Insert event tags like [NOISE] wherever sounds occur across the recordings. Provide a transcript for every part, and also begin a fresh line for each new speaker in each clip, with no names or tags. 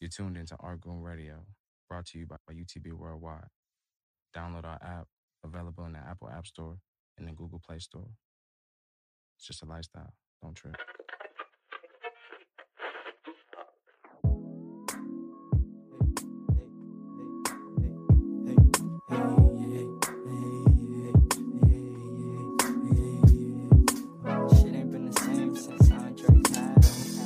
You're tuned into Art Goon Radio, brought to you by UTB Worldwide. Download our app, available in the Apple App Store and the Google Play Store. It's just a lifestyle. Don't trip. Shit ain't been the same since Andre passed.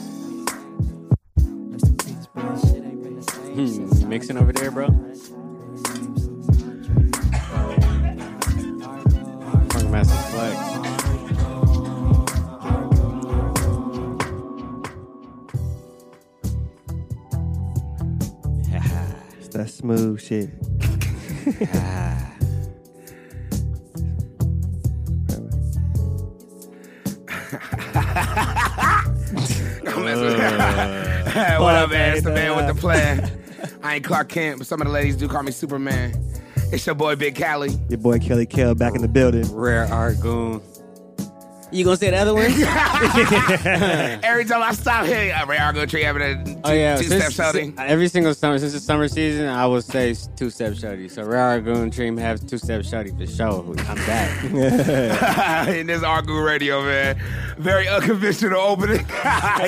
Rest in peace, bro. Shit ain't been the same Hmm, since you mixing Andre over there, bro? passed. Funk Master
[LAUGHS]
Flex.
It's that smooth shit. Remember?
I'm messing with [LAUGHS] What up,
Fuck
man? It's
ain't
the man with the
that.
plan.
[LAUGHS]
I ain't Clark Kent, but some of the ladies do call me Superman. It's your boy Big Cali.
Your boy Kelly Kell back in the building.
Rare art goon.
You gonna say the other one?
[LAUGHS] Every time I stop here, I rare go tree having a two,
[LAUGHS] Oh yeah,
two
since,
step shouting.
every single summer since the summer season, I would say two step shorty. So rare art goon dream have two step shorty for sure. I'm
[LAUGHS]
back.
and this is Argu Radio, man. Very unconventional opening. [LAUGHS]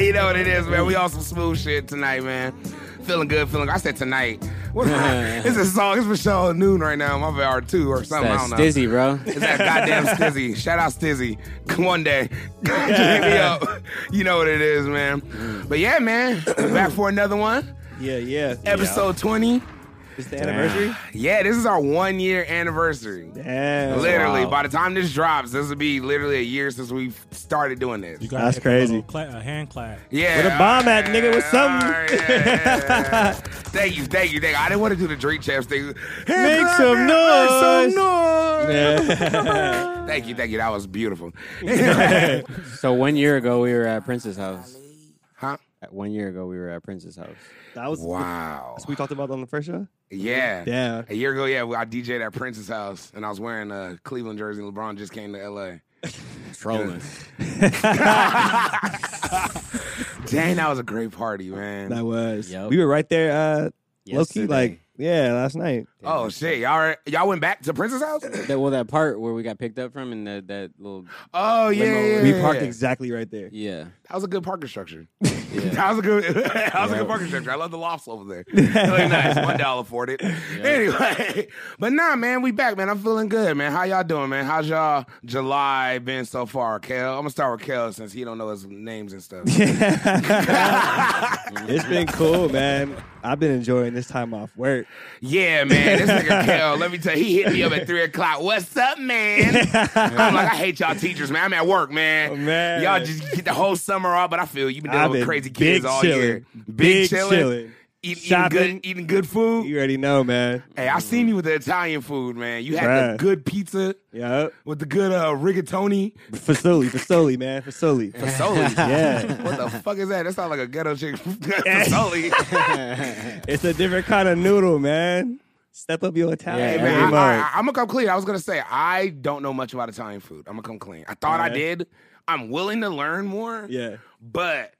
you know what it is, man. We on some smooth shit tonight, man. Feeling good, feeling I said tonight.
[LAUGHS]
What it's a song, it's for sure noon right now, my bad, or two or something, I
That's
don't know.
dizzy, bro.
It's that goddamn Stizzy. Shout out Stizzy. Come one day. [LAUGHS] Hit me up. You know what it is, man. But yeah, man.
[CLEARS THROAT]
we back for another one.
[LAUGHS] Yeah, yeah.
Episode 20.
It's the anniversary.
Yeah, this is our one year anniversary.
Damn.
Literally,
wild.
by the time this drops, this will be literally a year since we started doing this.
You gotta
That's
hit the
crazy.
little cla- a hand clap.
Yeah.
Where the bomb at, nigga? With something?
Alright, yeah, yeah,
[LAUGHS]
yeah. thank you, thank you, thank you. I didn't want to do the drink champs thing. Hey,
Make
clap,
some
man,
noise.
make some noise.
[LAUGHS] Yeah.
Thank you, thank you. That
[LAUGHS]
was beautiful.
So one year ago we were at Prince's house.
huh?
At One year ago we were at Prince's house.
that was
Wow.
That's what we talked about on the first show.
Yeah.
Yeah.
A year ago, yeah, I DJ'd at Prince's house and I was wearing a Cleveland jersey. LeBron just came to LA.
Trolling.
Dang, that was a great party, man.
That was.
Yup.
We were right there, uh, low key,
Yesterday.
like yeah, last night.
oh shit, y'all are, y'all went back to Prince's house?
That, well, that part where we got picked up from and that that little
Oh yeah,
Limo.
yeah,
We
yeah,
parked
yeah.
exactly right
[LAUGHS]
there.
yeah
That was a good parking structure. [LAUGHS]
yeah.
[LAUGHS]
That was a good. [LAUGHS] That was a
Yeah.
good parking structure. I love the lofts over there. Really nice. One dollar for it. Anyway, but nah, man, we back, man. I'm feeling good, man. How y'all doing, man? How's y'all July been so far, Kel? I'm gonna start with Kel since he don't know his names and stuff.
Mm-hmm.
It's been cool, man. I've been enjoying this time off work.
Yeah, man,
[LAUGHS]
this nigga Kel. Let me tell you, he hit me up at three o'clock. What's up, man? I'm like, I hate y'all teachers, man. I'm at work, man.
Oh, man.
Y'all just get the whole summer off, but I feel you been dealing
I've
with
been
crazy
big
kids all
chilling.
year. Big,
Big
chilling,
chilling.
Eat, eating good,
Shopping.
eating good food.
You already know, man.
Hey, I seen you with the Italian food, man. You had the
Bruh.
good pizza
Yup.
with the good
[LAUGHS]
uh, rigatoni.
Fasoli, Fasoli, man. Fasoli.
[LAUGHS]
Fasoli.
Yeah.
What the fuck is that? That sounds like a ghetto chick. [LAUGHS] Fasoli.
[LAUGHS] It's a different kind of noodle, man. Step up your Italian
Hey,
Yeah,
game
man,
up.
I, am gonna come clean. I was gonna say I don't know much about Italian food. I'm gonna come clean. I thought I
Yeah.
did. I'm willing to learn more,
Yeah.
but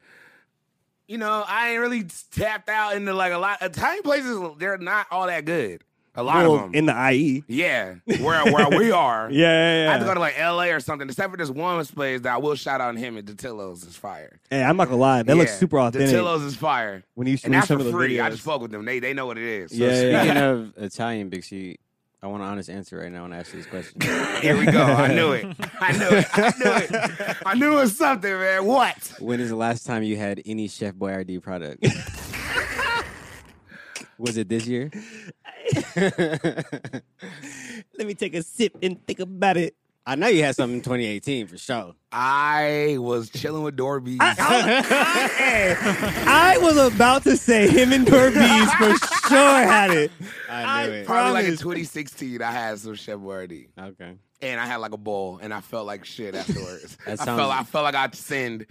you know, I ain't really tapped out into like a lot. Italian places, they're not all that good. A lot
Well,
of them,
in the IE. [LAUGHS]
yeah. Where where we are,
Yeah, yeah,
I have to
yeah.
go to like LA or something. Except for this one place that I will shout out him at Datillo's is fire.
Hey, I'm not gonna lie. That looks
Yeah,
super authentic.
Datillo's is fire.
when you
And
when
that's
some of
for
the
free. I
videos.
just fuck with them. They they know what it is.
Yeah, yeah.
Speaking of Italian, Big C, I want an honest answer right now and ask you this
[LAUGHS]
question.
Here we go. I knew it. [LAUGHS] I knew it. I knew it. I knew it was something, man. What?
When is the last time you had any Chef Boyardee
[LAUGHS]
product? Was it this
[LAUGHS]
year?
Let me take a sip and think about it.
I know you had something in 2018 for sure.
I was chilling with Dorby.
I was about to say him and Burpees
[LAUGHS]
for sure had it.
I knew
Probably like in
promise.
2016, I had some Chef Boyardee,
it. Okay.
and I had like a bowl, and I felt like shit afterwards. [LAUGHS]
That
I
sounds-
felt I felt like I'd sinned.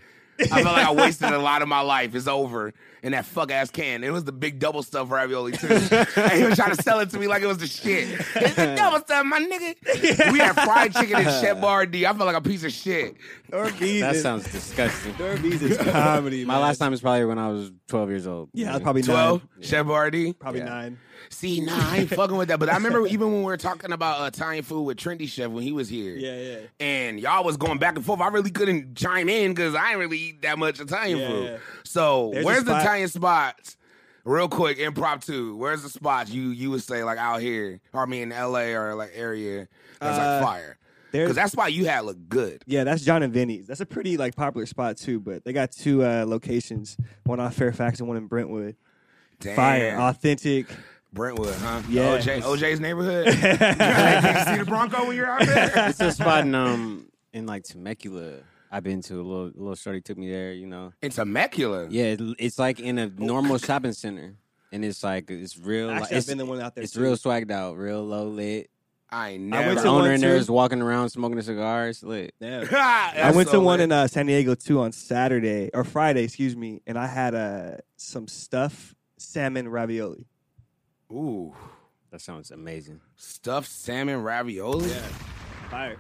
I felt like I wasted a lot of my life. It's over in that fuck ass can. It was the big double stuff ravioli [LAUGHS] too. and he was trying to sell it to me like it was the shit. It's [LAUGHS] the double stuff, my nigga. We had fried chicken and [LAUGHS] Chef Boyardee. I felt like a piece of shit.
[LAUGHS]
Dorbeez
That
is,
sounds disgusting.
Dorbeez
[LAUGHS]
is comedy.
My
man.
last time is probably when I was 12 years old.
Yeah, I was probably
Twelve,
nine.
Chef Boyardee.
Probably
Yeah.
nine.
See, nah, I ain't fucking with that. But
[LAUGHS]
I remember even when we were talking about uh, Italian food with Trendy Chef when he was here.
Yeah, yeah.
and y'all was going back and forth. I really couldn't chime in because I didn't really eat that much Italian
Yeah,
food.
yeah.
So
There's a
where's the
spot-
Italian spots? Real quick, impromptu. Where's the spots you you would say like out here, or I mean in L.A. or like area that's
Uh,
like fire?
There's
Because that spot you had looked good.
yeah, that's John and Vinny's. That's a pretty like popular spot too, but they got two uh, locations, one on Fairfax and one in Brentwood.
Damn.
Fire,
[LAUGHS]
authentic.
Brentwood, huh?
[LAUGHS] Yeah.
OJ, OJ's neighborhood. [LAUGHS]
[LAUGHS]
Did you see the Bronco when you're out there?
It's a spot in, um, in like Temecula. I've been to a little, little shorty took me there, you know.
In Temecula.
Yeah, it, it's like in a normal shopping center. And it's like, it's real. like,
Oh. Actually,
it's,
I've been to one out there.
it's
too.
real swagged out, real low lit.
I ain't
I
never.
went
The
to one
owner in there
too.
is walking around smoking a cigar. It's lit.
Yeah.
[LAUGHS]
I
That's
went to
so
one
lit.
in uh, San Diego too on Saturday or Friday, excuse me, and I had uh, some stuffed salmon ravioli.
Ooh,
That sounds amazing.
stuffed salmon ravioli.
Fire.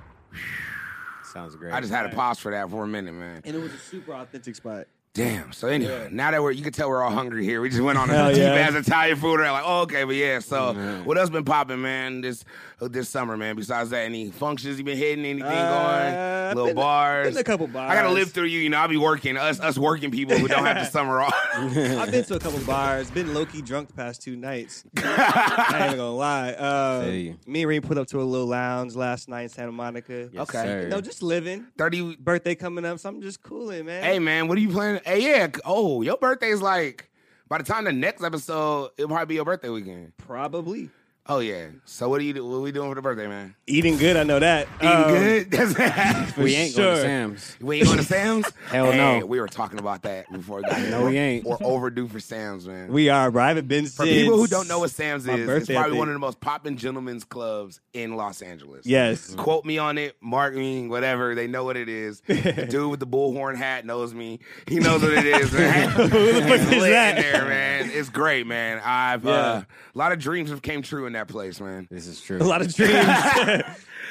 Sounds great.
I just had to pause for that for a minute, man.
And it was a super authentic spot.
Damn. So anyway, now that we're you can tell we're all hungry here. We just went on a
Hell
[LAUGHS] deep
yeah.
ass Italian food. We're like, oh, okay, but yeah. So
Mhm.
what else been popping, man? This uh, this summer, man. Besides that, any functions you been hitting? Anything
Uh,
going? Little
been-
bars.
been a couple bars.
I gotta live through you. You know, I'll be working. Us us working people who don't
[LAUGHS]
have the summer off.
I've been to a couple bars. Been low key drunk the past two
[LAUGHS]
nights. I ain't even gonna lie. Um,
Feel you.
me and Rain put up to a little lounge last night in Santa Monica.
Yes,
Okay.
sir.
You know, just living.
Thirty.
Birthday coming up, so I'm just cooling, man.
Hey man, what are you planning? Hey yeah. Oh, your birthday's like. By the time the next episode, it'll probably be your birthday weekend.
probably
Oh yeah. So what are you? do- What we doing for the birthday, man?
eating good. I know that.
Eating
Um,
[LAUGHS] good. That's-
we ain't going to
sure.
Sam's.
We ain't going to Sam's?
Hell
Hey,
no.
We were talking about that before. we got here.
No,
We're-
we
[LAUGHS]
ain't.
We're overdue for Sam's, man.
We are. Bro. I haven't been
for
since-
people who don't know what Sam's
my
is, it's
birthday, I
probably
think.
one of the most popping gentlemen's clubs in Los Angeles.
Yes.
Quote me on it, mark me, whatever. They know what
[LAUGHS]
it is. The dude with the bullhorn hat knows me. He knows what it is, man.
[LAUGHS] Who the fuck
It's
is
lit
that?
in there, man. It's great, man. I've uh, a lot of dreams have came true in that place, man.
This is
A
true.
lot of
[LAUGHS]
dreams.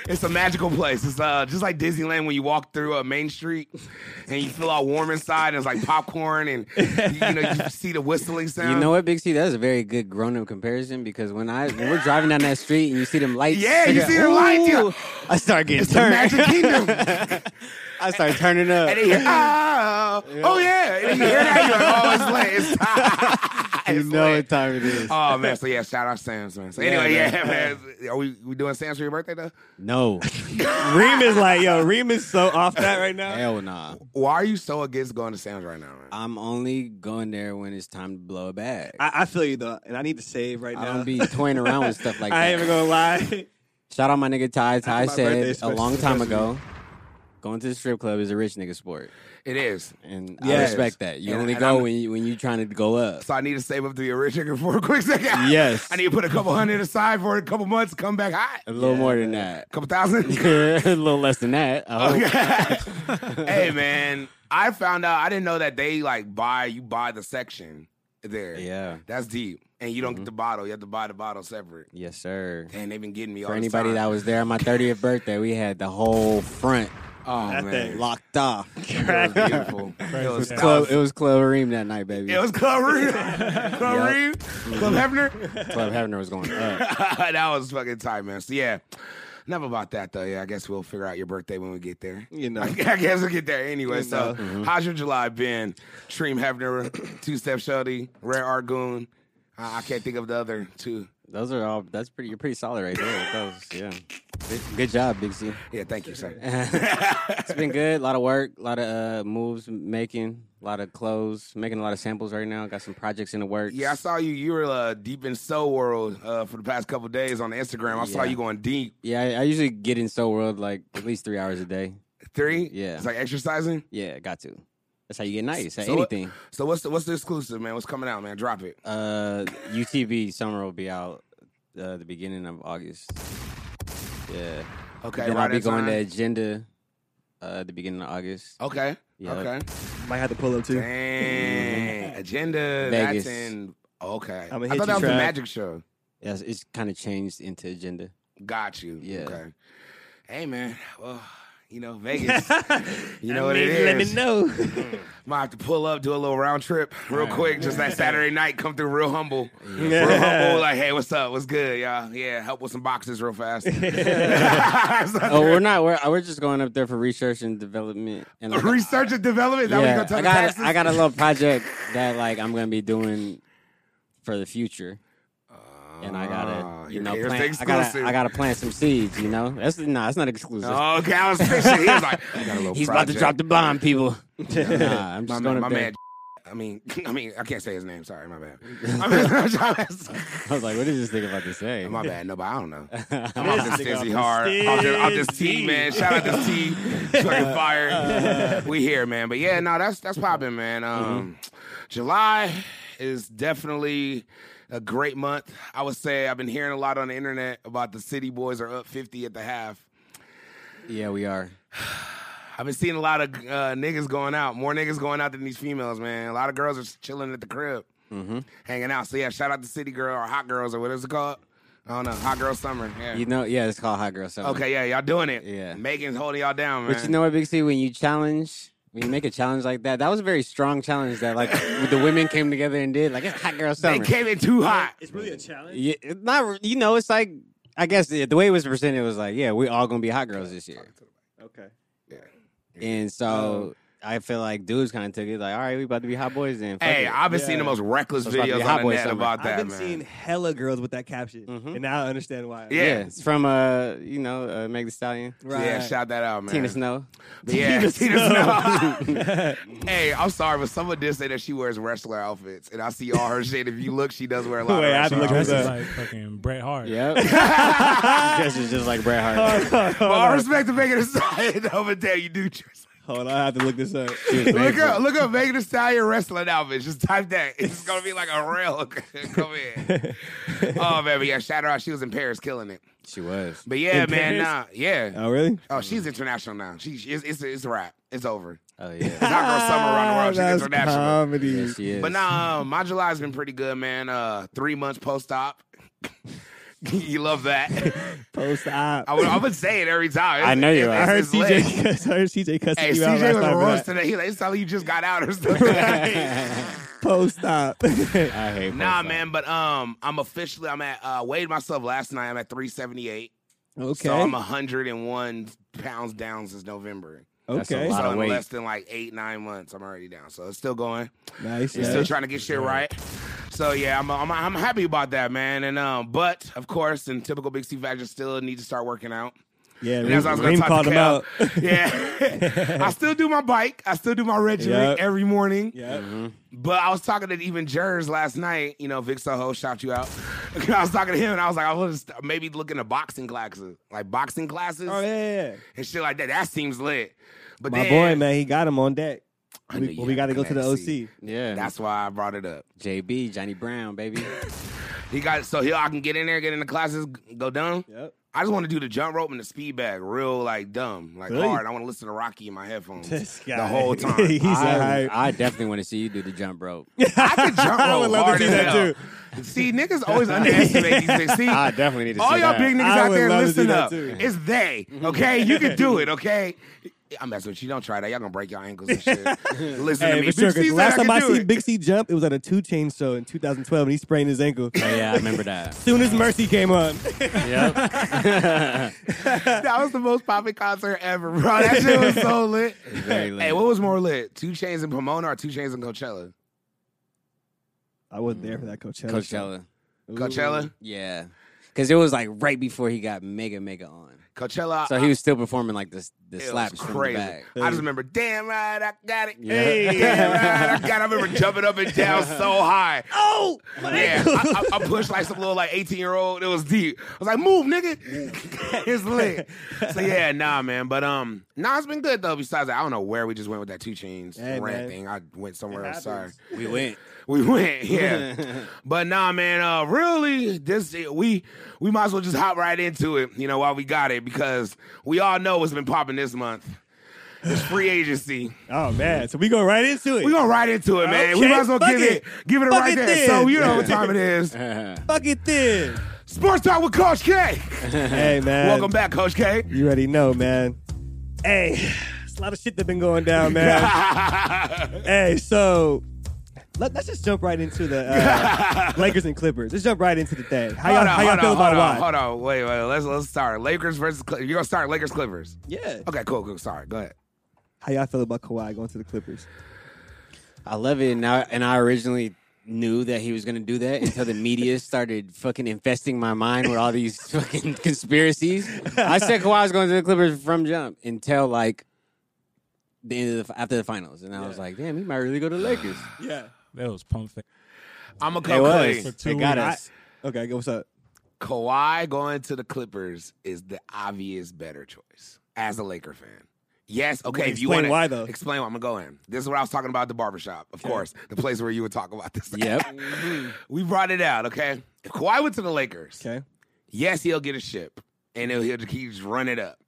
It's a magical place. It's uh, just like Disneyland when you walk through uh, Main Street and you feel all warm inside. And it's like popcorn, and you, you know
[LAUGHS]
you see the whistling sound.
You know what, Big C? That is a very good grown up comparison because when I when we're driving down that street and you see them lights,
Yeah, you
nigga,
see them lights, you-
ooh, I start getting
It's the
turned.
Magic Kingdom.
[LAUGHS] I start turning up. [LAUGHS]
and then you hear, oh, oh yeah, and then you hear that, you're like, oh, it's lit. It's,
you
it's
know
lit.
what time it is?
Oh man, so yeah, shout out Sam's man. So anyway, yeah, man. Are we, we doing Sam's for your birthday though?
no,
Reem is like, yo, Reem is so off that right now.
hell nah.
Why are you so against going to Sam's right now, man?
I'm only going there when it's time to blow a bag. I,
I, I feel you though, and I need to save right now.
don't be toying around with stuff
[LAUGHS]
like
I
that.
ain't even gonna
[LAUGHS]
lie.
Shout out my nigga Ty.
my
Ty
birthday
said a
special-
long time
special.
ago, going to the strip club is a rich nigga sport,
It is.
and I
Yes.
respect that. You
And-
only
and
go
I'm-
when you, when you trying to go up.
So I need to save up to be a rich nigga for a quick second.
Yes.
[LAUGHS] I need to put a couple hundred aside for a couple months, come back hot.
A little more than that.
couple
[LAUGHS]
thousand.
a little less than that. I hope.
hey man, I found out I didn't know that they like buy you buy the section there.
Yeah.
That's deep. And you don't get the bottle. You have to buy the bottle separate.
Yes, sir.
And they've been getting me
For
all
anybody
the
that
time.
was there on my 30th birthday, we had the
[LAUGHS]
whole front
oh
That
man.
thing.
[LAUGHS]
locked off.
It was [LAUGHS]
[LAUGHS]
beautiful. it was
Club,
club.
it was Club Reem that night, baby.
It was Club [LAUGHS] Reed. Club Reed. Club Hefner. [LAUGHS]
Club Hefner was going up.
Mm-hmm. that was fucking tight, man. So yeah. Enough about that though. Yeah, I guess we'll figure out your birthday when we get there.
You know.
[LAUGHS] I guess we'll get there anyway.
You
so,
know.
Mm-hmm.
how's your July been? Treem Hefner, [COUGHS] Two Step Shuddy, Rare Argoon. I, I can't think of the other two.
Those are all. That's pretty. You're pretty solid right there. with Those, yeah. Good, good job, Big C. [LAUGHS]
Yeah, thank you, sir.
It's been good. A lot of work. A lot of uh, moves making. A lot of clothes. Making a lot of samples right now. Got some projects in the works.
Yeah, I saw you. You were uh, deep in Soul World uh, for the past couple days on Instagram. I saw
Yeah.
you going deep.
Yeah. I, I usually get in so world like at least three hours a day.
Three?
Yeah.
It's like exercising.
Yeah, got to. That's how you get nice at
So what-
anything.
So what's the what's the exclusive, man? What's coming out, man? Drop it.
Uh, UTV summer will be out uh, the beginning of August. Yeah,
Okay,
then
right
I'll be
at
going
time.
to Agenda uh, at the beginning of August.
Okay.
Yep.
Okay.
Might have to pull up too.
[LAUGHS]
Dang. Agenda.
Vegas.
That's in. Okay.
I'ma
I
hit
thought
you,
that was a
Trav.
magic show.
Yes, it's kind of changed into agenda.
Got you.
Yeah.
Okay. Hey, man. Well,
[LAUGHS]
you know, Vegas. you know what it is. Mm-hmm.
Let me
[LAUGHS]
know.
Might have to pull up, do a little round trip real quick, just
[LAUGHS]
that Saturday night, come through real humble.
[LAUGHS]
Real humble, like, hey, what's up? What's good, y'all? Yeah, help with some boxes
[LAUGHS]
real fast. [LAUGHS]
Oh, we're not. We're we're just going up there for research and development and like,
[LAUGHS] Research and development. Is that
yeah,
what you
I
gonna tell the
got
taxes?
I got a little project that like I'm gonna be doing for the future, and I
Ah,
gotta you know
here's the
plant, I gotta
exclusive.
I gotta plant some seeds. You know, that's nah, it's not exclusive.
Oh, [LAUGHS] okay, I was fishing. He was like, I got a little
He's about
project.
to drop the
[LAUGHS]
bomb, people. nah, I'm
My,
just
man,
going
my
up there.
man. I mean, [LAUGHS] I mean, I can't say his name. Sorry, my
[LAUGHS]
bad. [LAUGHS] I mean,
I was like, what is this thing about to say?
my bad. No, but I don't know.
[LAUGHS] I'm
I'm off this
nigga
Stizzy
off
hard.
the
Off this, off this
Stizzy.
T, man. Shout out to T. Fucking fire. We here, man. But yeah, no, that's that's popping, man. Um, July is definitely a great month. I would say I've been hearing a lot on the internet about the City Boys are up 50 at the half.
yeah, we are.
I've been seeing a lot of uh, niggas going out. More niggas going out than these females, man. A lot of girls are just chilling at the crib, hanging out. So yeah, shout out to City Girl or Hot Girls or what is it called? I don't know. Hot Girl Summer. Yeah.
You know, yeah, it's called Hot Girl Summer.
Okay, yeah, y'all doing it.
Yeah.
Megan's holding y'all down, man.
But you know what, Big C, when you challenge, when you make a challenge like that, that was a very strong challenge that like [LAUGHS] the women came together and did. Like it's hot girl
they
summer.
came in too hot.
It's really a challenge.
Yeah, it's not you know, it's like I guess the, the way it was presented was like, yeah, we all gonna be hot girls this year.
Okay.
And
Um,
so I feel like dudes kind of took it like, all right, we about to be hot boys then. Fuck
Hey,
it.
I've been
Yeah.
seeing the most reckless
It's about to be
videos
Hot
on the
Boy
net
Summer.
about that,
I've been
man.
seeing hella girls with that caption,
Mhm.
and now I understand why.
Yeah.
yeah. it's from uh, you know, uh, Meg the Stallion,
Right.
Yeah, shout that out, man.
Tina Snow.
[LAUGHS]
[LAUGHS]
Yeah, [LAUGHS] Tina,
Tina
Snow. hey, I'm sorry, but someone did say that she wears wrestler outfits, and I see all her shit. If you look, she does wear a lot
Wait, I
of
haven't
wrestler
looked at
outfits.
that.
Dresses like fucking Bret Hart.
Yep,
[LAUGHS]
[LAUGHS] dresses just like Bret Hart.
Well, all respect to Megan Thee [LAUGHS] Stallion over there. You do dress.
Hold on, I have to look this up.
Look up, look up Megan Thee Stallion wrestling outfits. Just type that. It's gonna be like a real. [LAUGHS] Come
[LAUGHS]
in. Oh man, but yeah, shout her out. She was in Paris killing it.
She was.
But yeah,
In
man,
Paris?
nah, yeah.
oh, really?
Oh, she's international now. She it's it's, it's a wrap. It's over.
Oh yeah.
[LAUGHS] It's not girl summer around the world. She's
Ah, That's
international.
comedy.
Yeah, she is. [LAUGHS]
But nah, um, my July's been pretty good, man. Uh, three months post op. [LAUGHS] you love that.
Post op.
I would, I would say it every time.
I know you are.
I heard
it's lit.
CJ. cuss- [LAUGHS] I heard CJ cussing
Hey,
you out
CJ
last
was
time for
roasting
that.
today. He like, it's not like you just got out
[LAUGHS]
or something. [LAUGHS]
Post op. [LAUGHS]
I hate
nah,
Post-op.
man. But um, I'm officially. I'm at. Uh, weighed myself last night. I'm at 378.
okay.
So I'm 101 pounds down since November.
That's a
okay.
lot.
So
of
in
weight.
less than like eight, nine months, I'm already down. So it's still going.
Nice.
You're
nice.
still trying to get shit right. So yeah, I'm, I'm I'm happy about that, man. And um, but of course, in typical Big C fashion, still need to start working out.
yeah,
And that's what I was gonna
Reem
talk
called
to
him
Cal.
out.
[LAUGHS] Yeah, [LAUGHS] I still do my bike. I still do my regimen
Yep.
every morning.
[LAUGHS] yeah.
But I was talking to even Jers last night. You know, Vic Soho shout you out. [LAUGHS] I was talking to him, and I was like, I want to st- maybe look into boxing classes, like boxing classes
Oh yeah, yeah. yeah.
and shit like that. That seems lit. But
My
then,
boy, man, he got him on deck.
I knew
We,
you
well, we got to
had
go to the
connect, see.
OC.
Yeah.
That's why I brought it up.
JB, Johnny Brown, baby.
[LAUGHS] He got so he I can get in there, get in the classes, g- go down.
Yep.
I just want to do the jump rope and the speed bag, real like dumb, like
Really?
hard. I want to listen to Rocky in my headphones
This guy. [LAUGHS]
the whole time.
He's
I,
a hype.
I definitely want to see you do the
[LAUGHS]
jump rope.
I could jump rope
I would love to
hard
do
as
that
hell.
too.
See, niggas always underestimate
[LAUGHS]
these niggas. See,
I definitely need to
all
see
y'all
that.
big niggas
I
out
would
there,
love to do
listen
that
up.
too.
It's
[LAUGHS]
they, okay? You can do it, okay? I'm messing with you. Don't try that. Y'all gonna break your ankles
[LAUGHS]
and shit. listen to
Hey,
me.
for sure,
Big
'cause
C said
last time
I
I
can do
seen
it.
Big C jump, it was at a two chain show in 2012, and he sprained his ankle.
Oh, yeah, I
[LAUGHS]
remember that.
Soon as Mercy came on,
yep.
that was the most popping concert ever, bro. That shit was
[LAUGHS]
so lit.
Very lit.
Hey, what was more lit? Two chains in Pomona or two chains in Coachella?
[LAUGHS] I wasn't there for that Coachella. show.
Coachella.
Ooh.
Coachella?
Yeah. Because it was like right before he got mega, mega on.
Coachella.
So he was still performing like the, the
It was
slaps
crazy.
from the back.
I just remember, damn right, I got it.
Yeah.
Hey, damn
[LAUGHS]
right, I got it. I remember jumping up and down so high.
Oh,
Yeah, I, I, I pushed like some little like 18 year old. It was deep. I was like, move, nigga. [LAUGHS] it's lit. So yeah, nah, man. But um, nah, it's been good though. Besides that, I don't know where we just went with that two chains
Hey,
rant
man.
thing. I went somewhere
It
else. Sorry.
happens.
We went.
We went, [LAUGHS]
[LAUGHS]
yeah. but nah, man. Uh, really, this we we might as well just hop right into it. You know, while we got it, because we all know what's been popping this month. It's
[SIGHS]
free agency.
Oh man, so we go right into it.
We're gonna right into it, man. we
Okay,
might as well
fuck
give it,
it.
give it a
Fuck
right
it then.
there. So
[LAUGHS]
you know what time it is.
fuck it then.
Sports Talk with Coach K.
hey man,
Welcome back, Coach K.
You already know, man. Hey, it's a lot of shit that been going down,
[LAUGHS]
man. hey, so let, us just jump right into the
[LAUGHS]
uh, Lakers and Clippers. Let's jump right into the thing. How y'all,
Hold on,
how y'all
hold
feel
on,
about
hold on,
why?
hold on. Wait, wait. Let's let's start. Lakers versus Clippers. You're gonna start Lakers Clippers.
Yeah.
Okay, cool, cool. Sorry, go ahead.
How y'all feel about Kawhi going to the Clippers?
I love it. And I, and I originally knew that he was going to do that until the media started fucking infesting my mind with all these [LAUGHS] fucking conspiracies. I said Kawhi was going to the Clippers from jump until like the end of the, after the finals. And I was like, damn, he might really go to the Lakers.
Yeah.
That was pump fake.
I'm gonna
It
come
was.
clean.
For two
It got
weeks.
us.
Okay, go. What's up?
Kawhi going to the Clippers is the obvious better choice as a Laker fan. Yes, okay. if you
explain
wanna-
why, though.
Explain why I'm gonna go in. This is what I was talking about at the barbershop, of course, the place where you would talk about this.
Yep.
we brought it out. Okay, if Kawhi went to the Lakers,
Okay.
yes, he'll get a ship and he'll, he'll he just run it up.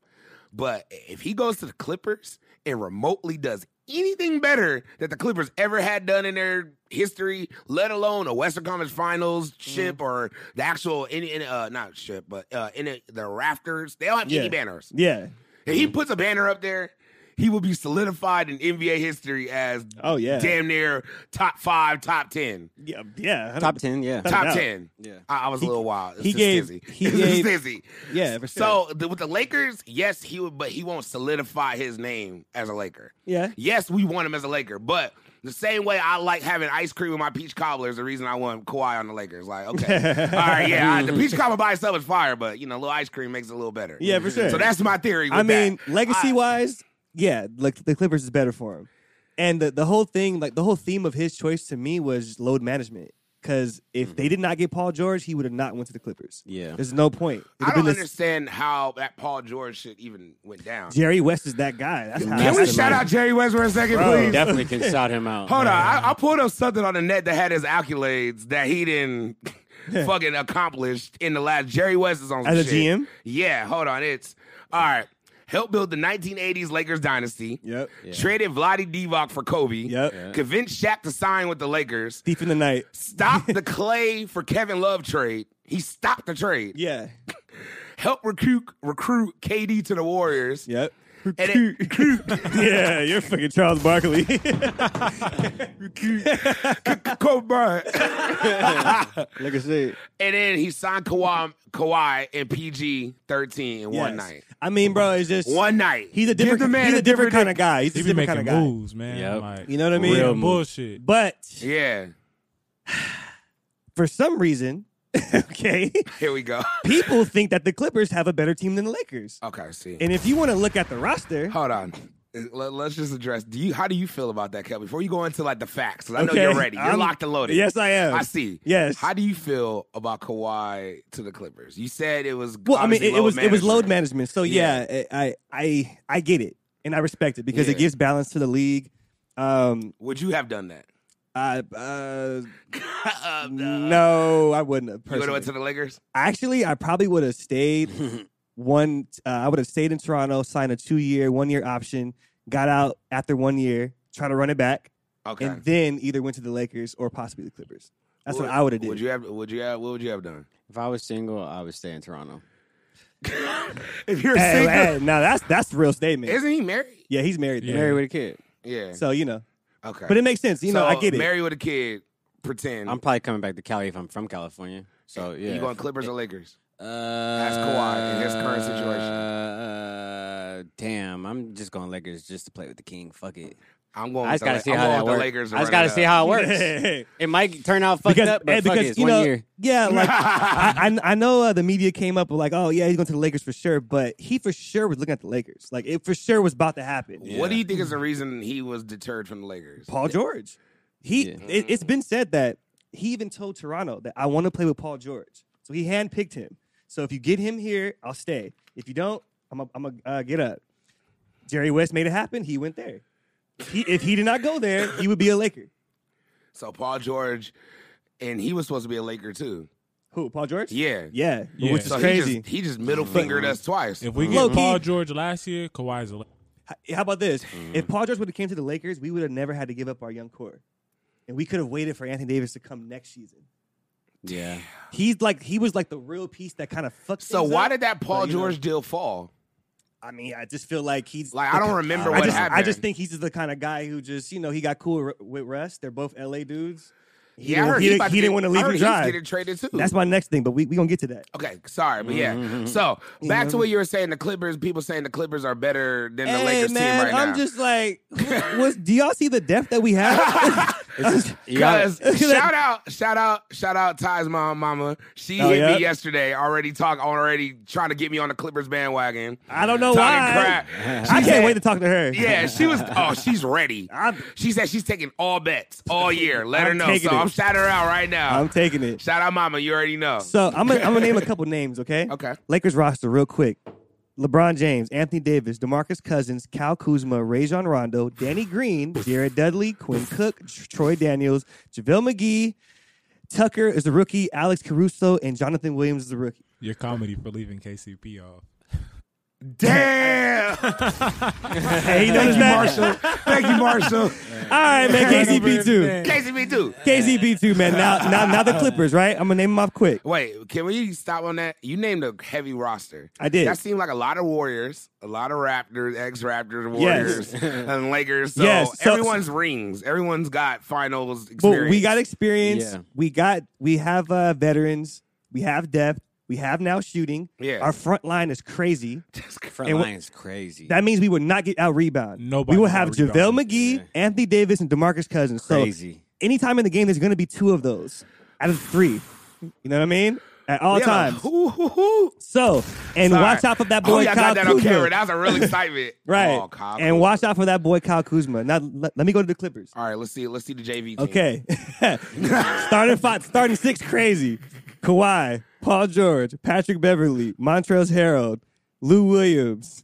But if he goes to the Clippers and remotely does anything better that the Clippers ever had done in their history, let alone a Western Conference Finals
Mm-hmm.
ship or the actual in, in uh not ship but uh in a, the rafters, they don't have
Yeah.
any banners.
Yeah.
If he puts a banner up there, he will be solidified in NBA history as
Oh yeah.
damn near top five, top ten,
Yeah. yeah.
Top 10, yeah.
Top-
top
doubt.
ten.
Yeah.
I, I was a little wild. It's
he
just
gave-
Stizzy.
he
It's
gave-
just Stizzy.
Yeah. For sure.
So the, with the Lakers, yes, he would, but he won't solidify his name as a Laker.
Yeah.
Yes, we want him as a Laker, but the same way I like having ice cream with my peach cobbler is the reason I want Kawhi on the Lakers.
[LAUGHS]
Like, okay, all right, yeah, I- the peach cobbler by itself is fire, but you know, a little ice cream makes it a little better.
Yeah. For sure.
So that's my theory. With
I mean,
that.
legacy
I-
wise, yeah, like the Clippers is better for him. And the, the whole thing, like the whole theme of his choice to me was load management. Because if
Mm-hmm.
they did not get Paul George, he would have not went to the Clippers.
Yeah.
There's no point. It'd
I
have been
don't
this-
understand how that Paul George shit even went down.
Jerry West is that guy. That's how
Can we
that's the
shout
man.
out Jerry West for a second, please?
Definitely can shout him out.
Hold on, I, I pulled up something on the net that had his accolades that he
[LAUGHS]
didn't fucking accomplish in the last. Jerry West is on some
As a
shit.
GM?
Yeah, hold on. It's all right. Helped build the 1980s Lakers dynasty.
Yep.
Traded Vladi Divac for Kobe.
Yep. Yeah.
Convinced Shaq to sign with
[LAUGHS]
the Lakers.
Thief in the night.
Stopped the Clay for Kevin Love trade. He stopped the trade.
Yeah.
Helped recruit recruit KD to the Warriors. [LAUGHS]
Yep.
And it,
[LAUGHS] yeah, you're fucking Charles Barkley.
Kobe [LAUGHS] Bryant.
Like I [LAUGHS] said,
And then he signed Kawhi, Kawhi and PG 13 in [LAUGHS]
Yes.
one night.
I mean, bro, it's just
One night.
he's a
Give
different
the man
he's a different kind of guy. He's
He
a
be
different kind
making
of guy.
moves, man.
Yep.
Like,
You know what I mean?
real
move.
bullshit.
But
Yeah. [LAUGHS]
for some reason, [LAUGHS] okay,
Here we go.
people think that the Clippers have a better team than the Lakers.
Okay, see.
And if you want to look at the roster,
Hold on. Let, us just address. Do you? How do you feel about that, Kel? Before you go into like the facts, 'cause I know
Okay,
you're ready. You're
I'm-
locked and loaded.
Yes, I am.
I see.
Yes.
How do you feel about Kawhi to the Clippers? You said it was.
well, I mean, it,
obviously
it
load
was it was load
management.
management. So
Yeah.
yeah, I I I get it and I respect it because
Yeah.
it gives balance to the league. Um,
Would you have done that? [LAUGHS]
I uh,
Uh,
no, I wouldn't have.
You would
personally.
have went to the Lakers.
Actually, I probably would have stayed. one, uh, I would have stayed in Toronto, signed a two year, one year option, got out after one year, try to run it back,
Okay.
and then either went to the Lakers or possibly the Clippers. That's what,
Would-
I would have did.
Would you have? Would you have? What would you have done? [LAUGHS]
if I was single, I would stay in Toronto.
If you're
Hey,
single,
hey, no, that's that's a real statement.
isn't he married?
yeah, he's married.
Yeah.
though.
Married with a kid.
Yeah.
So you know,
okay.
but it makes sense. You know,
So,
I get it.
Marry with a kid. Pretend.
I'm probably coming back to Cali if I'm from California. So yeah,
You going Clippers or Lakers?
Uh,
Kawhi in his current situation.
Uh, damn, I'm just going Lakers just to play with the King. Fuck it.
I'm going.
I just
with
gotta
the,
see
I'm
how
going
that
with
works.
the Lakers.
I just gotta see how it works. [LAUGHS] It might turn out fucked
because
up, but
eh,
fuck
because
it, it's
you
one
know,
year.
[LAUGHS] yeah,
[LAUGHS]
like I, I I know uh, the media came up with like, oh yeah, he's going to the Lakers for sure, but he for sure was looking at the Lakers. Like it for sure was about to happen.
What do you think is the reason he was deterred from the Lakers?
Paul George. He
Yeah.
it, it's been said that he even told Toronto that I want to play with Paul George. So he handpicked him. So if you get him here, I'll stay. If you don't, I'm a, I'm a uh, get up. Jerry West made it happen. He went there. He, if he did not go there, he would be a Laker.
So Paul George, and he was supposed to be a Laker too.
Who? Paul George?
Yeah.
Yeah.
Yeah.
Which is
So
crazy.
Mm-hmm.
He just, he just middle fingered us twice.
If we
Low
get Paul
key.
George last year, Kawhi's a.
h- how about this?
Hmm. Mm,
If Paul George would have came to the Lakers, we would have never had to give up our young core, and we could have waited for Anthony Davis to come next season.
Yeah.
He's like he was like the real piece that kind of fucked.
So
things
why
up.
did that Paul
But, you know-
George deal fall?
I mean, I just feel like he's
Like
the
I don't
ki-
remember
I
what
just,
happened.
I just think he's just the kind of guy who just you know he got cool with- with Russ. They're both LA dudes. He
yeah, I
didn't-
heard
he, didn't-
about
he
to
didn't
get-
want to
I
leave
heard
him
he's
dry.
getting traded too.
That's Mm-hmm. my next thing, but we we gonna get to that.
Okay, sorry, but yeah. So back to what you were saying, the Clippers. People saying the Clippers are better than the Lakers team right
I'm
now.
just [LAUGHS] like, was do y'all see the depth that we [LAUGHS] have?
You gotta-
[LAUGHS]
Cause shout out, shout out, shout out Ty's mom, mama. She
Oh,
hit
yeah?
me yesterday. Already talk, already trying to get me on the Clippers bandwagon.
I don't know why.
Talking
[LAUGHS]
crap. She
I can't
said-
wait to talk to her.
[LAUGHS] Yeah, she was. Oh, she's
[LAUGHS]
ready.
I'm-
she said she's taking all bets
[LAUGHS]
all year. Let her
I'm
know. So
taking it.
I'm shouting her out right now.
I'm taking it.
Shout out, mama. You already know.
So [LAUGHS] I'm gonna, I'm gonna name a couple names, okay?
[LAUGHS] Okay.
Lakers roster real quick. LeBron James, Anthony Davis, DeMarcus Cousins, Cal Kuzma, Rajon Rondo, Danny Green, Jared Dudley, Quinn Cook, Tr- Troy Daniels, JaVale McGee, Tucker is the rookie, Alex Caruso, and Jonathan Williams is the rookie.
Your comedy for leaving KCP off.
Damn.
[LAUGHS] Hey, you notice that?
Thank you,
[LAUGHS]
Marshall.
All right, man, KCP two.
KCP too.
KCP two, man. Now, now, now the Clippers, right? I'm gonna name them off quick.
Wait, can we stop on that? You named a heavy roster.
I did.
That seemed like a lot of Warriors, a lot of Raptors, ex Raptors, Warriors, [LAUGHS]
Yes.
and Lakers. So,
Yes, so-
everyone's rings. Everyone's got finals
But
experience.
we got experience.
Yeah.
We got we have uh, veterans. We have depth. We have now shooting.
Yeah.
Our front line is crazy.
Front
And what-
line is crazy.
That means we would not get out rebound.
Nobody
we will
got
have JaVale
out-rebounded.
McGee,
Yeah.
Anthony Davis, and Demarcus Cousins. So
crazy. [LAUGHS]
anytime in the game, there's going to be two of those out of three. You know what I mean? At all
Yeah.
times.
Hoo, hoo, hoo.
So and
Sorry.
watch out for that
Oh,
boy
yeah, I
Kyle
got that on
Kuzma.
camera. That was a real excitement.
[LAUGHS] right.
Oh, Kyle
and
Kuzma.
watch out for that boy Kyle Kuzma. Now let, let me go to the Clippers.
All right, let's see. Let's see the JV team.
Okay. [LAUGHS] starting five, starting six, crazy. Kawhi, Paul George, Patrick Beverly, Montrezl Harrell, Lou Williams.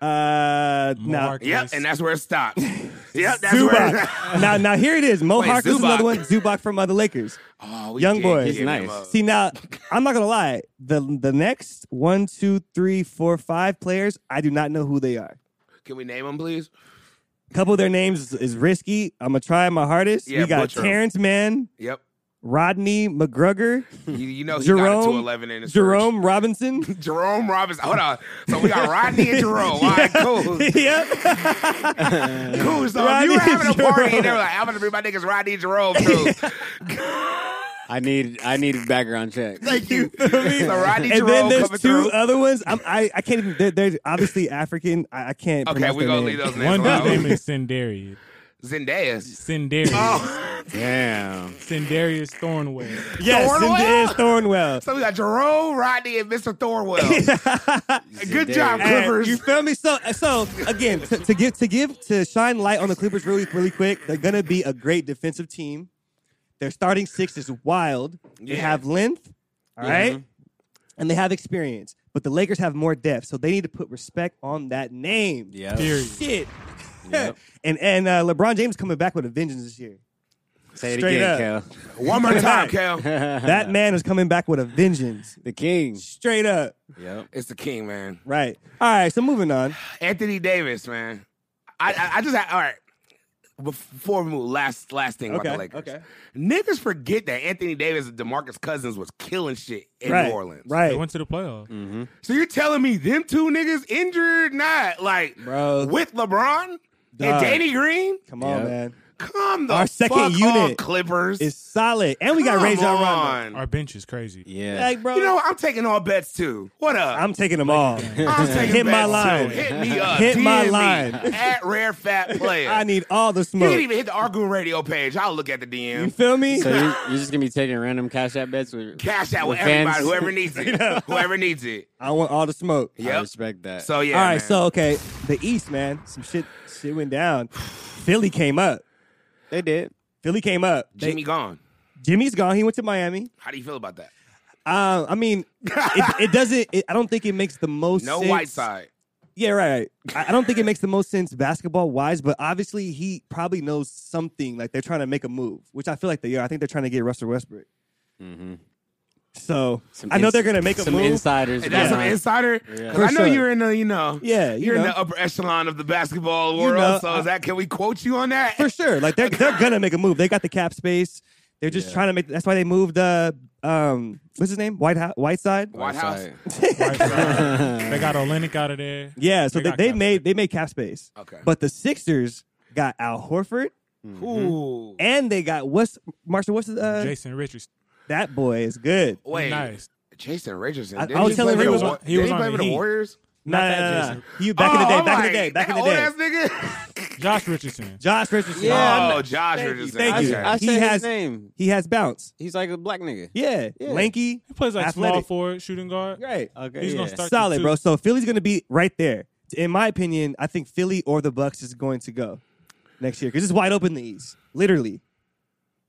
Uh, now,
Marcus.
Yep, and that's where it stops.
[LAUGHS]
yep, that's where.
Zubac. [LAUGHS] now, now here it is. Mo
Wait,
Harkless is
Zubac.
another one. Zubac from uh, the Lakers.
[LAUGHS] Oh, we
Young
did
boy.
give
He's
him uh,
nice.
a-
See now, I'm not gonna lie. The the next one, two, three, four, five players, I do not know who they are.
Can we name him, please?
A couple of their names is risky. I'm gonna try my hardest.
Yeah,
we got
butcher 'em.
Terrence Mann,
Yep.
Rodney McGregor,
You, you know he got a
Jerome-
211 in his
Jerome Robinson. [LAUGHS]
first. [LAUGHS] Jerome Robinson. Hold on. So we got Rodney and Jerome. All right, cool.
yep. [LAUGHS]
Cool. So if
Rodney
you were having a
and
party
Jerome.
and they were like, I'm going to bring my niggas Rodney and Jerome too.
[LAUGHS]
I need I need background check.
[LAUGHS] Thank you. so Rodney
And then
Jerome
there's
coming
two
through.
other ones. I'm, I I can't even. They're, they're obviously African. I, I can't.
okay,
pronounce
we're
their
going to
name.
leave those names
One dude's name
alone.
is Sendarius.
Zendaya's.
Sendarius.
Oh.
Damn.
Sendarius Thornwell.
[LAUGHS] Yes,
Thornwell?
it is Thornwell.
So we got Jerome, Rodney, and Mr. [LAUGHS] Thornwell. Good job,
[LAUGHS] And
Zendaya.
Clippers.
you feel me? So, uh, so again, to, to give to give to shine light on the Clippers really, really quick. They're gonna be a great defensive team. Their starting six is wild. They
Yeah. Mm-hmm.
have length, all right, and they have experience. But the Lakers have more depth, so they need to put respect on that name.
Yeah.
Period.
shit.
Yep.
[LAUGHS] and and uh, LeBron James coming back with a vengeance this year.
Say it
Straight
again,
up.
Cal.
One more [LAUGHS] time, Kel.
[LAUGHS]
That man is coming back with a vengeance.
The king.
Straight up.
Yep.
It's the king, man.
Right. All right. So moving on.
Anthony Davis, man. I I, I just had, all right. Before we move, last last thing about
Okay,
the Lakers.
okay.
Niggas forget that Anthony Davis and DeMarcus Cousins was killing shit in
right.
New Orleans.
They
Right.
went to the playoffs.
Mm.
So you're telling me them two niggas injured, not like
Bro.
with LeBron and
Dog.
Danny Green?
Come on,
Yep.
man.
Come the
Our second
fuck on,
unit
Clippers.
It's solid, and we got
Come
Ray John Rondo.
on.
Our bench is crazy.
Yeah.
Like, bro.
You know, I'm taking all bets too. What up?
I'm taking them all.
I'm taking
Hit my
bets,
line.
Too. Hit me up.
Hit my
DM me
line.
At
[LAUGHS]
Rare Fat Player.
I need all the
You can
smoke.
even hit the Argoon Radio page. I'll look at the DM.
You feel me? [LAUGHS]
So you're, you're just gonna be taking random cash out bets with
Cash out with
fans?
everybody, whoever
[LAUGHS]
needs it, whoever needs it.
I want all the smoke.
I
Yep.
respect that.
So yeah.
all right.
man.
So okay, the East, man. Some shit. Shit went down. Philly came up.
they did.
Philly came up. They-
Jimmy gone.
Jimmy's gone. He went to Miami.
How do you feel about that?
Uh, I mean,
[LAUGHS]
it, it doesn't. It, I don't think it makes the most.
No
sense.
white side.
Yeah, right. right. I, I don't think it makes the most sense basketball wise, but obviously he probably knows something. Like they're trying to make a move, which I feel like they are. I think they're trying to get Russell Westbrook. So
Mm-hmm. Some
I know
ins-
they're gonna make a
some
move.
insiders.
And that's
behind-
an insider. 'Cause
For
I know
sure.
you're in the, you know,
Yeah, you
you're in
know.
the upper echelon of the basketball world.
know,
so
I-
is that can we quote you on that?
for sure. Like they're they're gonna make a move. They got the cap space. They're just trying to make. That's why they moved. Uh, um, what's his name? White House, Whiteside.
White House.
[LAUGHS]
Right, so they got Olenek out of there.
Yeah. So
They
they,
got
they,
cap
made they made cap space.
Okay.
But the Sixers got Al Horford
Ooh.
and they got what's Marshall? What's uh,
Jason Richards.
that boy is good.
Wait,
Nice.
Jason Richardson.
I-
didn't
I was
he
telling
play
him
with the
he was
Wa-
on- he was
didn't
on
play
the
with the
Heat.
Warriors.
No,
Not
no,
that
no, no.
Jason.
You back in the
Oh,
day,
I'm
back in
like,
the day, back in
that
the day.
Old ass
[LAUGHS]
nigga.
Josh Richardson.
Josh Richardson.
Yeah,
oh, Josh Richardson.
thank you.
Okay.
I
He
said
has-
his name.
He has bounce.
He's like a
[LAUGHS]
black nigga.
Yeah,
Yeah.
lanky.
He plays like small
Athletic.
forward, shooting guard.
Right.
Okay,
He's
yeah.
gonna start the
Solid,
two.
bro. So Philly's going to be right there. In my opinion, I think Philly or the Bucks is going to go next year because it's wide open in the East, literally.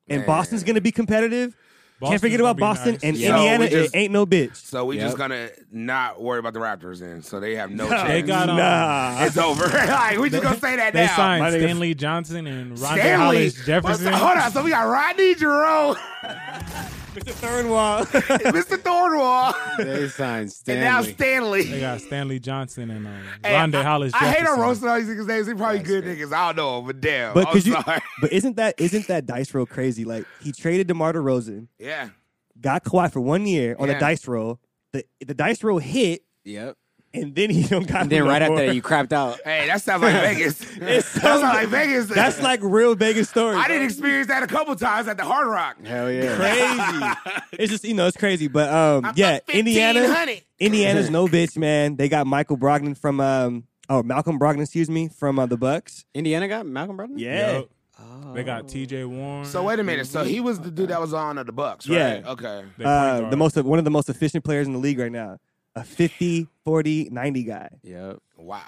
And
Man.
Boston's going to be competitive. Can't
Boston's
forget
gonna
about
be
Boston
nice.
and
Yeah.
Indiana.
So we just-
it ain't no bitch.
So we just
Yep.
gonna not worry about the Raptors then. So [LAUGHS] they have no chance.
They got um,
nah.
[LAUGHS] it's over. [LAUGHS] like we just gonna say that
They
now.
signed
my nigga-
Stanley Johnson and Ronda
Stanley.
Hollis Jefferson.
What's- Hold on. So we got
[LAUGHS]
Rodney Jerome, [LAUGHS]
Mr. Thornwall.
Mr. Thornwall,
They signed
and
Stanley.
now Stanley.
They got Stanley Johnson and um,
Hey,
Ronda
I-
Hollis
I
Jefferson.
hate on roasting all these niggas' names. They probably
That's
good
great.
niggas. I don't know, but damn.
but
I'm
could you?
sorry.
[LAUGHS]
[LAUGHS]
But isn't that isn't that dice roll crazy? Like he traded Demar Derozan,
yeah.
got Kawhi for one year on
Yeah.
a dice roll. The the dice roll hit,
[LAUGHS] Yep.
and then he [LAUGHS] don't got.
And then
him no
right after
more.
that, you crapped out.
Hey, that sounds like Vegas. that sounds like Vegas.
[LAUGHS] That's like real Vegas story.
I
bro.
didn't experience that a couple times at the Hard Rock.
Hell yeah.
[LAUGHS]
crazy. it's just you know it's crazy, but um
I'm
yeah,
up
Indiana,
1500.
Indiana's
[LAUGHS]
no bitch, man. They got Michael Brogdon from um oh Malcolm Brogdon, excuse me, from uh, the Bucks.
Indiana got Malcolm Brogdon?
Yeah,
Yep.
Oh.
They got T.J. Warren.
Oh. So wait a minute. So he was the dude that was on of the Bucks, right?
Yeah.
Okay.
They point
uh,
guard.
the most one of the most efficient players in the league right now, a 50, 40, 90 guy.
Yep.
Wow.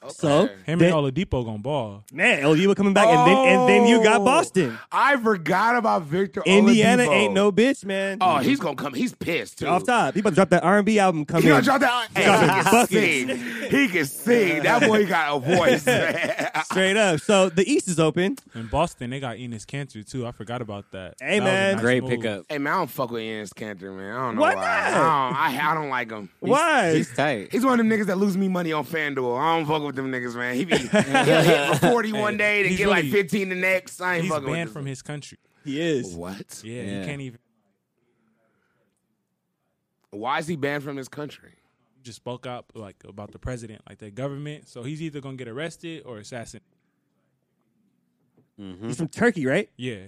Okay.
So
Him
They-
and Oladipo gonna ball.
man, LU were coming back, and then and then you got
Oh.
Boston.
I forgot about Victor.
Indiana
Oladipo.
ain't no bitch, man.
Oh, he's gonna come. He's pissed too.
off top, he about to drop that R and B album
He
coming.
gonna drop that. Hey,
Drop
he
it.
can
Fuck
sing.
it.
He can sing. That boy got a voice. man.
Straight up. So the East is open.
In Boston, they got Enos Cantor too. I forgot about that.
Hey,
That was a
man.
nice
Great
move.
[LAUGHS]
pickup.
Hey man, I don't fuck with Enes Kanter, man. I don't know why.
Why
I,
not?
don't, I, I don't like him.
Why?
He's tight.
He's one of them niggas that lose me money on FanDuel. I don't fuck with them niggas, man. [LAUGHS] He be he'll hit for 40 one day, then
he's
get like
really-
15 the next. I ain't
He's
fucking
banned
with
from his country.
he is.
What?
Yeah,
Yeah.
he can't even.
Why is he banned from his country?
Just spoke up like about the president, like the government. So he's either gonna get arrested or assassinated.
He's from Turkey, right?
Yeah,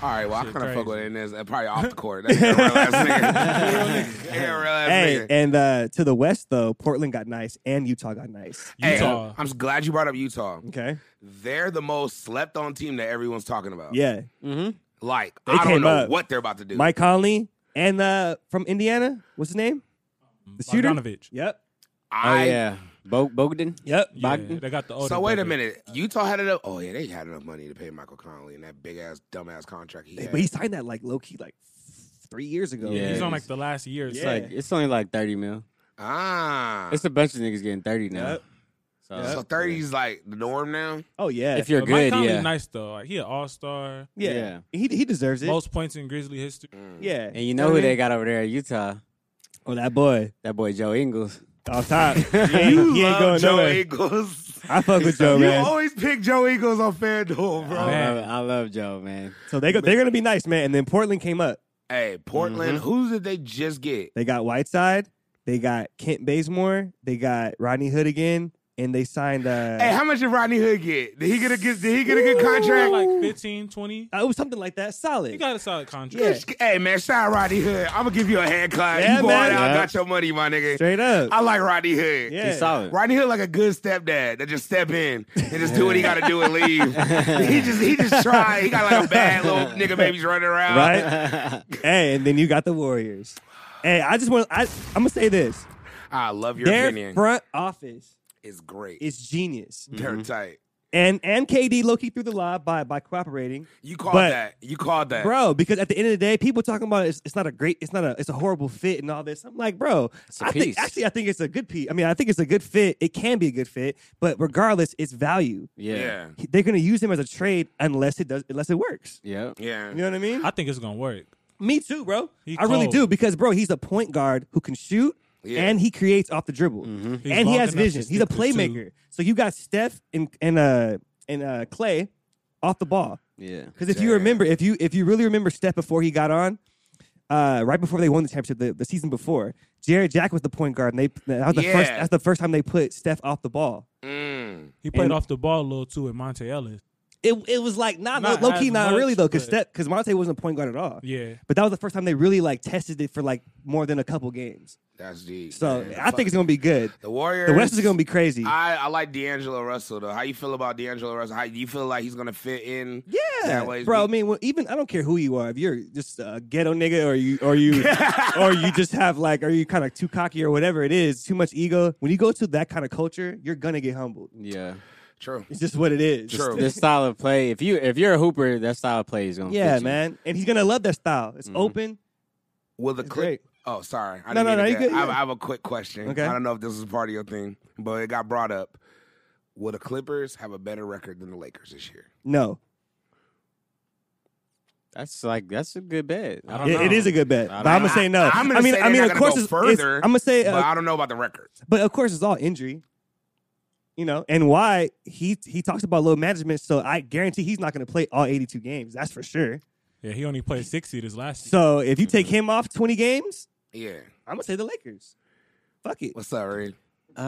All right, well, I
Shit
kind of fuck with
crazy.
Inez. Uh, Probably off the court. That's a real ass nigga. That nigga a real ass
Hey,
nigga.
and uh, to the west though, Portland got nice and Utah got nice.
Hey, uh,
Utah.
I'm s- glad you brought up Utah.
Okay.
They're the most slept on team that everyone's talking
Oh,
about.
Yeah.
Mm-hmm.
Like,
They
I don't
came
know
up.
what they're about to do.
Mike Conley and uh, from Indiana, what's his name? The shooter.
um, Bogdanovich.
Yep.
Oh,
I
yeah. Bo- Bogdan?
Yep.
Yeah,
Bogdan?
Oh, they got the older
So wait a
brother.
minute. Utah had enough. Oh yeah, they had enough money to pay Michael Conley and that big ass dumbass contract he had.
But he signed that like low key like three years ago.
Yeah.
He's on like the last year. It's
Yeah.
like
Like, it's only like 30 mil.
ah,
It's a bunch of niggas getting 30 now.
Yep. Uh,
So,
so thirties like the norm now.
Oh yeah.
If you're
but Mike
good,
Conley's
yeah.
nice though. Like he an all star.
yeah.
yeah.
He he deserves it.
Most points in Grizzly history.
[LAUGHS]
yeah.
And you know who they got over there at Utah?
Oh that boy.
That boy
[LAUGHS]
Joe Ingles.
Off
[LAUGHS]
top. He ain't, he ain't
Love
going
Joe
nowhere.
Eagles.
I fuck with Joe,
you
man. Oh,
always pick Joe Eagles on FanDuel, bro.
I
Man.
love, I love Joe, man.
So they go, they're gonna be nice, man. And then Portland came up.
Hey, Portland.
Mm-hmm.
Who did they just get?
They got Whiteside. They got Kent Bazemore. They got Rodney Hood again, and they signed. Uh,
Hey, how much did Rodney Hood get? Did he get a good? Did he get a good contract?
Like 15, 20.
Uh, it was something like that. Solid.
He got a solid contract.
Yeah.
Hey man, shout out Rodney Hood. I'm gonna give you a hand clap.
Yeah,
you bought
man.
out,
Yeah.
got your money, my nigga.
Straight up.
I like Rodney Hood.
yeah.
He's
[LAUGHS]
solid.
Rodney Hood like a good stepdad that just step in and just do what he got to do
[LAUGHS]
and leave. he just he just try. He got like a bad little nigga babies running around.
Right? hey, and then you got the Warriors. Hey, I just want I I'm gonna say this.
I love your
Their
opinion.
front office
it's great. Mm-hmm.
is genius.
They're tight.
And and KD Loki through the law by by cooperating.
You called
But-
that. You called that.
Bro, because at the end of the day, people talking about it's, it's not a great, it's not a, it's a horrible fit and all this. I'm like, bro,
a
I
piece.
think actually I think it's a good piece. I mean, I think it's a good fit. It can be a good fit, but regardless, it's value.
[LAUGHS] Yeah.
yeah.
Yeah.
yeah.
He- They're gonna use him as a trade unless it does, unless it works.
Yep.
You know what I mean?
I think it's gonna work.
Me too, bro.
He
I really
cold.
do because, bro, he's a point guard who can shoot
Yeah.
and he creates off the dribble,
Mm.
Mm-hmm.
He's
and he
long
has
enough to
vision. He's a
stick with two.
playmaker. So you got Steph and and uh and uh Clay off the ball.
Yeah.
Because if you
Damn.
remember, if you if you really remember Steph before he got on, uh, right before they won the championship, the, the season before, Jared Jack was the point guard, and they that was the first
Yeah.
that's the first time they put Steph off the ball.
Mm.
He played
And-
off the ball a little too with Monte Ellis.
It it was like not,
Not
low key,
as
not
much,
really though, because
but-
Steph because Monte wasn't a point guard at all.
Yeah.
But that was the first time they really like tested it for like more than a couple games.
That's deep.
So
man.
I think it's gonna be good.
the Warriors.
The West is gonna be crazy.
I, I like D'Angelo Russell though. How you feel about D'Angelo Russell? How do you feel like he's gonna fit in?
yeah,
that way-
bro. I mean, well, even I don't care who you are. If you're just a ghetto nigga, or you, or
[LAUGHS]
you, or you just have like, or you kind of too cocky or whatever it is, too much ego. When you go to that kind of culture, you're gonna get humbled.
Yeah.
True.
It's just what it is.
True.
This style of play, if you if you're a hooper, that style of play is gonna
Yeah,
fit you.
man. And he's gonna love that style. It's open.
Will the
It's
clip?
great.
Oh, sorry. I
No,
didn't
no,
mean
no,
to
you
cut-
good,
I, have,
yeah.
I have a quick question.
Okay.
I don't know if this is part of your thing, but it got brought up. Will the Clippers have a better record than the Lakers this year?
No,
That's like that's a good bet. I don't
it,
know.
it is a good bet,
I
but I'm
don't
gonna say no.
I- I'm gonna
I mean,
say
I
they're
mean, of
not gonna
course,
go
it's, it's-
further,
I'm gonna say,
but
uh,
I don't know about the record.
but of course, it's all injury. You know, and why he he talks about low management, so I guarantee he's not gonna play all 82 games. That's for sure.
Yeah, he only played 60 this last year.
So if you take him off 20 games,
Yeah.
I'm gonna say the Lakers. Fuck it.
What's up, Ray?
Um,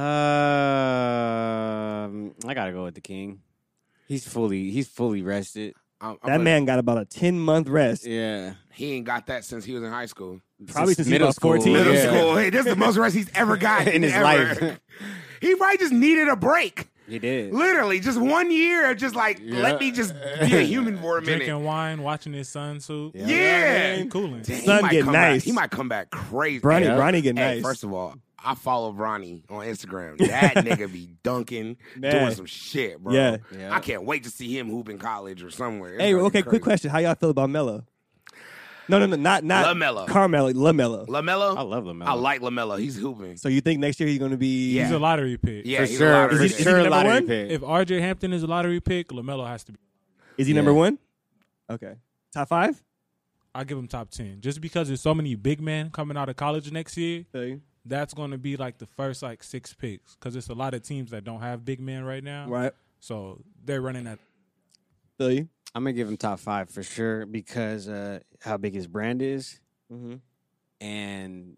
I gotta go with the king. He's fully he's fully rested.
I'm, I'm
That
putting-
man got about a 10 month rest.
Yeah,
He ain't got that since he was in high school.
Probably since he was about 14.
Middle
yeah.
school. Hey, this is the most rest he's ever got
[LAUGHS] In his
ever. he probably just needed a break.
He did.
Literally, just one year of just like, let me just be a human for a minute.
Drinking wine, watching his son too.
Yeah. Yeah.
And cooling.
Dang, he
Son
might
get
come back-
nice.
He might come back crazy.
Bronny,
Hey,
Bronny get
Hey,
nice.
first of all, I follow Bronny on Instagram. That nigga be dunking,
Man.
doing some shit, bro.
Yeah.
Yeah.
I can't wait to see him hoop in college or somewhere. It's
hey,
gonna be
okay, quick
crazy.
question. How y'all feel about Melo? No, no, no, not not
LaMelo.
Carmelo, LaMelo.
Lamelo,
I love Lamelo.
I like Lamelo. He's hooping.
so you think next year he's gonna be
Yeah.
He's a lottery pick.
Yeah,
for
he's
sure.
a lottery
for
Is he-
pick.
is he
sure,
number
lottery
one?
pick.
If RJ Hampton is a lottery pick, LaMelo has to be.
is he number
Yeah.
one? Okay. Top five?
I give him top 10. Just because there's so many big men coming out of college next year,
Thing.
that's going to be like the first like six picks because it's a lot of teams that don't have big men right now.
Right.
So they're running at.
Feel you?
I'm gonna give him top five for sure because uh, how big his brand is,
Mm-hmm.
and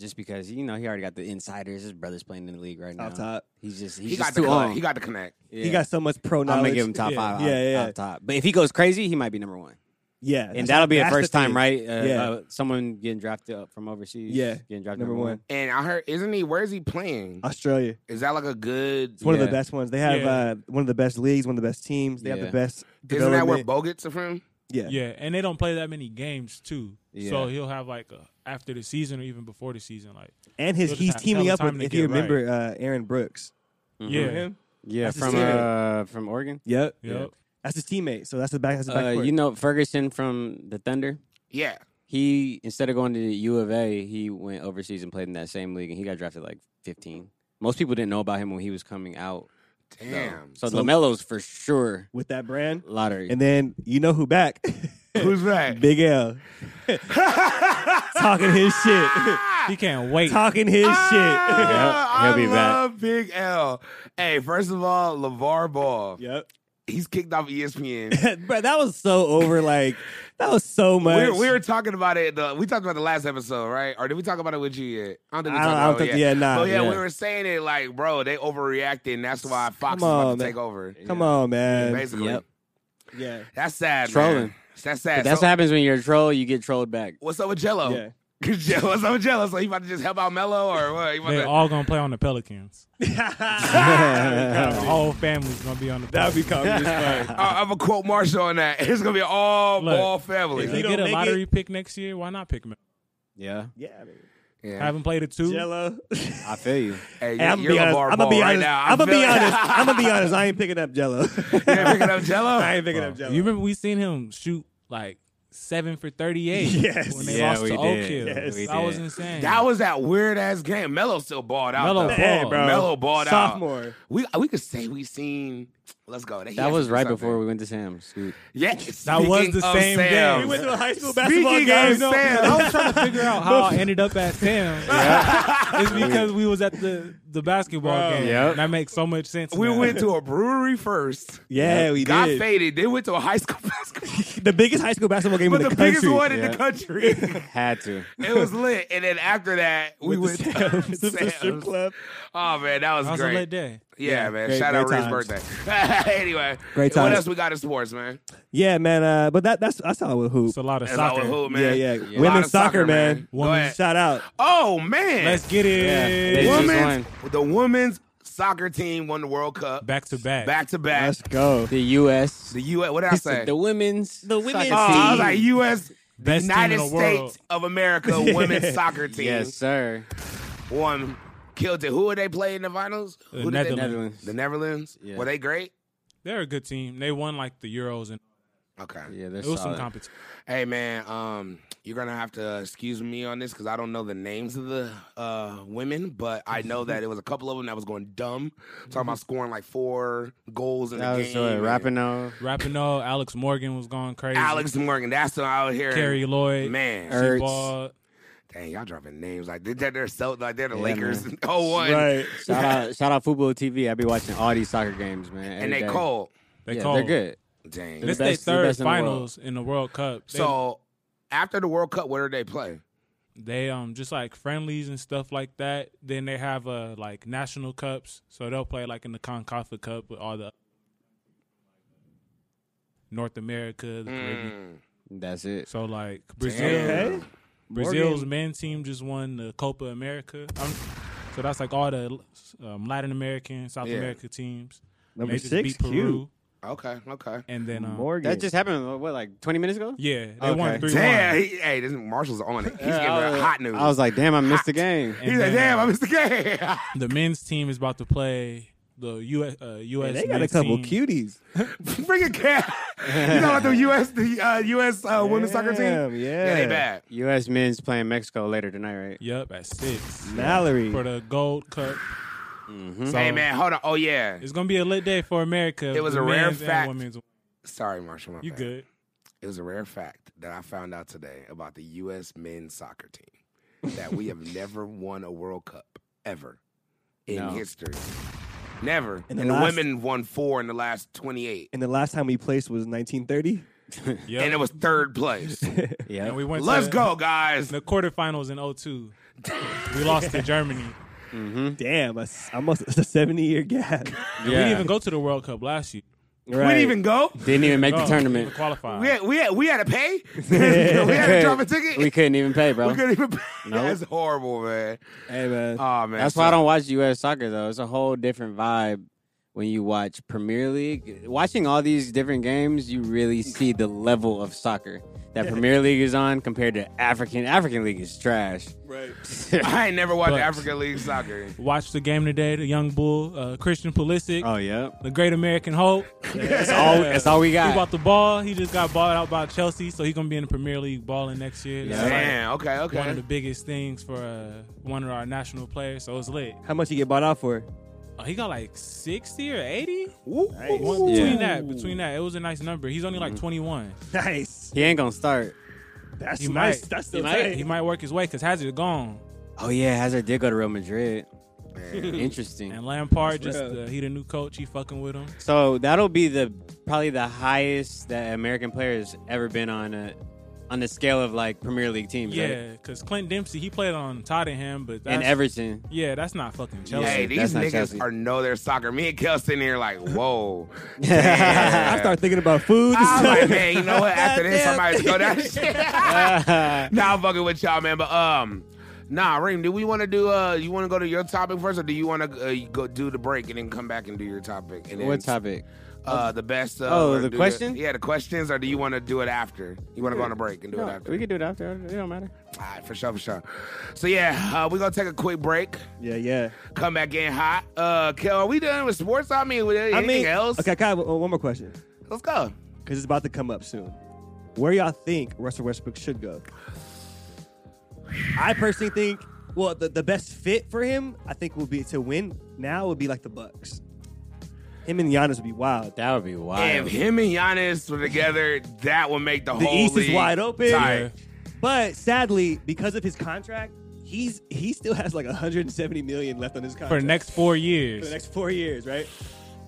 just because you know he already got the insiders. His brother's playing in the league right now.
Off top.
He's just he's
He got
just
the
too
connect.
on.
He got the connect.
yeah.
He got so much pro
I'm
knowledge.
gonna give him top
Yeah.
five.
Yeah, yeah,
Yeah,
yeah.
off top. But if he goes crazy, he might be number one.
Yeah. that's-
and that'll be the
that's
first time,
thing.
right? Uh,
Yeah.
uh, someone getting drafted up from overseas.
Yeah.
getting drafted
Number
number,
one.
one.
And I heard, isn't he? Where is he playing?
Uh,
Australia.
Is that like a good?
It's one of the
Yeah.
best ones. They have
Yeah.
uh, one of the best leagues, one of the best teams. They have
Yeah.
the best.
Isn't that where
development.
Bogut's are from?
Yeah.
Yeah. And they don't play that many games too. So
Yeah.
he'll have like a, after the season or even before the season. Like,
And his
He'll just
he's
have
teaming
hella
up
time
with
to
if you
get right.
remember uh, Aaron Brooks.
yeah.
Remember him?
Mm-hmm. Yeah,
That's
from
his team.
uh, from Oregon.
Yep.
Yep.
That's his teammate. So that's the back. That's the
Uh,
back.
you know Ferguson from the Thunder.
Yeah.
He instead of going to U of A, he went overseas and played in that same league, and he got drafted like 15. Most people didn't know about him when he was coming out. though.
Damn.
So,
So-
Lamelo's for sure
with that brand.
lottery.
And then you know who back? [LAUGHS]
[LAUGHS] Who's that?
Big L. Talking his shit.
He can't wait.
Talking his shit.
Ah,
Yep, he'll
I
be back.
love Big L. Hey, first of all, LeVar Ball.
yep. [LAUGHS]
He's kicked off E ESPN.
Bro, that was so over. Like that was so
we,
much.
were, we were talking about it. The, we talked about the last episode, right? Or did we talk about it with you yet? I don't think we
I don't-
talked
I
about
don't
it
think- yeah, nah,
But Oh, yeah, we
yeah.
were saying it like, bro, they overreacted, and that's why
Come
Fox is about
on,
to
man.
take over.
Come on, man.
Basically.
Yep.
Yeah.
That's sad, man.
Trolling.
That's sad.
But that's
So,
what happens when you're a troll. You get trolled back.
What's up with Jello?
Yeah.
Yeah. what's up with [LAUGHS] Jello? So you about to just help out Mello or what? You about
They're
to- [LAUGHS]
all going to play on the Pelicans.
[LAUGHS] Uh-huh.
the whole family's going to be on the
That'd be
Pelicans.
comedy as fuck.
I- I'm gonna quote Marshall on that. [LAUGHS] It's gonna be all
Look,
ball family.
If
you
they
don't
get a
make
lottery pick next year, why not pick him?
Yeah,
Yeah, I mean,
Yeah.
Haven't played it too.
Jello.
I feel you.
Hey,
Hey, I'm
you're
gonna be honest.
LeVar Ball
I'm gonna be
right
honest.
now.
I'm
[LAUGHS]
gonna be
feeling it.
honest. I'm gonna be honest. I ain't picking up Jello.
[LAUGHS] You ain't picking up Jello? [LAUGHS]
I ain't picking up
You
Jello.
remember we seen him shoot like seven for thirty eight
Yes.
when they
Yeah,
lost
we
to
did.
Oak Hill.
Yes. We
That was
did.
insane.
That was that weird ass game. Melo still balled out.
Melo
though.
balled.
Hey, bro.
Melo balled out.
Sophomore.
We we could say we seen Let's go. He
[LAUGHS] That
asked
was
me
right
something.
before we went to Sam's. Scoot.
[LAUGHS] Yes,
That was
speaking
the
of
same day.
Sam's.
We
went to a high school
Speaking
basketball game.
of Sam's,
I was trying to figure
[LAUGHS]
out how I ended up at Sam's. It's because we was at the, the basketball
Bro.
game.
Yep.
That makes so much sense.
we
now.
went to a brewery first.
Yeah, we
Got
did.
faded. Then went to a high school [LAUGHS] basketball, game,
The biggest high school basketball game
but
in
the,
the, country.
biggest one in
Yeah.
the country.
Had to.
[LAUGHS] it was lit. And then after that, we
[LAUGHS] With
went
the
to
Sam's. It's a strip
[LAUGHS] Sam's.
club.
Oh man, that was,
That was
great.
a lit day.
Yeah, man.
great-
Shout out
great
Ree's birthday. [LAUGHS]
times.
anyway,
Great
What
times.
else we got in sports, man?
Yeah, man. Uh, but that that's that's how I would hoop.
It's a lot of
That's
soccer.
our hood, man.
Yeah, yeah.
A lot
Women's
of
soccer, man.
Go
Women's
ahead.
Shout out.
Oh man,
Let's get it.
They just
women's,
won.
the women's soccer team won the World Cup
Back to back.
back to back.
Let's go.
The U.S.
The U.S. What did I say?
the women's the
women's
oh, I was
team.
like U.S.
Best team in
United
the world.
States of America women's soccer team
yes, sir.
won, killed it. Who would they play in the finals?
The
Who did they-
Netherlands.
Netherlands.
The Netherlands.
Yeah.
Were they great?
They're a good team. They won like the Euros and
Okay.
Yeah, they're
it was some
solid.
competition.
Hey man, um, you're gonna have to excuse me on this because I don't know the names of the uh, women, but I know that it was a couple of them that was going dumb. talking about scoring like four goals in
Mm-hmm. That
the
was
game.
uh,
and
Rapinoe,
Rapinoe, Alex Morgan was going crazy.
Alex Morgan, that's the out here.
Kerry Lloyd.
man,
Er- Ertz.
Ball.
dang, y'all dropping names like they- they're, they're so like they're the
Yeah,
Lakers.
man.
[LAUGHS] Oh one,
Right.
Shout out, shout out, football TV. I be watching all these soccer games, man.
and they
every day.
cold.
They
yeah,
called.
they're good.
Dang.
This is
The best- the
their third
best in the world.
finals in the World Cup. They,
so after the World Cup, where did they play?
they um just like friendlies and stuff like that. Then they have uh like national cups, so they'll play like in the Concacaf Cup with all the North America, the Caribbean.
Mm.
That's it.
So like Brazil,
Damn.
Brazil's men's team just won the Copa America. Um so that's like all the um, Latin American, South
Yeah.
America teams.
Number
they just
six,
beat Peru,
cute.
Okay, okay.
and then um,
Morgan.
That just happened. What, like twenty minutes ago?
yeah, they
Okay.
won three
Damn,
one.
he, hey, this Marshall's on it. He's
Yeah,
giving
I was,
hot news.
I was
[LAUGHS]
like, damn, I missed the game.
He's like,
And then, uh,
damn, I missed the game. [LAUGHS]
The men's team is about to play the U.S. Uh,
Man,
U.S.
they got a
men's
couple
team.
cuties.
Bring a cat. you know about the U.S. the uh, U.S. Uh, women's soccer team?
Damn,
Yeah, they
yeah.
bad.
U.S. men's playing Mexico later tonight, right?
Yep, at six
Mm.
Mallory.
for the Gold Cup.
Mm-hmm.
hey man, hold on. Oh yeah,
It's gonna be a lit day for America.
It was a
men's
rare
and
fact.
women's.
sorry, Marshall. my
You
bad.
good?
It was a rare fact that I found out today about the U.S. men's soccer team that we have never won a World Cup ever in
No.
history. Never.
In the
and the
last-
women won four in the last 28,
And the last time we placed was 1930.
Yep.
and it was third place.
Yeah.
And we [LAUGHS] went.
Let's
to
go, guys.
The quarterfinals in 02. We lost to Germany.
Mm-hmm.
Damn, a, almost [LAUGHS] it's a 70 year gap.
We didn't even go to the World Cup last year.
Right.
[LAUGHS] We didn't even go.
Didn't even make
No,
Oh.
the tournament.
we qualified.
We had, we had, we had to
[LAUGHS]
pay. [LAUGHS] we had to drop a ticket.
We couldn't even pay, bro.
We couldn't even. Pay. [LAUGHS]
Nope.
That's horrible, man.
Hey, man.
Oh man,
That's why I don't watch U.S. soccer though. It's a whole different vibe when you watch Premier League. Watching all these different games, you really see the level of soccer that Premier League is on compared to African. African League is trash.
Right.
[LAUGHS] I ain't never watched
But-
African League soccer.
Watched the game today. The young bull, uh, Christian Pulisic,
[LAUGHS] Oh yeah,
the great
[LAUGHS]
American hope.
that's all. That's all we
He
got.
bought the ball. He just got bought out by Chelsea, so he's gonna be in the Premier League balling next year.
Yeah.
That's like
Damn. Okay. Okay.
One of the biggest things for uh, one of our national players, so it's lit.
How much you get bought out for?
Oh, he got like sixty or eighty.
Woo.
One- between
Yeah.
that, between that, it was a nice number. He's only like
Mm-hmm.
twenty one.
Nice.
He ain't gonna start.
That's
He
nice.
might.
That's
he
still
might.
tight.
He might work his way because Hazard gone
Oh yeah, Hazard did go to Real Madrid. Interesting.
and Lampard
That's
just
real.
uh, he the new coach. He fucking with him.
So that'll be the probably the highest that American player has ever been on a on the scale of like Premier League teams. right?
Yeah, because Clint Dempsey he played on Tottenham, but that's,
and [LAUGHS] Everton.
Yeah, that's not fucking Chelsea.
Hey,
That's
these
not
niggas
Chelsea.
are know their soccer. Me and Kel sitting here like,
[LAUGHS]
whoa.
[LAUGHS] I start thinking about food. and
[LAUGHS] I'm
stuff.
like, man, you know what? After this, somebody's go
[LAUGHS]
down. [LAUGHS] nah, I'm fucking with y'all, man. But um, nah, Reem, do we want to do? Uh, you want to go to your topic first, or do you want to uh, go do the break and then come back and do your topic? And then,
[LAUGHS] What topic?
Uh, the best. Uh,
Oh,
or
the
do
question?
yeah, the questions, or do you want to do it after? You want to go on a break and do it
No,
after?
we could do it after. It don't matter.
All right, for sure, for sure. So yeah, uh, we're gonna take a quick break.
yeah, yeah.
Come back in hot. Uh, Kel, are we done with sports? I mean, with anything
I mean,
else?
okay, Kyle, one one more question.
Let's go.
Because it's about to come up soon. Where y'all think Russell Westbrook should go? I personally think, well, the, the best fit for him, I think, would be to win now would be like the Bucks. Him and Giannis would be wild.
That would be
If [LAUGHS]
wild.
him and Giannis were together, that would make the,
The
whole
East is
league
wide open.
tight.
But sadly, because of his contract, he's he still has like 170 million left on his contract
for the next four
for the
years.
next four years, right?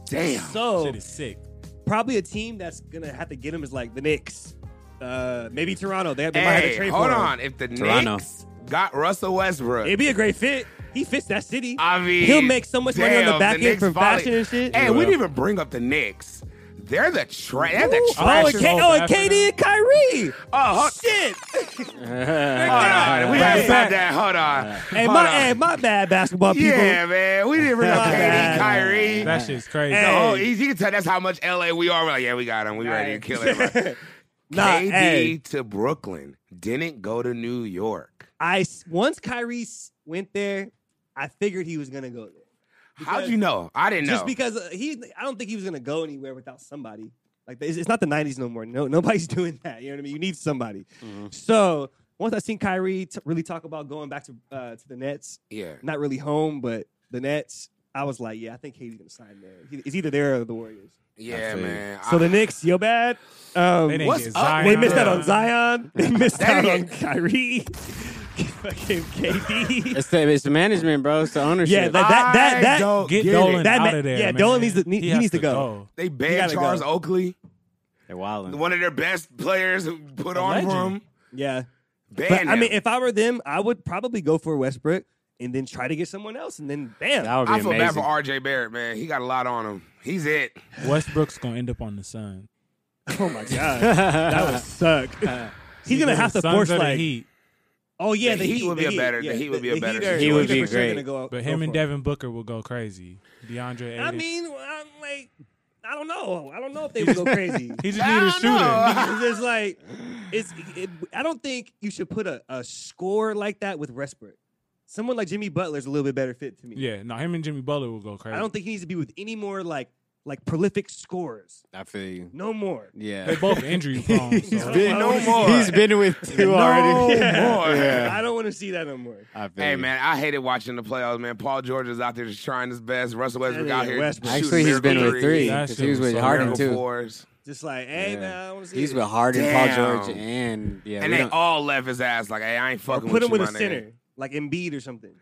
Damn.
So
Shit is sick.
probably a team that's gonna have to get him is like the Knicks, uh, maybe Toronto. They, they might have to
Hey,
trade
hold
for him.
on. If the
Toronto.
Knicks got Russell Westbrook,
It'd be a great fit. He fits that city.
I mean,
he'll make so much money on the
damn,
back end
Knicks
for
probably-
fashion and shit.
Hey,
Ooh.
we didn't even bring up the Knicks. They're the trash. They're the
Oh,
trash.
and, K-
Old
oh, and
Africa.
KD and Kyrie.
Oh, hold- [LAUGHS]
shit.
Oh, Hold on, we haven't
Hey.
said that. Hold on.
Hey,
Hold
my,
on.
hey, my bad, basketball people.
Yeah, man. We didn't bring up
My
KD,
bad.
Kyrie.
That shit's crazy.
Hey.
Oh, you you can tell that's how much LA we are. We're like, yeah, we got him. We ready to kill him. Like,
[LAUGHS] Nah,
KD
hey.
to Brooklyn didn't go to New York.
I s- once Kyrie s- went there, I figured he was gonna go there.
How'd
Because-
you know? I didn't know.
Just because uh, he, I don't think he was gonna go anywhere without somebody. Like it's, it's not the '90s no more. No, nobody's [LAUGHS] doing that. You know what I mean? You need somebody.
Mm-hmm.
So once I seen Kyrie t- really talk about going back to uh, to the Nets,
yeah.
not really home, but the Nets. I was like, yeah, I think Katie's gonna sign there. He- It's either there or the Warriors.
Yeah,
feel you.
man.
So
I-
the Knicks, yo bad. Um,
They didn't
what's
get
up?
Zion.
they missed out on
[LAUGHS]
Zion. They missed
They
out on
didn't
Kyrie. Fucking KD.
[LAUGHS] It's the, it's the management, bro. It's the ownership.
yeah, that that
I
that, that
don't
Get
get
Dolan
it.
That
out
ma-
of there.
yeah,
man.
Dolan needs to- he- he
has
needs to go.
They
You
banned
gotta
Charles
go.
Oakley,
They're wilding.
one of their best players who put
A
on for
legend.
him.
[LAUGHS] yeah. But
Banned
I mean,
him.
if I were them, I would probably go for Westbrook and then try to get someone else, and then bam.
That would be
I feel bad
amazing.
for RJ Barrett, man. He got a lot on him. He's it.
Westbrook's gonna end up on the Sun.
oh my god, that would suck.
[LAUGHS]
He's gonna have to
Suns
force
or the
like,
Heat,
oh yeah, the,
The Heat would be
the
a better- the
yeah,
Heat would be a
the
better
Heat are-
situation.
He would be
for sure
great.
gonna go-
but
go
him and
for it.
Devin Booker will go crazy. DeAndre.
I
Ayton.
mean, I'm like, I don't know. I don't know if they would
[LAUGHS]
go crazy.
he just
I
needed a
don't
shooter.
know.
It's just like it's. It, I don't think you should put a, a score like that with Westbrook. Someone like Jimmy Butler's a little bit better fit to me.
Yeah, no, him and Jimmy Butler will go crazy.
I don't think he needs to be with any more like like prolific scorers.
I feel you.
No more.
They
Yeah.
both injury prone. So.
been-
No more.
He's been with two
No
already. [LAUGHS]
[LAUGHS] more.
Yeah.
I don't want to see that no more.
I feel
Hey
you.
man, I hated watching the playoffs, man. Paul George is out there just trying his best. Russell Westbrook
Yeah,
out here.
Westbrook.
shooting
Actually, he's been
miracle
with three.
threes,
That
'cause
shit
he was
was
with
so
Harden
miracle
too.
fours.
Just like, hey,
Yeah.
man, I want to see.
He's
it.
with Harden, Paul George,
Damn.
and yeah,
and
we
they
don't-
all left his ass like, "Hey, I ain't
Or
fucking
put
with
him
you,
with a
my nigga.
center like Embiid or something.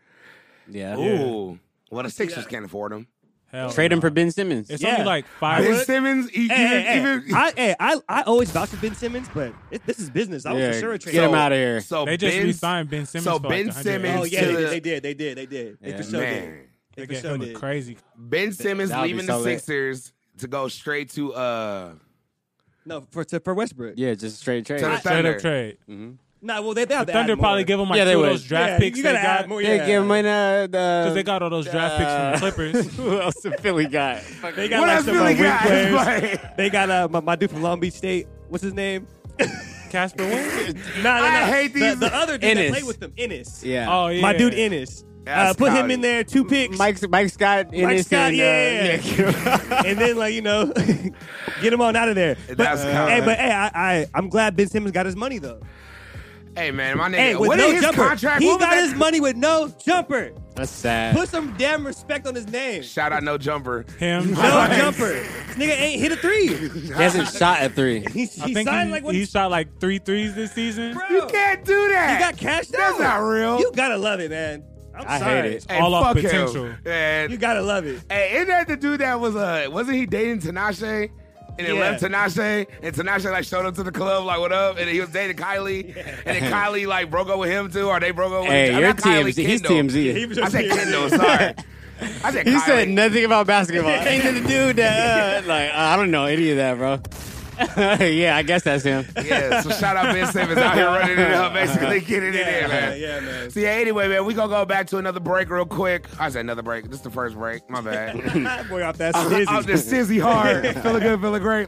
yeah.
Ooh, well, the Sixers can't afford him.
Hell
Trade him
no.
for Ben Simmons.
It's
Yeah.
only like five.
Ben
would-
Simmons, e- even,
Hey, hey, hey.
[LAUGHS]
even
I, hey, I, I always vouch for Ben Simmons, but it, this is business. I was
Yeah,
for sure a
get
trade.
him out of here.
So
They just
Ben's-
re-signed Ben Simmons.
so
for
Ben
like 100.
Simmons
Oh yeah,
to
they
the-
did, they did, they did, they did. They
Yeah.
for sure did.
man.
They
They
for
get
sure
him
did.
a crazy.
Ben Simmons
That would be
leaving
so
the
lit.
Sixers to go straight to uh
No, for to, for Westbrook.
Yeah, just straight trade.
to the
Straight
Thunder.
up trade.
Nah, well they, they have to
Thunder
add
probably
more.
give him like
Yeah, they
two of
would.
those draft
yeah,
picks
You
they
gotta add
got.
more.
They
yeah.
give him in uh, the.
Because they got all those draft picks from the Clippers.
[LAUGHS] Who else did Philly got?
They got
What
like
else
some uh,
really
wing
got? [LAUGHS]
players.
Like,
They got uh, my, my dude from Long Beach State. What's his name?
[LAUGHS] Casper Wentz.
[LAUGHS] Nah, nah,
I
nah.
hate
The-
these-
The, other dude that
Ennis.
played with them, Ennis.
Yeah.
Oh yeah,
My dude Ennis. Uh,
That's
put him
Scotty.
in there. Two picks.
Mike, Mike Scott. in his
Scott,
and,
yeah.
uh, yeah.
and then like you know, [LAUGHS] get him on out of there. But,
That's kinda-
hey, but hey, I, I I'm glad Ben Simmons got his money though.
hey man, my nigga,
Hey, with
what
no
did his
jumper,
contract?
he
what was
got
that-
his money with no jumper.
That's sad.
Put some damn respect on his name.
Shout out, no jumper.
Him.
No jumper. This nigga ain't hit a
[LAUGHS]
three.
He hasn't shot a three.
He,
I
he
think
signed
he,
like one.
he shot like three threes this season.
bro,
You can't do that.
he got cashed
That's
out.
not real.
You gotta love it, man. I'm
I hate
sorry.
it.
Hey,
all off
fuck him.
potential.
You
And,
gotta love it.
hey, isn't that the dude that was uh wasn't he dating Tinashe? And then
Yeah.
left Tinashe, and Tinashe like showed up to the club like what up, and he was dating Kylie, and then Kylie like broke up with him too, or they broke up with
Hey,
each-
you're
not Kylie,
TMZ. He's
Kendall.
TMZ.
I said Kendall, sorry. I said
He
Kylie.
said nothing about [LAUGHS] basketball. Ain't the dude that uh, [LAUGHS] like I don't know any of that, bro. [LAUGHS] yeah, I guess that's him.
Yeah, so shout out Ben Simmons out here running it up, basically getting
[LAUGHS]
it
Yeah,
in, man.
yeah, man.
So yeah, anyway, man, we gonna go back to another break real quick. I said another break. This is the first break. My bad.
Boy, off
[LAUGHS]
that [LAUGHS]
I'm
dizzy.
just sizzy hard. feeling good, feeling great.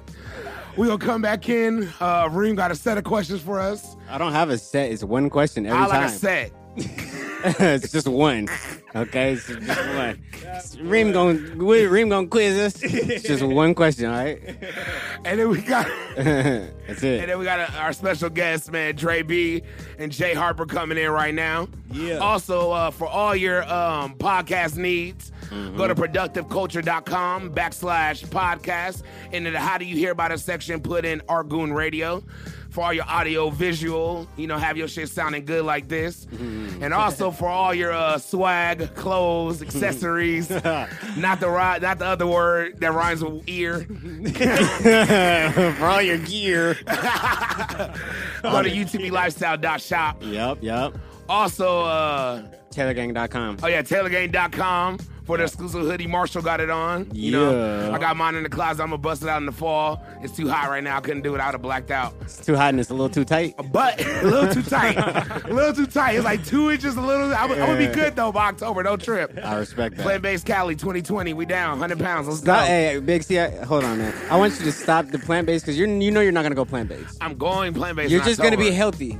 We gonna come back in. Uh, Reem got a set of questions for us.
I don't have a set. It's one question every
I like
time.
a set.
[LAUGHS] it's just one. Okay, it's just one. [LAUGHS] Reem going Reem going quiz us. It's just one question. All right, [LAUGHS]
And then we got and
that's it.
then we got a, our special guests, man, Dre B and Jay Harper coming in right now.
Yeah.
Also, uh, for all your um, podcast needs, Go to productiveculture.com backslash podcast. And in the how do you hear about us section, put in Argoon Radio for all your audio visual, you know, have your shit sounding good like this. And also for all your uh, swag, clothes, accessories. not the ri- not the other word that rhymes with ear.
[LAUGHS] For all
[LAUGHS]
your gear.
Go to utblifestyle.shop.
Yep, yep.
Also, uh,
Taylorgang.com.
Oh yeah, TaylorGain.com for the exclusive hoodie. Marshall got it on. You know,
Yeah.
I got mine in the closet. I'm gonna bust it out in the fall. It's too hot right now. I couldn't do it. I would have blacked out.
It's too hot and it's a little too tight.
But [LAUGHS] a little too tight. a little too tight. It's like two inches. A little. I'm, I'm gonna be good though by October. No trip.
I respect that.
Plant based Cali 2020. We down 100 pounds. Let's go.
Stop, hey, Big C, I, hold on, man. I want you to stop the plant based because you you know you're not gonna go plant based.
I'm going plant based.
You're just gonna be healthy.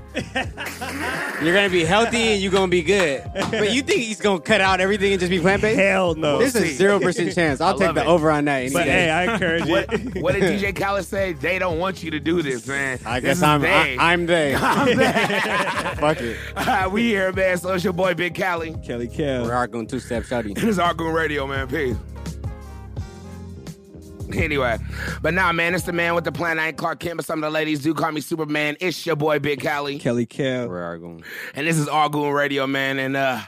you're gonna be healthy and you're gonna be good. But you think he's gonna cut out everything and just be plant based?
Hell no.
There's a
see.
zero percent chance. I'll
I
take
love
the
it.
over on that. Any
but
day.
hey, I encourage
What,
it.
[LAUGHS] what did
[LAUGHS]
DJ Khaled say? They don't want you to do this, man.
I
This
guess
is
I'm I,
they.
[LAUGHS] I'm they. Fuck
[LAUGHS]
it.
we here, man. So it's your boy Big Cali.
[LAUGHS] Kelly Kell.
We're going two step shouty.
[CLEARS THROAT] This is Argoon Radio, man. Peace. Anyway, but nah, man, it's the man with the plan. I ain't Clark Kent, but some of the ladies do call me Superman. It's your boy Big Cali,
Kelly Kell.
[LAUGHS] We're going.
and this is Argoon Radio, man. And uh,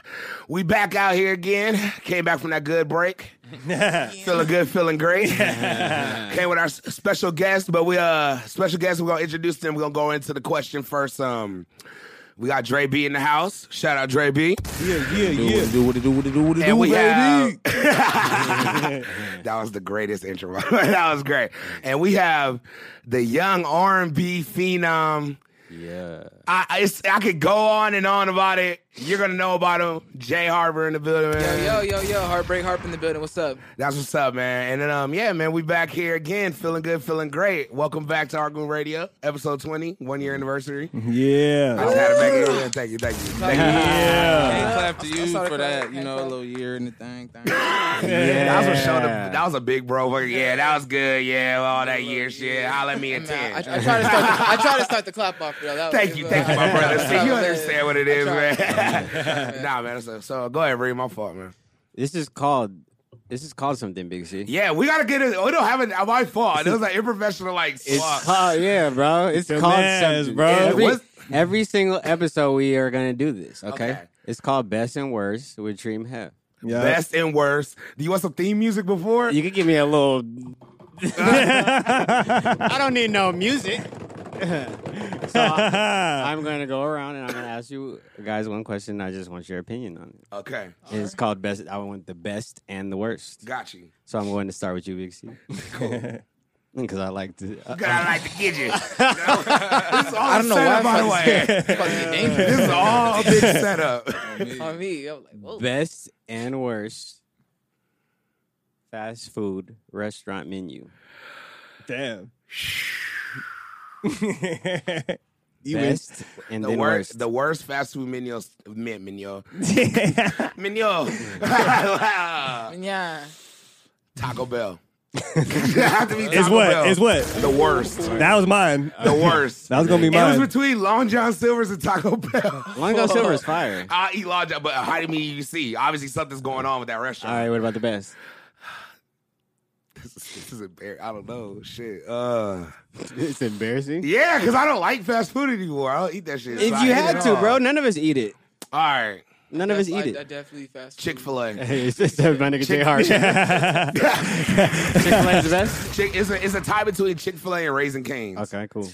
we back out here again. Came back from that good break, feeling good, feeling great. [LAUGHS] Came with our s- special guest, but we uh special guest. We're gonna introduce them. We're gonna go into the question first. Um, we got Dre B in the house. Shout out Dre B.
Yeah, yeah, yeah.
Do what it do, what it do, what it
And we
baby.
have [LAUGHS] that was the greatest intro. [LAUGHS] that was great. And we have the young R and B phenom.
Yeah.
I I, it's, I could go on and on about it. You're gonna know about him. Jay Harbor in the building, man.
Yo, yo, yo, Heartbreak Harp in the building. What's up?
That's what's up, man. And then um, yeah, man, we back here again, feeling good, feeling great. Welcome back to Argoon Radio, episode 20, one year anniversary. I just
Yeah.
had to make it in. Thank you, thank you. Thank you.
Yeah.
Hand clap to you
sorry,
for
clap.
that. You
Hand
know,
clap.
a little year and the thing. thing.
That was a show. To, that was a big bro. fucker. Yeah, that was good. Yeah, all that year shit. Holla at me at
Nah,
ten.
I, I try to start. The, I try to start the clap off though. That was-
Thank you, thank you,
[LAUGHS]
my brother. See, you understand what it is,
I
[LAUGHS] man. nah, man. So, so go ahead, read my fault, man.
This is called this is called something, Big C.
Yeah, we gotta get it. oh, We don't have it. uh, My fault. It was like improfessional, like
It's
fuck.
called yeah, bro. It's
The
called
mess,
something,
bro.
Every,
What's-
every single episode we are gonna do this. Okay,
Okay.
it's called best and worst with Dream Hef.
Yeah.
Best and worst. Do you want some theme music before?
You could give me a little. I don't need no music. so I, am gonna go around and I'm gonna ask you guys one question. I just want your opinion on it.
Okay,
It's called best. I want the best and the worst.
got you.
So I'm going to start with you, Big C. [LAUGHS] Because I like to. uh,
Cause I like to get you. this is all I
don't know why I
by the
thought
way.
Fucking dangerous
This is all a big setup.
on me. I was like, whoa.
Best and worst fast food restaurant menu.
[LAUGHS]
Damn. you win.
Best and
The
then
worst,
worst.
the worst fast food menu, menu,
Yeah.
[LAUGHS] menu.
Yeah.
Taco
[LAUGHS]
Bell. Have to be
It's
Taco Bell.
what? It's what?
The worst.
That was mine.
The worst.
That was gonna be
It
mine.
was between Long John Silver's and Taco Bell.
Long John [LAUGHS] Silver's fire.
[LAUGHS] I eat Long John, but how do you see? Obviously, something's going on with that
All
restaurant.
right, what about the best?
This, is, this is embar- I don't know. Shit. Uh,
[LAUGHS] it's embarrassing.
yeah, because I don't like fast food anymore. I don't eat that shit.
If
so I
you
hate
had
it
to,
all.
bro,
All
none of us eat it.
right.
None of us eat [LAUGHS]
I, I
it.
definitely fast. food.
Chick fil
[LAUGHS]
A.
It's just my nigga Jay Hart. Chick [LAUGHS] Fil A's the best.
Chick, it's, a, it's a tie between Chick fil A and Raisin Canes.
Okay, cool.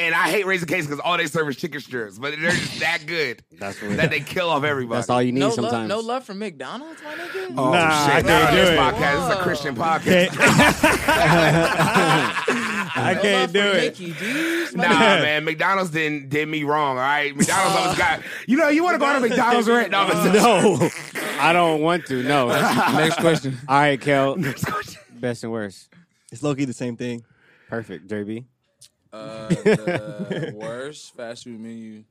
And I hate Raisin Canes because all they serve is chicken strips, but they're just that good
That's what.
that they kill off everybody.
that's all you need
No love,
[LAUGHS] sometimes.
no love from McDonald's, my nigga.
Oh,
Nah,
shit.
I
Not
can't
on
do
this
it.
podcast. This is a
Whoa.
Christian podcast.
Can't- I
no
can't
love
do
from
it.
Mickey D's, my
Nah,
nigga.
man, McDonald's didn't did me wrong. All right, McDonald's always got you know you want to go to McDonald's right now.
[LAUGHS] No, I don't want to. No. [LAUGHS] All
Next question.
right, Kel.
[LAUGHS]
Best and worst.
It's Loki the same [LAUGHS] thing.
Perfect, Derby.
Uh, the [LAUGHS] worst fast food menu.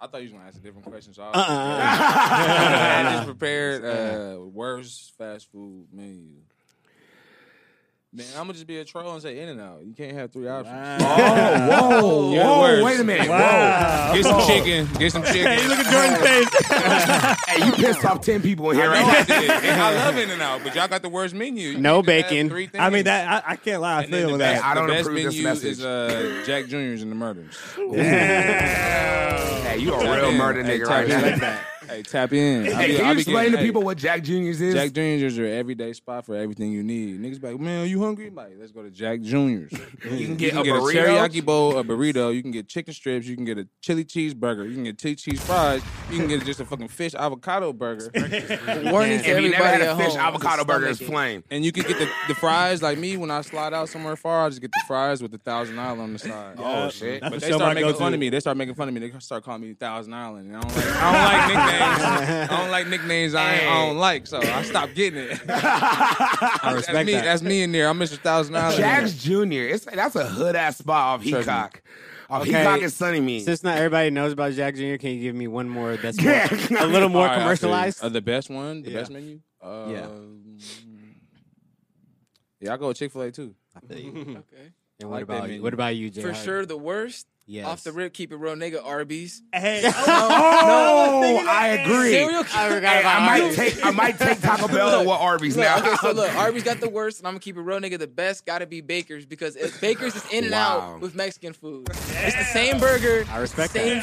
I thought you was gonna ask a different question, so I was,
Uh-uh.
[LAUGHS]
I was prepared. Uh, worst fast food menu. Man, I'm gonna just be a troll and say In and Out. You can't have three options. [LAUGHS]
Oh, whoa,
You're the
whoa!
worst.
Wait a minute!
Wow.
Get some chicken. Get some
Hey,
chicken.
look at Jordan's face.
Whoa! Hey, you pissed off ten people in here
I know I
right now.
did. And I
[LAUGHS]
love In and Out, but y'all got the worst menu. You
No
can have
bacon.
three
I mean,
things.
that I, I can't lie. I
And then
feel
the
with
best,
that.
I don't
the best
approve this
menu
message.
is uh, Jack Junior's and the Murders.
Hey, you
Tap
a [LAUGHS] real
in.
murder
Hey,
nigga
tap
right
in.
now.
[LAUGHS] Hey,
[LAUGHS]
tap in. I
Hey,
be-
can
I
you
be
explain
getting-
to
hey,
people what Jack Junior's is?
Jack Junior's is your everyday spot for everything you need. Niggas be like, man, you hungry? I'm Like, let's go to Jack
[LAUGHS]
Junior's.
you can
You
get
can
a
get a
burrito.
teriyaki bowl, a burrito. You can get chicken strips. You can get a chili cheeseburger. You can get chili cheese fries. You can get just a fucking fish
[LAUGHS]
avocado burger.
Warning
If
to
you never
everybody
had a
at
fish
home.
avocado burger, it's
Stomach ache.
plain.
And you can get the, the fries. Like me, when I slide out somewhere far, I just get the fries with the Thousand Island on the side.
Oh shit!
That's the
But they
show I
start
go
making
to.
fun of me. They start making fun of me. They start calling me Thousand Island. And I don't like, I don't like [LAUGHS] nicknames. I don't like nicknames. I, ain't- I don't like. So [LAUGHS] I stopped getting it.
I
that's
respect
me.
that.
That's me in there. I'm Mr. Thousand Island.
Jack's Junior. It's that's a hood ass spot off Heacock. Off
Okay.
Heacock and Sunny Me.
Since not everybody knows about Jack Jr., can you give me one more that's
Yeah.
more, a little more
All right, I'll tell you.
commercialized?
Uh, the best one, the
Yeah.
best menu. Uh,
Yeah.
yeah. I go with Chick Fil A too.
Okay.
And
I
what
like that
about you?
menu.
What about you, Jay?
For
Hardy?
sure, the worst
Yes.
off the rip, keep it real, nigga. Arby's.
Hey,
oh, I agree.
I
Serial killer.
forgot
Hey,
about
I might
Arby's.
take I might take Taco Bell and what Arby's
Look,
now.
okay, so look, Arby's got the worst, and I'm gonna keep it real, nigga. The best gotta be Baker's because if Baker's is in and
Wow.
out with Mexican food. It's the same burger,
I respect
same
that.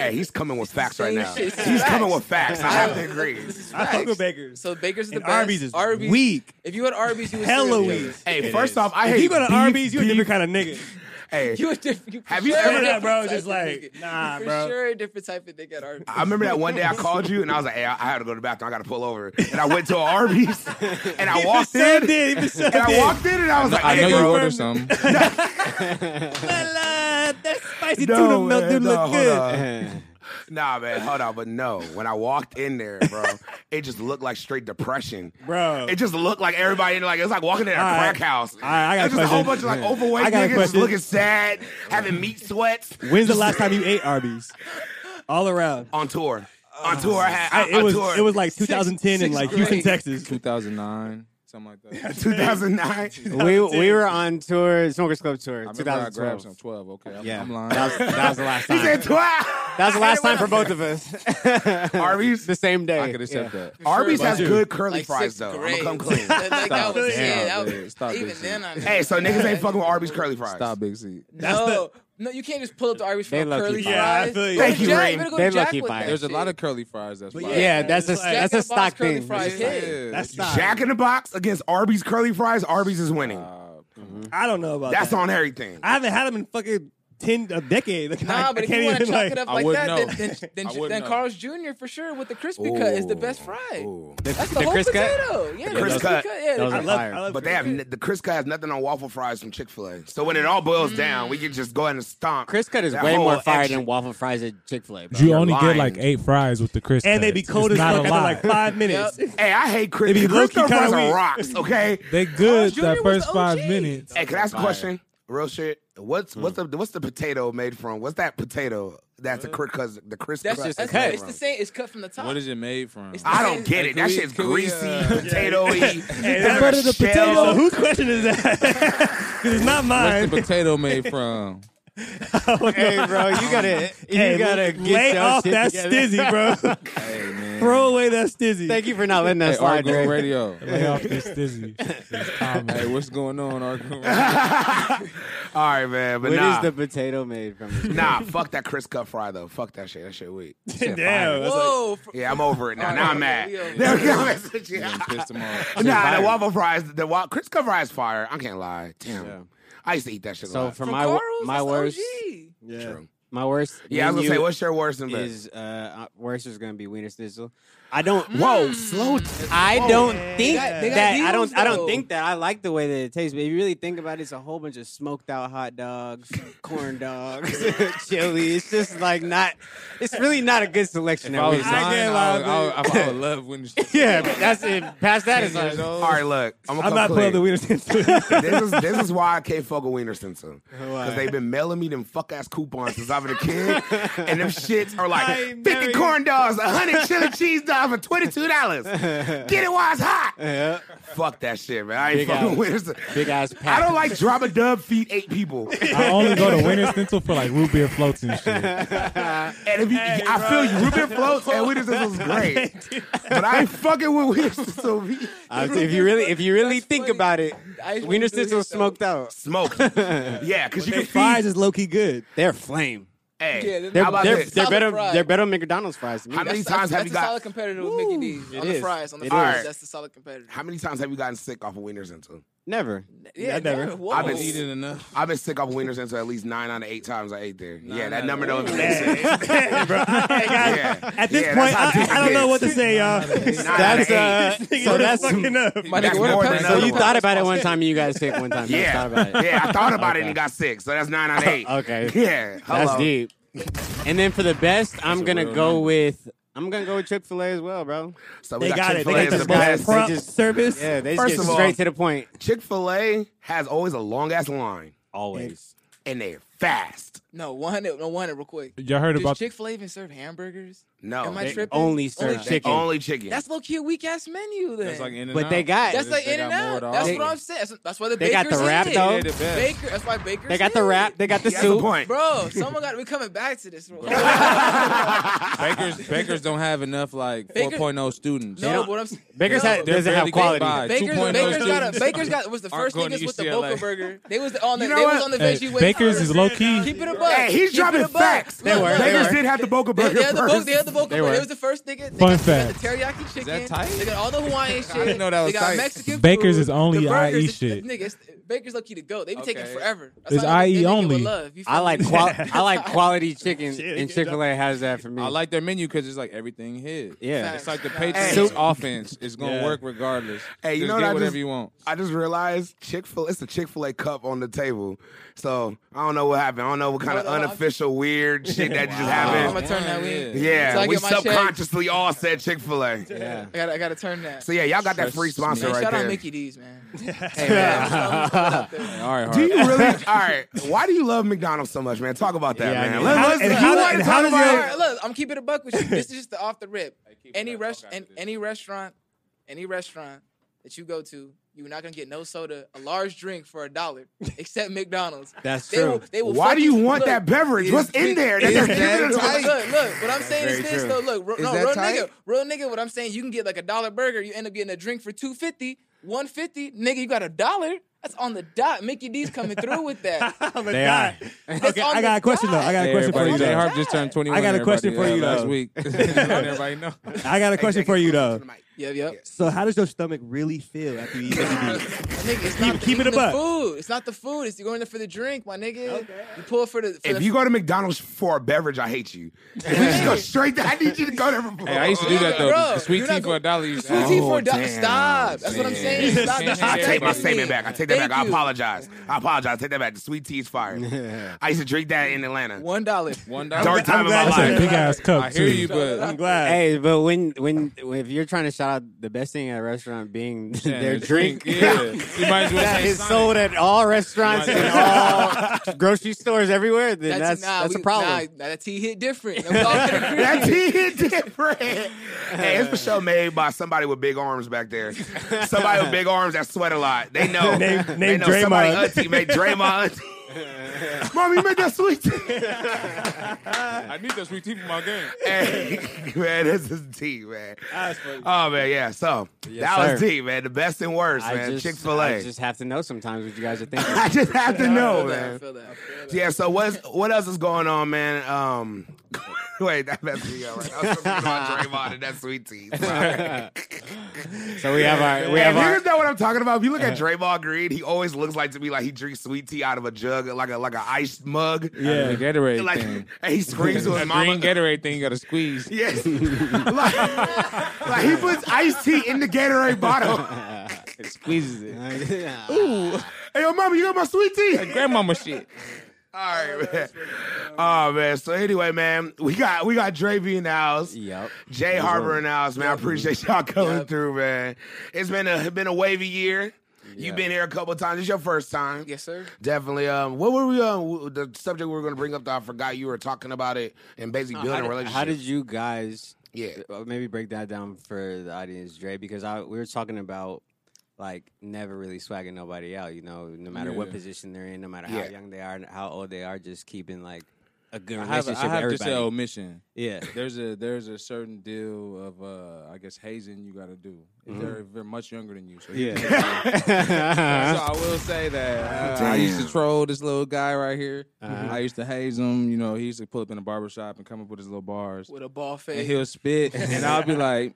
[LAUGHS] Hey, he's coming with facts right
Same
now.
shit. It's
He's
facts.
coming with facts. I have to agree.
I fuck with Bakers.
so Baker's is the
And
best.
Arby's is weak.
If you had Arby's, you was
Hella
serial
weak.
killer.
Hey, first off, I hate
If you go to
beef,
Arby's, you're a
beef.
different kind of
[LAUGHS]
nigga.
Hey,
[LAUGHS] You a different. You for
Have you
sure
ever-
a
Nah,
different
bro,
type
just
of
like,
nigga.
nah,
You for
bro.
sure a different type of nigga at Arby's.
I remember that one day I called you and I was like, "Hey, I, I had to go to the bathroom. I got to pull over." And I went to an Arby's and I walked
Same
in.
did. Even so
And I walked in and I was like,
I
hey,
know you
bro,
ordered some. [LAUGHS]
uh, That spicy
No,
tuna melt
man,
do
no,
look
hold
good.
on. Nah, man, hold on. But no, when I walked in there,
[LAUGHS]
bro, it just looked like straight depression,
Bro.
It just looked like everybody in like it's like walking in a
All right.
crack house.
All right, I got
it's
a
just a whole bunch
question.
of like
Yeah.
overweight
I got a
niggas just
question.
looking sad, having meat sweats
When's the last time you ate Arby's? All around.
on tour. On tour, I had
Uh, I, it
on
was
tour.
it
[LAUGHS]
was like 2010 in
sixth
like
grade.
Houston, Texas.
2009, something [LAUGHS] like that.
2009.
we we were on tour, Smokers Club tour,
I remember I grabbed
2012.
some 12. Okay, I'm,
Yeah,
I'm lying.
That, was, that was the last
He
time.
said
that
twice.
[LAUGHS]
was the last time for both of us. [LAUGHS]
Arby's?
the same day.
I could accept that.
Arby's has
Like
good curly
sixth
fries though. I'm gonna
grade.
come clean.
Like, [LAUGHS] that
Stop
was-
it.
yeah,
Stop
that
it.
was-
Stop
even
it.
then, I
Hey,
[LAUGHS]
so niggas ain't fucking with Arby's curly fries.
Stop, Big C.
No, no, you can't just pull up the Arby's for
They
a
lucky
curly
fire.
Yeah, I
fries.
feel you.
Go to
Thank you,
Jack.
Rain.
better go
They
to Jack
lucky
with
fire.
that
There's a
shit.
lot of curly fries. That's
But
fire.
Yeah, that's a
It's like-
that's a
Jack in the Box
stock
curly
thing.
fries
Yeah.
hit.
That's not.
Jack in the Box against Arby's curly fries. Arby's is winning.
Uh,
I don't know about
That's
that.
on everything.
I haven't had them in fucking 10 a decade. [LAUGHS] Like, I-
Nah, but
I
if
can't
you want to
even
chalk
like
it up
I
like
wouldn't
that,
know.
then then, then,
I wouldn't
then
know.
Carl's Jr. for sure with the crispy cut is the best fry.
Ooh.
That's the,
The
whole
crisp cut?
potato. Yeah,
crisp
the crispy
cut.
cut. Yeah,
Those
I
are
the-
love,
fire.
I love
But they have n- the Crisco has nothing on waffle fries from Chick Fil A. So when it all boils down, we can just go ahead and stomp.
Chris cut is
that
way
whole
more fire
extra-
than waffle fries at Chick Fil A.
You
You're
only
lying.
get like eight fries with the crisp.
and they be
cuts.
cold as
It's not
fuck
a
after
lot.
like five minutes.
Yep.
Hey, I hate Chris.
It'd be
Crisco
low-key kinda
fries are
weak.
rocks. [LAUGHS] Okay.
They good
Jr.
that
was
first
the
five
OG.
minutes.
hey, can I ask a
Fire.
question? Mm. Real shit. What's what's the what's the potato made from? What's that potato? That's the Crisco. The Crisco.
That's
is
just that's,
made
It's
from?
the same. It's cut from the top.
what is it made from?
It's
I don't get it.
Can
That
we-
shit's
can we,
greasy,
uh,
[LAUGHS] potatoey.
that's
butter
the potato. So
[LAUGHS]
whose question is that? [LAUGHS] Because it's not
What's
mine. Oh,
the potato made from?
[LAUGHS]
Um,
hey, bro, you gotta you
Hey,
gotta get
lay
your
off
shit
that
together.
stizzy, bro.
[LAUGHS]
hey man.
Throw away that stizzy.
Thank you for not letting
Hey,
us slide.
Argo
Dre.
Radio.
Lay off this dizzy. It's common.
Hey, what's going on, Argo?
[LAUGHS] All right, man. But
What
nah, [LAUGHS]
is the potato made from?
nah, fuck that Chris Cut fry though. Fuck that shit. That shit weak.
Damn. that's like-
Whoa. fr-
Yeah, I'm over it now. Now I'm mad. [LAUGHS]
Yeah, we
Now
over it.
I'm mad.
and pissed him off.
Oh, Nah, the waffle fries, the wa- Chris Cut fries fire. I can't lie. Damn,
Yeah.
I used to eat that shit. a
So
lot.
for
From
my
Carl's,
my
that's the
worst
OG.
Yeah.
True.
my worst.
yeah, I was gonna
menu
say, what's your worst and best?
is uh, uh, worst is gonna be Wiener Schnitzel. I don't.
Whoa, slow.
I don't think
got- they got
that. I
deals,
don't. I
though.
don't think that. I like the way that it tastes, but if you really think about it, it's a whole bunch of smoked out hot dogs, [LAUGHS] corn dogs, [LAUGHS] chili. It's just like not. It's really not a good selection.
If
that
I
we
was
have.
nine, I would, I, would, I, would, I would love when
yeah, but that's it. Past that is like.
All right, look, I'm
I'm
gonna come
not putting
clean.
up the wiener schnitzel. [LAUGHS]
this is this is why I can't fuck with Wiener Stinson.
[LAUGHS] Why?
Because they've been mailing me them fuck ass coupons since I dollars for the
[LAUGHS]
kid, and them shits are
I
like
never
fifty
even-
corn dogs, hundred chili cheese dogs for twenty two
[LAUGHS]
dollars. Get it while it's hot.
Yeah.
Fuck that shit, man. I ain't
Big
fucking
out.
with it.
Big ass
I
pack.
don't like drama dub feed eight
[LAUGHS]
people.
I only go to Winter Central for like root beer floats and shit.
And if you, I feel you. Ruben floats and Winter
[LAUGHS]
Sisters is great. but I ain't fucking with Winter [LAUGHS] Sisters.
[LAUGHS] I was- if you really, if you really think
funny.
about it,
I just
Wiener
wanna do
Schnitzel
this, though.
[LAUGHS]
smoked out.
Smoked. Yeah, because you
Their
can
fries
feed.
is low key good. They're flame.
[LAUGHS]
Hey,
Yeah,
They're,
how about
they're,
this?
they're
Solid
better.
fry.
They're better than McDonald's fries. To me.
How many
That's-
times
that's
have you
a solid
got?
competitor with Mickey D's
it
on the
is.
fries on the
It
fries.
is.
That's the solid competitor.
How many times have you gotten sick off of Wieners into?
Never.
Yeah,
I never-
never. Whoa.
I've been
Eat it enough.
I've been sick off of Wieners into at least nine out of eight times I ate there. yeah,
Nine
that
out
number
of
don't
eight.
even make
[LAUGHS]
sense. [LAUGHS] Yeah.
At this
Yeah,
point,
that's
I,
how
I don't know
deep
what to say, y'all.
it is. Nine out of
That's
eight.
uh. so that's
fucking up.
My
That's
nigga, what
more
a
than
pet
so
another
you
one.
thought about it one time and you got sick one time. You
Yeah,
thought about it.
[LAUGHS] yeah, I thought about it and
Okay.
it got sick. So that's nine out
Oh,
of eight.
Okay.
[LAUGHS] Yeah, hello.
That's deep. And then for the best, I'm
a
gonna
real
go
number.
with I'm gonna go with Chick Fil A as well, bro.
So we
They got it. They
Chick-fil-A
got
as
Chick-fil-A
the
is
the
most
best.
They
prompt
just-
service.
Yeah, they
First
just get
of all-
straight to the point.
Chick Fil A has always a long ass line,
Always.
and they're fast.
No, one, no, one, real quick.
Y'all heard
Does
about
Chick Fil A even serve hamburgers?
No,
Am I
They
tripping?
only serve
chicken.
chicken.
only chicken.
That's low key a weak ass menu. Then
That's like in and
But they got
That's like
They
in
got
and
more
out.
to
That's
offer.
what I'm saying. That's, that's why the
They got
bakers
the wrap,
in.
though?
They the best.
Baker. That's why bakers.
they got the
in.
wrap. They got the
That's the
soup.
[LAUGHS]
point.
Bro, someone got. We coming back
[LAUGHS]
to this. Bro.
Bakers, [LAUGHS] bakers don't have enough like
Baker-
4.0 students.
no, what I'm s-
Bakers
no.
had-
They're
doesn't have
barely getting
quality.
by.
Baker's,
2.0
Baker's got a
students.
Baker's got was the
Aren't
first
going to
niggas with the
UCLA.
Boca Burger. They was on the
You know
they
what?
was on the
Hey,
veggie with
Bakers is low key.
Keep it a buck.
hey, he's
Keep it
dropping
a buck.
facts.
Look,
were,
look,
they
Lakers
were.
did have the Boca
They,
Burger
they had the Boca.
first.
They had the Boca.
They
Burger.
were.
It was the first nigga. They
Fun
got, they got
fact.
the teriyaki chicken.
tight?
They got all the
[LAUGHS]
Hawaiian shit.
didn't know that was
they got
tight.
Mexican.
Bakers
food.
is only
the burgers
IE
is-
shit.
Nigga, it's- Baker's lucky to go. They be taking
Okay.
forever.
It's
how
IE
they- they make it with
only.
love. You feel
I like
me? [LAUGHS]
qual- I like quality chicken,
Shit,
and
good
Chick Fil A has that for me.
[LAUGHS] I like their menu because it's like everything hit.
Yeah.
It's like the
Facts.
Patriots
Hey.
offense is gonna
Yeah.
work regardless.
Hey, you
Just
know
get
what I
whatever
just-
you want.
I just realized Chick Fil. It's a Chick Fil A cup on the table. So I don't know what happened. I don't know what kind of
Hold on, I'm-
unofficial weird shit that just
I'm
happened.
gonna turn that way.
Yeah.
So
Yeah,
I
we
get my check.
subconsciously all said Chick Fil A.
Yeah.
I gotta, I gotta turn that.
So yeah, y'all got that free
Trust
sponsor
Man,
right
shout
there.
out Mickey D's,
[LAUGHS]
man. [LAUGHS]
[LAUGHS]
All right, all
Do [LAUGHS]
right.
you [LAUGHS] really? all right. Why do you love McDonald's so much, man? Talk about that,
Yeah, I
man.
mean-
Let-
How-
let's-
and
if
how
you
does-
want
and
to
how
talk
does your-
about
All
it-
right, look, I'm keeping a buck with you. This is just the off the rip. Any rest, and any restaurant, any restaurant that you go to, you're not gonna get no soda, a large drink for a [LAUGHS] dollar, except McDonald's.
That's
They will,
true.
they will
Why
fuck
do you want
look,
that beverage? What's in there? That's
is
giving
that
it
tight?
away.
[LAUGHS] Look, look, what I'm saying is
very
this
true.
though. Look, real,
Is
no,
that
real
tight?
nigga, real nigga. What I'm saying, you can get like a dollar burger. You end up getting a drink for two fifty, one fifty. Nigga, you got a dollar. That's on the dot. Mickey D's coming through with [LAUGHS] that.
Oh my
They
God. Okay,
on
I got
the
a question though. I got
Hey,
a question for
everybody,
you.
Jay
Though.
Hart just turned 21.
I got a question
everybody,
for you,
uh, last
though.
[LAUGHS] week. Just let everybody know.
I got a question for you though.
Yep, yep.
So how does your stomach really feel after
[LAUGHS]
you eat McDonald's?
Nigga, it's
Keep-
not the,
keep it
even
a buck.
the food. It's not the food. It's you going there for the drink, my nigga. You pull for the. For
If
the
you go to McDonald's for a beverage, I hate
[LAUGHS]
you. If we just go straight to, I need you to go there for
Hey, I used to do that though.
Bro,
the sweet
you're
tea
not
for a dollar. used to-
Sweet tea for
Oh,
a dollar.
damn,
Stop. That's what I'm
man.
saying. Stop.
Can't
Stop
I take my
disrespecting
statement
me.
back. I take that
Thank
back. I
you.
apologize. I apologize. I take that back. The sweet tea's fire. I used to drink that in Atlanta.
One dollar.
One
Dark
dollar.
time of my
glad
That's a
life.
big ass cup
I
too.
hear you, but
I'm glad.
Hey, but when, when when- if you're trying to shout out the best thing at a restaurant being their drink,
Yeah. You might as well
[LAUGHS] that
say
is
Sonic.
sold at all restaurants
Right.
and all grocery stores everywhere, then that's that's,
nah,
a
we-
problem.
Nah, that tea hit different. That was all for the cream.
That tea is different. hey, it's for sure made by somebody with big arms back there. Somebody with big arms that sweat a lot. They know.
[LAUGHS]
Name-
they
name
know somebody
Draymond.
auntie made Draymond auntie.
[LAUGHS]
Mom, you made that sweet tea.
I need that sweet tea for my game.
hey, [LAUGHS] man, this is tea, man. Oh man, yeah. So that was
sir.
tea, man. The best and worst,
I
man.
just
Chick Fil
I
A.
just have to know sometimes what you guys are
[LAUGHS]
thinking.
I just have to know,
I feel
man.
that, I feel that. I feel that.
Yeah. So what's what else is going on, man? Um, [LAUGHS] wait, that messed me up. Right? I was talking about Draymond and that sweet tea. Sorry.
so we have our we
Hey,
have
niggas
our
know what I'm talking about. If you look at Draymond Green, he always looks like to me like he drinks sweet tea out of a jug, like a like an ice mug.
Yeah, Gatorade
[LAUGHS] Like,
thing.
and he screams to his
That
mama.
green Gatorade thing you gotta squeeze.
[LAUGHS] Yes. like, like he puts iced tea in the Gatorade bottle.
It squeezes it.
[LAUGHS]
Hey, yo, mama, you got my sweet tea?
[LAUGHS] Grandmama shit.
All right, man. [LAUGHS] Oh man. So anyway, man, we got we got Dre B in the house.
Yep.
Jay Harbor in the house, man. I appreciate y'all coming
Yep.
through, man. It's been a been a wavy year. You've been here a couple of times. It's your first time.
Yes, sir.
Definitely. Um, what were we um w- the subject we were going to bring up? That I forgot. You were talking about it and basically building
Uh, how, did,
relationships.
how did you guys
Yeah.
uh, maybe break that down for the audience, Dre? Because I we were talking about like never really swagging nobody out, you know, no matter what
Yeah.
position they're in, no matter
Yeah.
how young they are, and how old they are, just keeping like a good
I
relationship
have, a, I
with
have just
everybody.
an omission. [LAUGHS]
yeah.
There's a there's a certain deal of uh I guess hazing you got to do. If They're if they're much younger than you. So you so [LAUGHS] I will say [LAUGHS] that uh, I used to troll this little guy right here. I used to haze him. You know, he used to pull up in a barber shop and come up with his little bars,
With a ball
and
fade.
he'll
[LAUGHS]
spit, and I'll be like,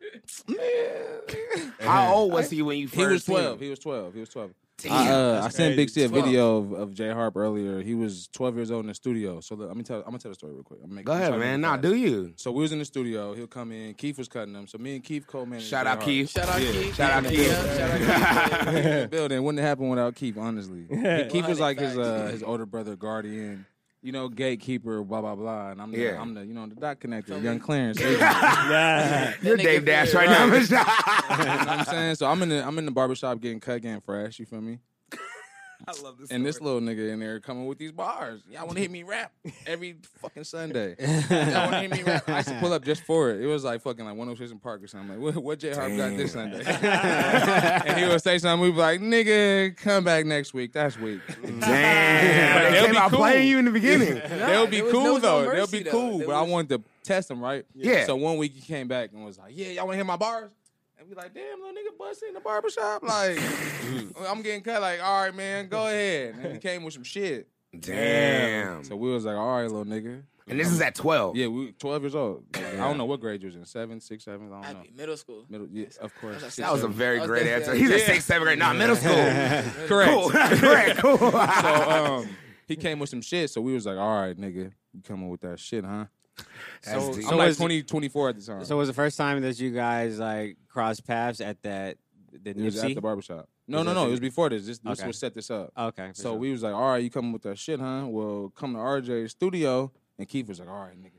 How old was he when you first?
he was
seen him?
twelve. He was twelve. He was twelve. I, uh, I sent Big C a
12.
video of, of Jay Harp earlier. He was twelve years old in the studio. So look, let me tell. I'm gonna tell the story real quick. I'm gonna make-
Go
I'm
ahead,
sorry,
man.
make it
Nah,
fast.
do you?
So we was in the studio. He'll come in. Keith was cutting him. So me and Keith co-managed.
Shout
Jay
out
Harp.
Keith.
Shout out Keith.
Shout out
Yeah,
Keith.
Shout out Keith.
[LAUGHS]
in the building. Wouldn't happen without Keith, honestly. Keith was like his uh, his older brother, guardian, you know, gatekeeper, blah blah blah. And I'm the,
Yeah.
I'm the you know the dot connector, young Clarence. agent.
Yeah.
You're
That
Dave
nigga
Dash
feel
right,
you know
now.
what I'm saying? So I'm in the I'm in the barbershop getting cut, getting fresh. You feel me?
I love this.
And this little nigga in there coming with these bars. Y'all want to hit me rap every fucking
[LAUGHS]
Sunday. Y'all want to hit me rap. I used to pull up just for it. It was like fucking like 106 in Park or something. I'm like, what, what J Harp got this Sunday? [LAUGHS] and he would say something. We'd be like, nigga, come back next week. That's weak. But
Damn, they
they'll
came
be
out
cool.
playing you in the
[LAUGHS]
beginning.
They'll be
there was-
cool
there was no
though. They'll
mercy,
be
though.
cool.
There
But I
was-
wanted to test them, right?
Yeah.
So one week he came back and was like, "Yeah, y'all want to hit my bars?" And we like, "Damn, little nigga, busted in the barbershop."
[LAUGHS]
Like, I'm getting cut. Like, all right, man, go ahead. And he came with some shit.
Damn.
So we was like, all right, little nigga.
And this is at twelve.
Yeah, we 12 years old. Like, I don't know what grade you was in. Seven, six, seven. I
I'd
don't know.
be middle school.
Middle, yeah, of course.
That was a-
six,
That was a
seven.
very
That was
great
good,
answer.
yeah.
He's a
Yeah.
sixth, seventh grade, not middle school.
correct.
Cool, [LAUGHS]
[LAUGHS]
correct, cool.
So
[LAUGHS]
um, he came with some shit. So we was like, all right, nigga, you coming with that shit, huh?
That's
So,
deep.
I'm like
was-
20, 24 at the time.
So it was the first time that you guys like crossed paths at that the
It was
Nipsey?
at the barbershop. No,
Was
no,
that
no.
the-
It was before this. This, this
Okay.
was set this up.
okay. for
so
sure.
we was like, all right, you coming with that shit, huh? Well, come to RJ's studio. And Keith was like, all right, nigga.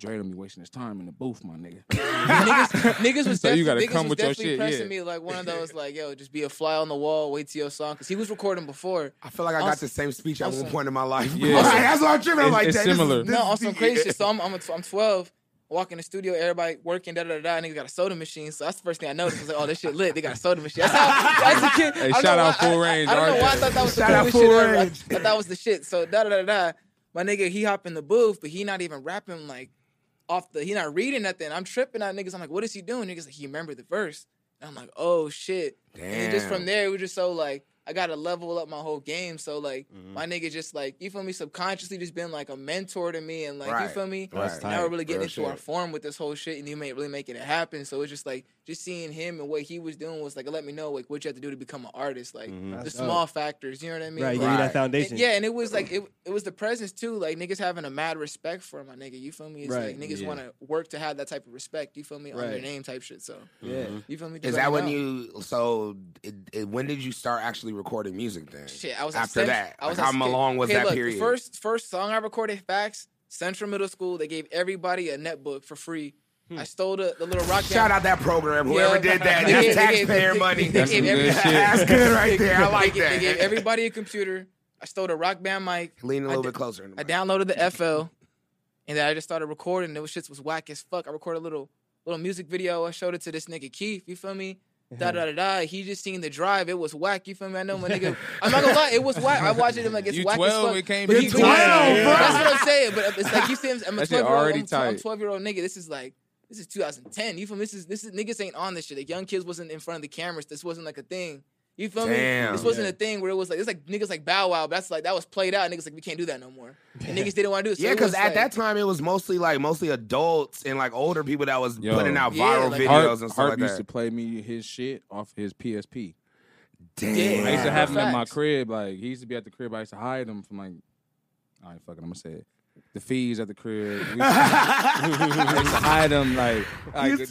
Dre don't be wasting his time in the booth, my nigga.
niggas, niggas was
So you
defi-
gotta
niggas
come
was
with your
definitely
shit,
pressing
yeah.
me like one of those like yo just be a fly on the wall wait till your song because he was recording before
I feel like I got
Also-
the same speech at one
also-
point in my life. [LAUGHS]
Yeah.
Like, that's what I'm tripping. I'm
It's-
like,
it's
"Dang, this is-
similar."
this
no
is
on some
deep."
crazy shit so I'm I'm, I'm 12 walk in the studio everybody working da da da da and niggas got a soda machine so that's the first thing I noticed I was like oh this shit lit they got a soda machine that's how as a kid
Hey,
I don't
shout
know
out
why-
Full
I- I-
Range,
I, don't know why I
RJ.
thought that was
Shout
the
out
coolest
Full
shit ever I
Range.
thought that was the shit so da da da da my nigga he hop in the booth but he not even rapping like off the he not reading nothing I'm tripping out niggas I'm like what is he doing niggas like he remembered the verse and I'm like oh shit And then just
Damn.
from there, it was just so like I gotta level up my whole game. So like
Mm-hmm.
my nigga just like you feel me subconsciously just been like a mentor to me and like you
Right.
feel me.
That's
Now
tight.
we're really getting
Real
into our
shit.
form with this whole shit and you ain't really making it happen. So it's just like just seeing him and what he was doing was like it let me know like what you have to do to become an artist. Like
Mm-hmm.
the
That's
small factors, you know what I mean?
Right, you
Like,
need
Right.
that foundation.
and- yeah, and it was like it, it was the presence too. Like niggas having a mad respect for my nigga. You feel me? It's
Right,
like niggas
yeah.
want to work to have that type of respect. You feel me? On their
Right.
name type shit. So
yeah.
you feel me?
Mm.
Just
Is
let
that
me
when
know.
you? So, it, it, when did you start actually recording music? Then
Shit, I was at
after
Cent-
that.
I was
like,
at-
how long was
okay,
that
look,
period?
The first first song I recorded, facts. Central Middle School, they gave everybody a netbook for free. I stole the, the little rock.
Shout
band-
out that program,
Yeah.
whoever did that.
[LAUGHS]
That's
They gave- they gave-
taxpayer
they-
money.
they gave
every-
[LAUGHS] That's good right there. I
they
like
ga-
that.
They gave everybody a computer. I stole the rock band mic.
Lean a little
I
bit closer.
I downloaded the FL, and then I just started recording. Those shits was whack as fuck. I recorded a little little music video. I showed it to this nigga Keith. You feel me? Da da da da. He just seen the drive. It was whack. You feel me? I know my nigga. I'm not gonna lie. It was whack. I watched it. I'm like, it's
You
whack
12,
as fuck.
it came
But
to
he-
12,
Yeah.
bro.
That's what I'm saying. But uh, it's like you see him. I'm a
That shit
12 year old.
already
I'm, tw- I'm
tight.
12 year old nigga. This is like. This is 2010. You feel me? This is this is niggas ain't on this shit. Like young kids wasn't in front of the cameras. This wasn't like a thing. You feel me?
Damn.
This wasn't a thing where it was like it's like niggas like Bow Wow, but that's like that was played out. Niggas like we can't do that no more. And niggas didn't want to do it. So
Yeah,
it
because
was,
at
like,
that time it was mostly like mostly adults and like older people that was
Yo.
putting out
Yeah,
viral
like-
videos
Harp,
and stuff
Harp
like
used to
that.
play me his shit off his PSP.
Damn.
Yeah.
I used to
Yeah.
have him at my
Facts.
crib. Like he used to be at the crib. I used to hide him from like, all right, fuck it, I'm gonna say it. The fees at the crib. We used to,
[LAUGHS]
I used to hide him like, like,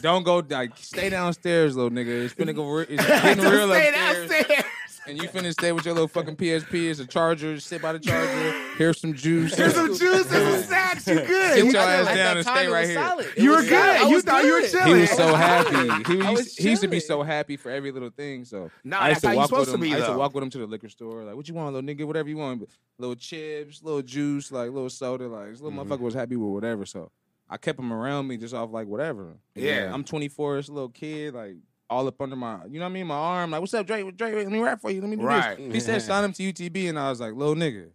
[LAUGHS]
don't go, like, stay downstairs, little nigga. It's finna go. Re- it's getting real
Stay
upstairs.
downstairs.
and you finna stay with your little fucking PSP as a charger, sit by the charger,
[LAUGHS]
here's some juice.
Here's some juice
[LAUGHS]
and some sacks. You
Get
good.
your
I feel
ass
like
down
that
and
time
stay
it
right
was
here.
solid. It
You were
was
good.
I
You
was
thought you were
good.
chilling.
He
[LAUGHS]
was
I
so
was
happy. He,
I
used,
was
he used to be so
chilling.
happy for every little thing. So
Nah,
I used
that's how
to
you
walk
supposed
with
to
him.
be,
I used
though.
to walk with him to the liquor store. Like, what you want, little nigga? Whatever you want. But little chips, little juice, like little soda. Like this little
Mm-hmm.
motherfucker was happy with whatever. So I kept him around me just off like whatever. And,
Yeah.
like, I'm 24. It's a little kid. Like all up under my, you know what I mean? My arm. Like, what's up, Drake? Drake, let me rap for you. Let me do
Right.
this.
[LAUGHS]
He said, sign him to UTB, and I was like, little nigga,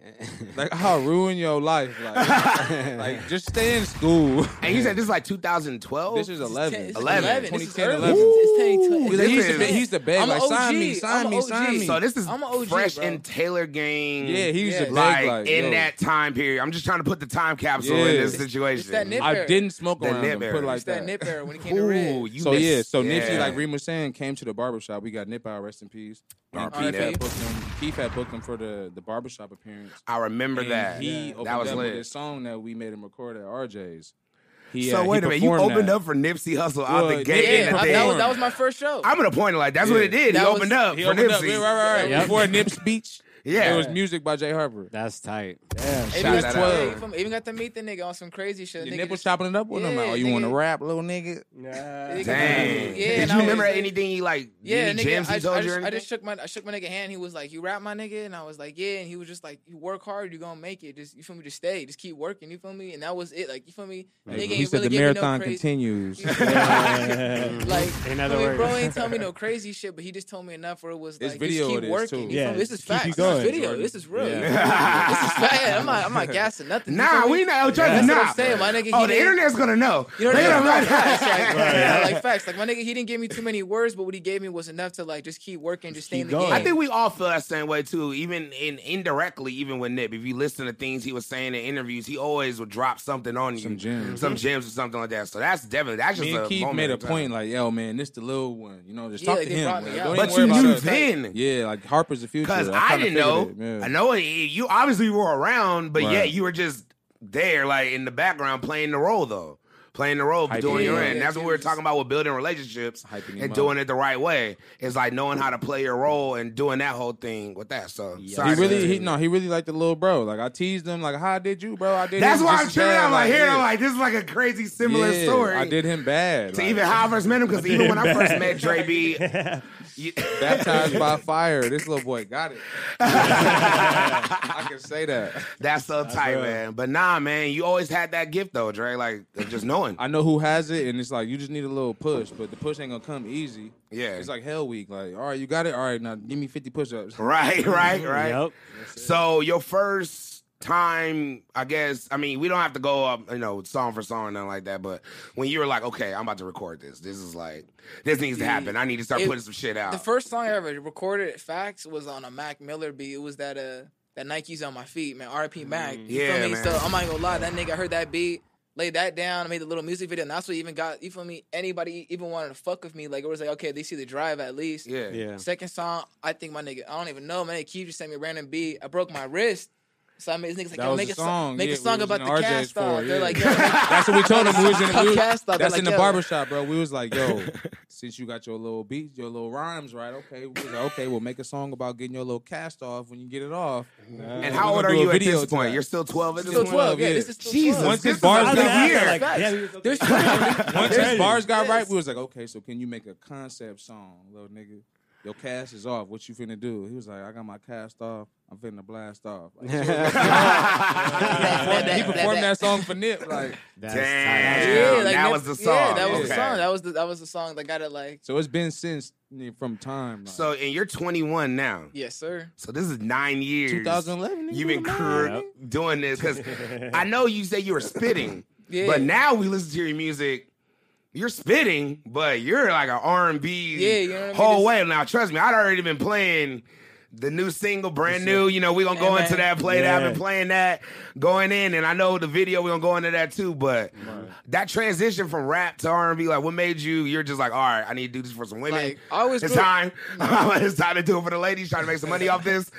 like I'll ruin your life.
[LAUGHS]
Like, like just stay in school.
And you said this is like 2012.
This is
It's
11.
10, it's
11.
11. This is
2010,
early.
11.
It's 10,
Because
This
he used to
is-
be, he used to beg,
I'm
like,
an
sign me,
OG.
sign
I'm
me,
an
sign
OG.
me.
So this is
I'm a OG,
fresh
bro.
and Taylor gang.
yeah, he used to
Yeah.
beg,
like,
like,
in
yo,
that time period. I'm just trying to put the time capsule
Yeah.
in
It's-
this
it's
situation.
that nip-
I didn't smoke
That
around him,
nip
put it
era.
like
It's that
that.
nip era when it came to
Ooh,
red.
you
so
missed.
yeah, so
Yeah.
Nipsey, like Reem was saying, came to the barbershop. We got Nip out, rest in peace. And
R.I.P.
Keith had
Nip.
booked him. Keith had booked him for the the barbershop appearance.
I remember
And
that.
He opened
that was
up with
lit.
his song that we made him record at RJ's. He, uh,
so
he
wait a minute, you
performed
opened
that.
up for Nipsey Hustle out
Well,
the
Yeah,
gate.
yeah,
in the
I- that,
thing.
was, that was my first show.
I'm gonna point it like that's
Yeah.
what it did.
That
he
was-
opened up
He
for
opened up,
Nipsey.
right, right, right.
Yep.
Before Nip's speech,
[LAUGHS] Yeah,
it was music by Jay Harper.
[LAUGHS] That's tight.
even,
Shout
got
that out.
to, even- even got to meet the nigga on some crazy shit.
Your
Nigga
Nip was
just-
chopping it up with him.
Yeah,
Oh, you want to
nigga.
rap, little nigga?
Nah.
dang.
Yeah,
Did
and
you
I
remember
was like-
anything he like?
Yeah,
any
nigga,
gems
I,
he
just, I,
told you? or
just, I just
anything?
shook my I shook my nigga hand. He was like, "You rap, my nigga," and I was like, "Yeah." And he was just like, "You work hard, you gonna make it. Just you feel me? Just stay, just keep working. You feel me?" And that was it. Like you feel me? Nigga
He
ain't
said
really
the
give me no
marathon
crazy-
[LAUGHS]
[LAUGHS]
continues. [LAUGHS]
like
In
you
other
feel me?
words.
bro ain't tell me no crazy shit, but he just told me enough where it was
It's
like
video
just
it
keep
is,
working.
too.
You feel
Yeah,
me? this is
keep it
facts. This
going,
is video.
Jordan.
This is real.
Yeah.
this is
[LAUGHS]
fact. I'm not I'm not gassing nothing. You
Nah,
feel me?
we not. Trust
That's
me,
what
nah.
I'm saying. My nigga, he
oh, the
didn't-
internet's gonna know.
you know what
they
I
don't
mean? [LAUGHS] Like,
know.
facts, like, yeah, like facts. Like my nigga, he didn't give me too many words, but what he gave me was enough to like just keep working, just stay in the
going.
[LAUGHS]
game.
I think we all feel that same way too, even in indirectly, even with Nip. If you listen to things he was saying in interviews, he always would drop something on you,
Some gems.
Mm-hmm. some gems or something like that. So that's definitely that's just
Me
a
and Keith
moment
made a
in time.
point like, yo, man, this the little one. You know, just
Yeah,
talk
like,
to
they
him.
brought me
like,
out.
don't
but
even
you
worry
knew
about us.
then,
Yeah, like Harper's the future.
because
I
I,
kinda
didn't
figured
know.
it, yeah.
I know it- you obviously were around, but
Right.
yet you were just there, like in the background, playing the role though, playing the role, but
Hyping
doing
him
your
up.
end. That's what we were talking about with building relationships
Hyping him
and
up.
doing it the right way. It's like knowing how to play your role and doing that whole thing with that. So sorry
He
to-
really, he, no, he really liked the little bro. Like I teased him, like, how I did you, bro? I did.
That's
him
why
just
I'm
as
tripping.
bad.
I'm like, here, I'm
yeah,
like, this is like a crazy similar
yeah,
story.
I did him bad.
To
like, [LAUGHS]
even how I first met him, because even when I first met Dre B, you- [LAUGHS]
baptized by fire. This little boy got it.
[LAUGHS]
I can say that.
that's so tight, man. But nah, man, you always had that gift though, Dre. Like of just knowing.
I know who has it, and it's like you just need a little push, but the push ain't gonna come easy.
Yeah.
it's like hell week. Like, all right, you got it. All right, now give me fifty push-ups.
[LAUGHS] Right, right, right.
Yep.
So your first time, I guess. I mean, we don't have to go up, you know, song for song or nothing like that. But when you were like, okay, I'm about to record this. This is like, this needs to happen. I need to start
It-
putting some shit out.
The first song I ever recorded at Facts was on a Mac Miller beat. It was that uh that Nike's on my feet, man. RP Mac. You
Mm, Yeah,
feel me?
man.
So I'm not gonna lie, that nigga heard that beat, laid that down, I made the little music video, and that's what even got you feel me, anybody even wanted to fuck with me. Like it was like, okay, they see the drive at least.
yeah.
Yeah.
Second song, I think my nigga, I don't even know, man. Keith just sent me a random beat. I broke my wrist. So I made this nigga's like,
That
yo,
was
make
the
a song,
song,
make
yeah,
a
we
song
was
about
in
the
RJ's
cast off.
for,
They're
yeah.
like, yo, make-
That's what we told him. We was in the, we,
[LAUGHS] Podcast stuff,
that's
like,
in the
yo.
barbershop, bro. We was like, yo, since you got your little beats, your little rhymes, right? Okay, we was like, okay, we'll make a song about getting your little cast off when you get it off.
And how old are you at this point? You're still 12 at [LAUGHS] this
still
point?
12, yeah,
yeah.
this is still
Jesus,
12.
Once
this
his
is
bars
a
got
big
out,
year.
like,
Facts.
damn, he was okay.
There's
Once his
Yes.
bars got right,
Yes.
we was like, okay, so can you make a concept song, little nigga? Your cast is off. What you finna do? He was like, I got my cast off. I'm finna blast off.
[LAUGHS]
Like, so-
[LAUGHS]
he performed that song for Nip. Like,
That's
Damn.
tight.
that
never-
was the
Yeah,
song.
that was
Okay.
the song. That was the that was the song that got it like
so it's been since eh, from time. Like,
So, and you're 21 now.
yes sir.
So this is nine years.
2011. nigga,
You've been
come on.
cur- doing this because I know you say you were spitting,
Yeah.
but now we listen to your music. You're spitting, but you're like an R and
Yeah, you know what I
B
mean?
whole
This-
way. Now, trust me, I'd already been playing the new single, brand new. You know, we're gonna go
Amen.
into that, play that. I've been
Yeah.
playing that, going in, and I know the video. We're gonna go into that too. But that transition from rap to R and B, like, what made you? You're just like, all right, I need to do this for some women.
Like oh, I always
It's
grew-
time. [LAUGHS] it's time to do it for the ladies. Trying to make some money off this.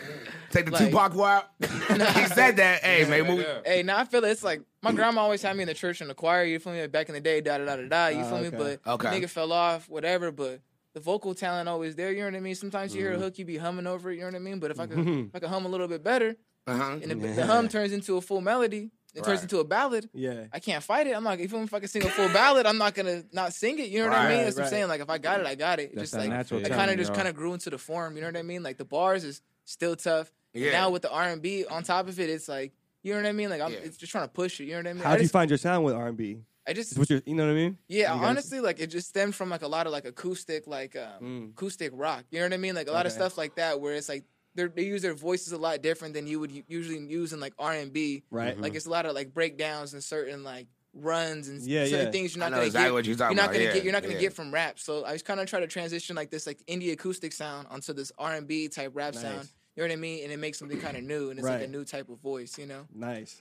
Take the
Like-
Tupac
[LAUGHS]
route. he said that. Hey, man. we-
yeah.
Hey, now I feel it's like my grandma always had me in the church and the choir. You feel me? Back in the day, da da da da da. You feel me? But
Okay.
nigga fell off, whatever. But the vocal talent always there. You know what I mean? Sometimes you hear
Mm-hmm.
a hook, you be humming over it. You know what I mean? But if I could, [LAUGHS]
[LAUGHS]
if I could hum a little bit better,
Uh-huh.
and the, the hum turns into a full melody, it turns
Right.
into a ballad.
Yeah.
I can't fight it. I'm not even if I can sing
[LAUGHS]
a full ballad, I'm not gonna not sing it. You know what I
Right,
mean? That's what I'm
right.
saying. Like if I got it, I got it.
That's
just
that
like
natural
I kind of
talent,
just
y'all.
kind of grew into the form. You know what I mean? Like the bars is still tough. And
Yeah.
Now with the R and B on top of it, it's like you know what I mean. Like I'm
Yeah.
it's just trying to push it. You know what I mean?
How
I
do you
just,
find your sound with R and B?
I just
Is what you you know what I mean?
yeah,
You guys-
honestly, like it just stemmed from like a lot of like acoustic, like
Mm-hmm.
um, acoustic rock. You know what I mean? Like a lot of
Okay.
stuff like that, where it's like they they use their voices a lot different than you would u- usually use in like R and B.
Right.
Like it's a lot of like breakdowns and certain like runs and s-
Yeah,
certain
yeah.
things
I
you're not
know
gonna
exactly
get.
what you're
you're
talking
not
about,
gonna
yeah,
get. You're not gonna
yeah. [LAUGHS]
get from rap. So I was kind of trying to transition like this like indie acoustic sound onto this R and B type rap
Nice.
sound. You know what I mean? And it makes something kind of new, and it's like
Right.
a new type of voice. You know,
Nice.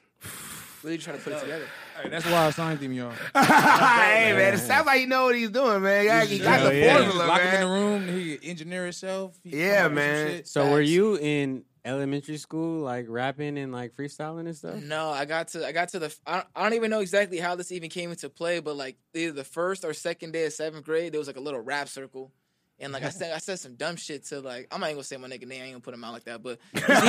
really trying to put it together.
Hey, that's why I signed him, y'all.
hey man, it sounds like you know what he's doing, man. You got, you got
Hell
the
yeah. Just
formula,
Lock him in the
man.
room. He could engineer himself. He
Yeah,
come up with some
man.
shit.
So were
Facts.
you in elementary school, like rapping and like freestyling and stuff?
No, I got to I got to the I don't, I don't even know exactly how this even came into play, but like either the first or second day of seventh grade, there was like a little rap circle. And like I said, I said some dumb shit to like I'm not even gonna say my nigga name, I ain't gonna put him out like that, but no, that's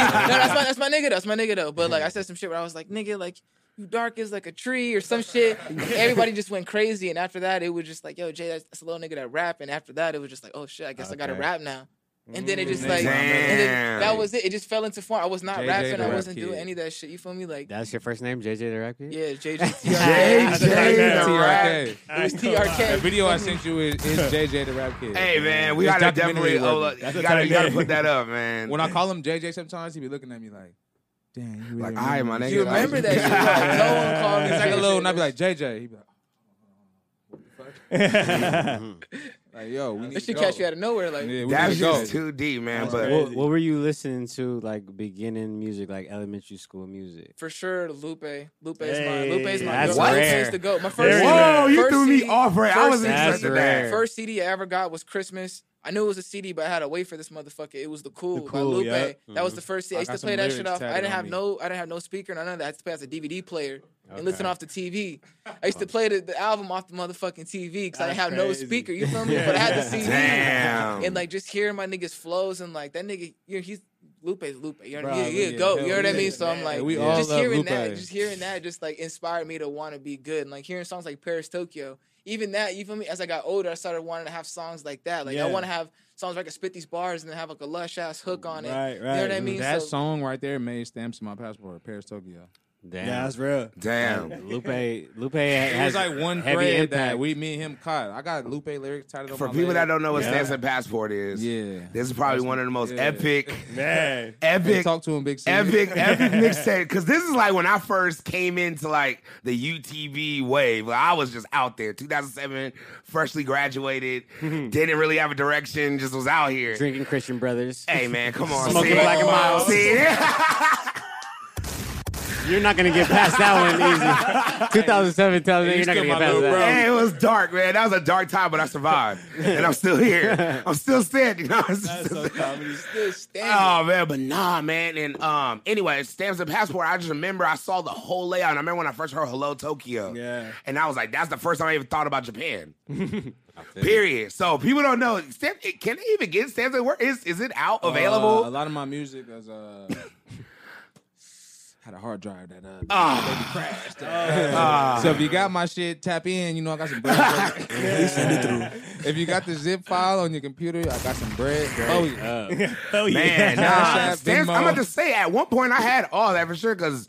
my that's my nigga though, that's my nigga though. But like I said some shit where I was like, nigga, like you dark as like a tree or some shit. Everybody just went crazy, and after that, it was just like, yo, Jay, that's, that's a little nigga that rap. And after that, it was just like, oh shit, I guess I gotta
Okay.
rap now. And then it just
Mm,
like, and then that
damn.
was it. It just fell into form. I was not
JJ
rapping.
the
I
Rap
wasn't doing
Kid.
any of that shit. You feel me? Like
That's your first name, JJ the Rap Kid?
yeah, JJ.
JJ.
Yeah,
Hey,
TRK.
rap.
It was TRK.
The video I sent you is, is JJ the Rap Kid.
Hey man, we
It's
gotta
documentary
definitely oh,
worthy.
look,
That's
you
a
gotta,
tight
you gotta
name.
put that up, man.
When I call him JJ, sometimes he be looking at me like, "Damn, you really
Like, all right, my
this?"
nigga.
You
[LAUGHS]
remember that shit? Like, no one called me.
It's like a
JJ.
little, and I be like, JJ. He be like, like yo, we need
[LAUGHS] That
to
shit
go.
catch you out of nowhere. Like,
Yeah, we
That's
need to go.
just too deep, man. But
What, what were you listening to, like beginning music, like elementary school music?
for sure, Lupe. Lupe is my. Lupe is my.
Hey,
my
that's
first
rare.
place to go. My first.
Very
whoa,
rare.
you
first E
threw me
CD
off, right? I
first
was
CD
That's
interested in that.
rare.
First CD I ever got was Christmas. I knew it was a CD, but I had to wait for this motherfucker. It was the cool, by
Cool,
Lupe.
yeah.
That was the first CD. I
I
used
got
to
some
play that shit
lyrics
off. I
tatted on
didn't have
me.
no, I didn't have no speaker, none of that. I had to play as a DVD player and listen off the TV. I used to play the, the album off the motherfucking TV because I didn't have
That's
no
crazy.
speaker. You feel me? But I had the CD
Damn.
and like just hearing my niggas flows and like that nigga, you know, he's Lupe's Lupe. You know, what I mean?
Bro,
yeah, yeah,
yeah,
go.
hell
You know what I
yeah,
mean? So I'm
man.
like,
We all
just
love
hearing
Lupe.
that, just hearing that, just like inspired me to want to be good. And like hearing songs like Paris Tokyo, even that, you feel me? As I got older, I started wanting to have songs like that. Like
Yeah.
I want to have songs where I can spit these bars and then have like a lush ass hook on it.
Right,
You know what I
right.
mean?
That
so,
song right there made stamps in my passport. Paris, Tokyo.
Damn.
Yeah,
[LAUGHS]
that's
[LAUGHS]
real.
Damn.
Lupe, Lupe has
There's like one
heavy
thread
impact.
that we, me, and him caught. I got Lupe lyrics titled
For people that don't know what
Yeah.
Stamps and Passport is,
Yeah.
this is probably one of the most
Yeah.
epic,
Man.
epic
talk to him, big
[LAUGHS]
C. [LAUGHS]
epic, epic mixtape. Because this is like when I first came into like the UTV wave. Like, I was just out there. 2007, freshly
[LAUGHS]
graduated, didn't really have a direction, just was out here.
Drinking Christian
[LAUGHS]
Brothers.
Hey man, come on,
Smoking
see?
Black and Miles.
See?
[LAUGHS] You're not gonna get past
[LAUGHS]
that one easy. 2007 tells me
Hey,
you're
you
not
still
gonna
my
get past
little
that.
[LAUGHS]
bro.
Hey, it was dark, man. That was a dark time, but I survived, and I'm still
[LAUGHS]
here. I'm still standing. [LAUGHS] You know?
still standing.
Oh man, but nah, man. And um, anyway, stamps and passport. I just remember I saw the whole layout. And I remember when I first heard "Hello Tokyo."
Yeah.
And I was like, that's the first time I even thought about
[LAUGHS]
Japan. Period. So people don't know. Stamp, can they even get stamps at work? Is is it out
Uh, a
available?
lot of my music was uh [LAUGHS] had a hard drive that uh
Ah.
[LAUGHS] crashed. Uh,
[LAUGHS]
so if you got my shit, tap in. You know I got some bread. [LAUGHS] If you got the zip file on your computer, I got some bread. Oh yeah.
Oh
man, nah.
Cash App,
Stamps, I'm
Venmo.
about to say at one point I had all that for sure because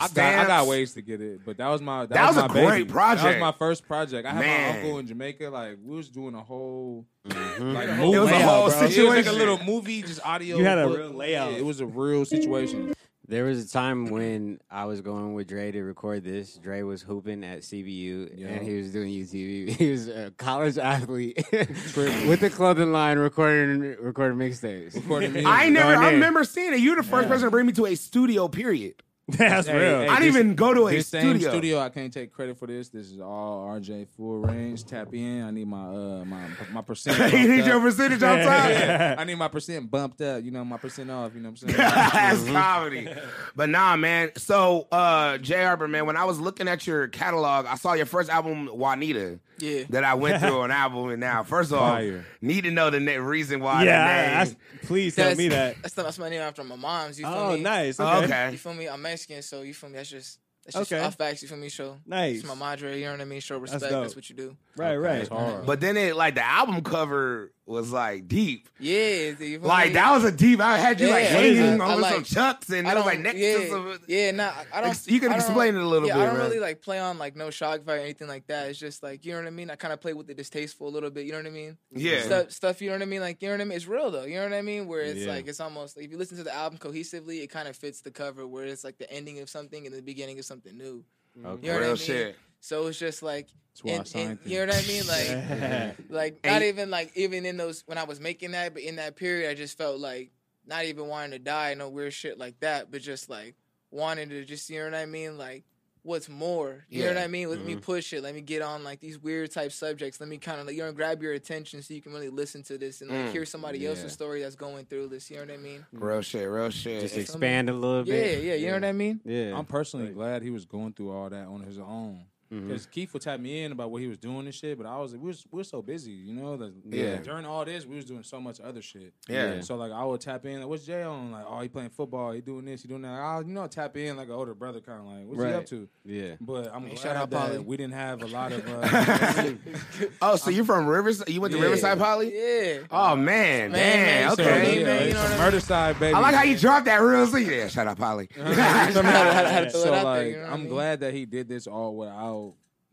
I got, I got ways to get it, but that was my that,
That
was,
was a
my
great
baby. That
project.
was my first project. I had
Man. Mm-hmm.
my uncle in Jamaica. Like we was doing a whole like
It was a
movie.
whole
It was like a
situation.
little movie, just audio.
You had a
book.
real layout.
Yeah, it was a
[LAUGHS]
real situation.
There was a time when I was going with Dre to record this. Dre was hooping at CBU
Yeah.
and he was doing UTV. [LAUGHS] He was a college athlete [LAUGHS] with the clothing line recording recording mixtapes.
Recording music.
I never.
Darn
I
it.
remember seeing it. You're the first person to bring me to a studio. Period.
That's
Hey,
real.
hey,
I didn't
this-
even go to a
this same
studio.
studio. I can't take credit for this. This is all RJ full range. Tap in. I need my uh my my
[LAUGHS]
percent.
you
bumped
need
up.
your percentage on
[LAUGHS]
top.
Yeah, I need my percent bumped up. You know my percent off. You
[LAUGHS]
know what I'm saying?
That's comedy. But nah, man. So, uh, Jay Harper, man, when I was looking at your catalog, I saw your first album, Juanita.
Yeah.
that I went through on album. And now, first of all,
Fire.
need to know the ne- reason why.
yeah, I-
the name.
I- please tell me that.
That's not that's my name after my mom's. You feel
Oh,
me?
nice.
Oh,
Okay.
okay.
You feel me? I'm Mexican, so you feel me? That's just that's just
Okay.
okay. off facts. You feel me? Show
Nice.
It's my madre. You know what I mean? Show respect. That's,
dope.
what you do.
Right, right.
It's hard.
But then it like the album cover was like deep.
Yeah. You feel
Like
me?
that was a deep. I had you like
Yeah.
What is
hanging
it?
over
I like-
some chucks, and
I
it was
don't-
like next
yeah,
to some.
Yeah, nah, I- I
Ex-
don't.
you can
I don't-
explain it a little
yeah,
bit,
I don't
man.
really like play on like no shock fight or anything like that. It's just like you know what I mean. I kind of play with the distasteful a little bit. You know what I mean?
Yeah.
Stuff, stuff. You know what I mean? Like you know what I mean? It's real though. You know what I mean? Where it's
Yeah.
like it's almost like, if you listen to the album cohesively, it kind of fits the cover. Where it's like the ending of something and the beginning of something new.
Okay.
You know what I
Real
mean?
shit.
So it's just like,
That's why I
and-
signed
and-
things.
you know what I mean?
[LAUGHS]
Like,
[LAUGHS]
like
And-
not even like even in those when I was making that, but in that period, I just felt like not even wanting to die, no weird shit like that, but just like wanting to just you know what I mean, like what's more, you know
Yeah.
what I mean? Let me push it, let me get on like these weird type subjects, let me kind of like you know grab your attention so you can really listen to this and like
Mm.
hear somebody
Yeah.
else's story that's going through this, you know what I mean?
Real shit. Real shit.
[LAUGHS] Just
Yeah.
expand a little
Yeah,
bit.
yeah, you know what I mean?
Yeah.
I'm personally glad he was going through all that on his own.
Mm-hmm.
Because Keith would tap me in about what he was doing and shit, but I was we was we were so busy, you know. That,
Yeah.
During all this, we was doing so much other shit.
Yeah.
So like I would tap in like, "What's Jay on?" Like, "Oh, he playing football. He doing this. He doing that." I'll you know tap in like an older brother, kind of like, "What's he
Right.
up to?"
Yeah.
But I'm glad
shout out
that
Polly.
we didn't have a lot of.
[LAUGHS]
Uh,
oh, so you're from Rivers? You went to
Yeah.
Riverside Poly?
Yeah.
Oh man, damn.
Man, man,
so,
okay.
so, man, man, you know what I
it's
mean?
murder side, baby.
I like how you dropped that real scene. Yeah, shout out Polly.
Uh-huh.
[LAUGHS]
So,
had- had to throw
so
it out
like,
there, you know what I
I'm
mean?
glad that he did this all without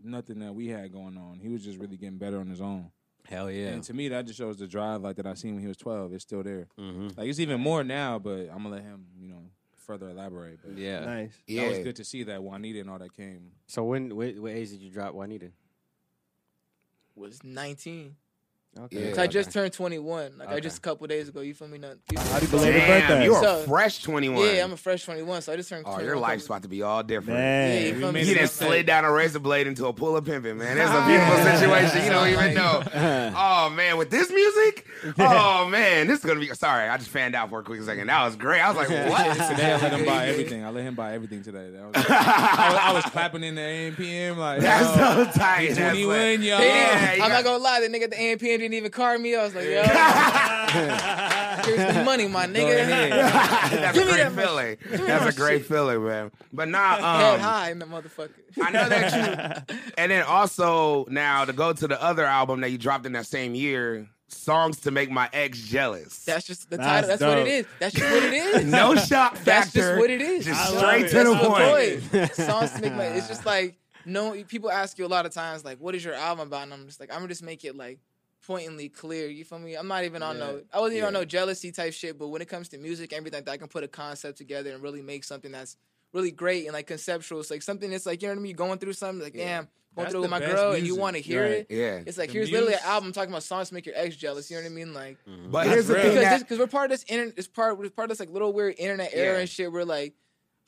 nothing that we had going on. He was just really getting better on his own.
Hell yeah.
And to me, that just shows the drive like that I seen when he was 12. It's still there.
Mm-hmm.
Like it's even more now, but I'm gonna let him, you know, further elaborate. But
Yeah.
Nice.
that was
Yeah.
good to see that Juanita and all that came.
So when what, what age did you drop Juanita?
Was nineteen.
Okay.
So I
Yeah.
just turned 21. Like I
Okay.
just a couple days ago. You feel me? Not, you
Happy
feel me?
belated
Damn,
birthday.
you are
So-
fresh 21.
Yeah, I'm a fresh 21, so I just turned.
Oh,
21
your
a couple-
life's about to be all different.
Yeah,
Man.
you
[LAUGHS]
feel me?
You done
So I'm
slid
like-
down a razor blade into a pull of pimping, man. It's a
[LAUGHS]
beautiful situation. You don't even know. Oh man, with this music,
[LAUGHS]
oh man, this is gonna be. Sorry, I just fanned out for a quick second. That was great. I was
[LAUGHS]
like, what?
Today I let him buy
[LAUGHS]
everything. I let him buy everything today. That was,
[LAUGHS]
I, was, I was clapping in the AM PM like
That's
yo,
so tight. That's
21,
like-
y'all.
They didn't-
Yeah, you
I'm
got-
not gonna lie, the nigga at the AMPM didn't even card me. I was like, yo,
[LAUGHS]
[LAUGHS] here's the money, my
Go
nigga.
ahead.
That's a
Give me
great
that much-
feeling. That's a great feeling, man. But
[LAUGHS]
now,
Head
um,
high in the motherfucker.
I know
[LAUGHS]
that you. And then also now to go to the other album that you dropped in that same year, "Songs to Make My Ex Jealous."
That's just the
That's
title. That's what
dope.
it is. That's
[LAUGHS]
just what it is. [LAUGHS]
no shock factor.
That's just what it is.
Just
I love
straight
it.
to the
That's
point.
my boy. Songs to make my.
[LAUGHS]
It's just like no. People ask you a lot of times, like, "What is your album about?" And I'm just like, "I'm gonna just make it like pointedly clear." You feel me? I'm not even on no. I wasn't even on no jealousy type shit. But when it comes to music, everything like that, I can put a concept together and really make something that's really great and like conceptual. It's like something that's like you know what I mean. You're going through something like, damn, going
That's
through
the
it with my
best
girl, and you
music.
want to hear
Right.
it.
Yeah.
It's like
The
here's literally an
muse-
album talking about songs to make your ex jealous. You know what I mean? Like
Mm-hmm.
But here's the
real.
thing that,
because because we're part of this internet, this part, we're part of this like little weird internet era
Yeah.
and shit. Where like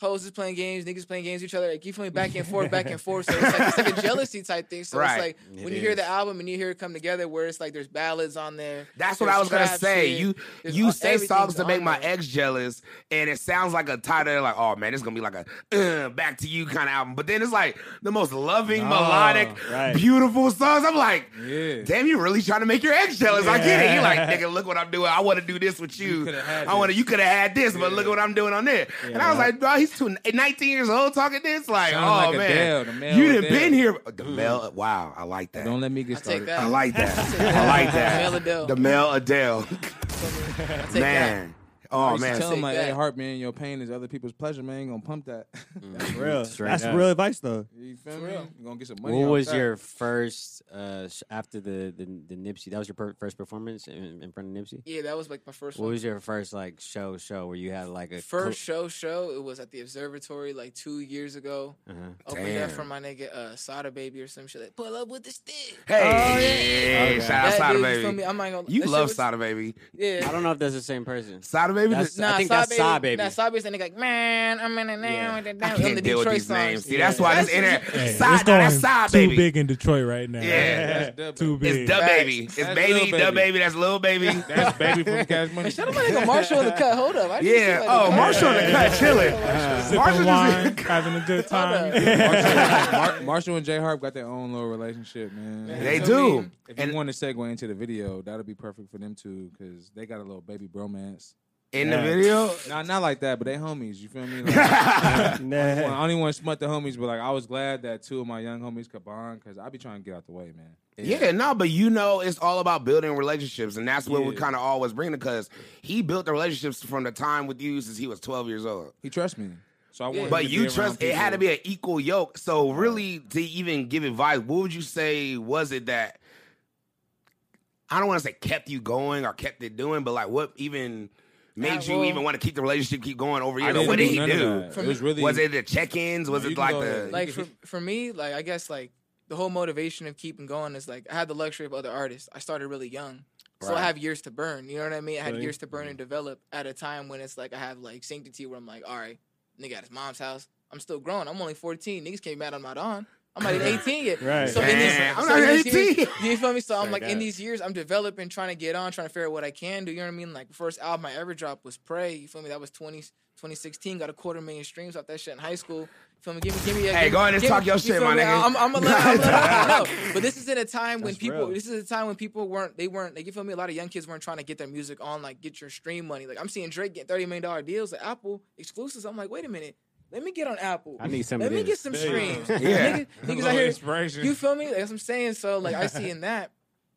hoes is playing games, niggas playing games with each other. Like you feeling back and forth, back and forth. So it's like, it's
[LAUGHS]
like a jealousy type thing. So
Right.
it's like
It
when you hear
is.
the album and you hear it come together, where it's like there's ballads on there.
that's what
there's
I was gonna
trap
say.
shit,
You
there's
you
all-
say songs
everything's
to make
on
my
there.
ex jealous, and it sounds like a title like, oh man, it's gonna be like a uh, back to you kind of album. But then it's like the most loving,
Nah,
melodic,
right.
beautiful songs. I'm like,
Yeah.
damn, you really trying to make your ex jealous. I get it. You're like, nigga, look what I'm doing. I want to do this with you.
coulda had
I want to.
this.
You could have had this, but look what I'm doing on there. And I was like, bro, he's two, 19 years old talking this. Like,
Sounded
oh
like
man,
Adele, the male Mm-hmm.
you didn't
Adele.
been here. The male, wow, I like that.
Don't let me
I
get
take
started.
that.
I like that.
that.
I like that.
Mel Adele.
The Mel Adele.
I take that.
man. Oh,
I used to
man.
tell him
Take
like,
that.
"Hey, heart, man, your pain is other people's pleasure, man. You gonna pump that. [LAUGHS]
Real.
Straight
That's
up.
real advice though.
you feel
For
me?
real.
You gonna get some money."
What
off
was
that.
your first uh sh- after the the, the Nipsey? That was your per- first performance in, in front of Nipsey.
Yeah, that was like my first
What
one.
was your first like show show where you had like a
First show, show it was at the observatory like two years ago.
uh
Opened up
Damn.
for my nigga uh, Sada Baby or some shit. Like, pull up with the stick.
Hey, shout out
That
Sada
dude, you feel
Baby.
me? I'm not gonna.
You
that shit
love
was-
Sada Baby.
Yeah, [LAUGHS]
I don't know if that's the same person.
Sada baby.
That's-
Just-
I think that's Saw Baby.
That's Saw Baby. And they're like, man, I'm in it now.
Yeah.
with the-
I
on the
can't deal with
Detroit
these
songs.
names. See, that's why this
[LAUGHS]
internet.
Hey, it's
Side, no,
going
that's side,
too
baby.
big in Detroit right now.
Yeah,
that's
too big.
It's the
Facts.
baby. It's
That's
baby,
Lil
the
Baby.
baby. That's little baby.
That's [LAUGHS] baby from Cash Money.
Shut up, my nigga Marshall in the cut. Hold up. I didn't
yeah.
see you in the
Oh,
cut.
Marshall in the cut chilling. Marshall [LAUGHS]
Sipping Uh, wine,
just.
having a good
Hold
time.
[LAUGHS]
Marshall, Mar- Marshall and J Harp got their own little relationship, man.
They
So
do.
mean.
If you
And
want to segue into the video, that'll be perfect for them too, because they got a little baby bromance.
in the [LAUGHS] video,
Nah, not like that, but they homies. You feel
[LAUGHS]
me? Like, well,
Nah.
I only want to smut the homies, but like I was glad that two of my young homies could bond, because I be trying to get out the way, man.
Yeah. no, but you know, it's all about building relationships, and that's what we
Yeah.
kind of always bring it. Because he built the relationships from the time with you since he was twelve years old.
He trusts me, so I want. him
But
to
you
be around
trust it had to
people.
be an equal yoke. So really, to even give advice, what would you say was it that I don't want to say kept you going or kept it doing, but like what even made
Ah,
you
well-
even want to keep the relationship keep going over
I
here?
didn't
What did he
none of
do?
that. It was really
Was it the check-ins? Was
No, you
it
can
like
go
the
ahead.
like for, for me like i guess like the whole motivation of keeping going is like i had the luxury of other artists i started really young so
Right.
i have years to burn you know what i mean i had
Right.
years to burn and develop at a time when it's like i have like sanctity where i'm like all right nigga at his mom's house i'm still growing i'm only 14 niggas can't be mad i'm not on I'm not even 18 yet.
Right.
So in these,
Man, I'm
so
not
in these
18.
years- [LAUGHS] you feel me? So I'm
Straight
like, in
up.
these years, I'm developing, trying to get on, trying to figure out what I can do. You know what I mean? Like, first album I ever dropped was Pray. You feel me? That was 20, 2016. Got a quarter million streams off that shit in high school. You feel me? Give me, give me.
Hey,
give
go
me-
ahead and
give
talk
me-
your
you
shit,
feel
my
me?
nigga.
I'm, I'm gonna let, I'm gonna let, no,
[LAUGHS]
but this is in a time when
That's
people.
real.
This is a time when people weren't. They weren't. Like, you feel me? A lot of young kids weren't trying to get their music on. Like, get your stream money. Like, I'm seeing Drake getting thirty million dollar deals at Apple exclusives. I'm like, wait a minute. Let me get on Apple.
I need some
Let
of
me
this.
get some
[LAUGHS]
streams.
Yeah.
Niggas,
[LAUGHS]
niggas out here
inspiration.
you feel me? Like, That's what I'm saying. So like
[LAUGHS]
I see in that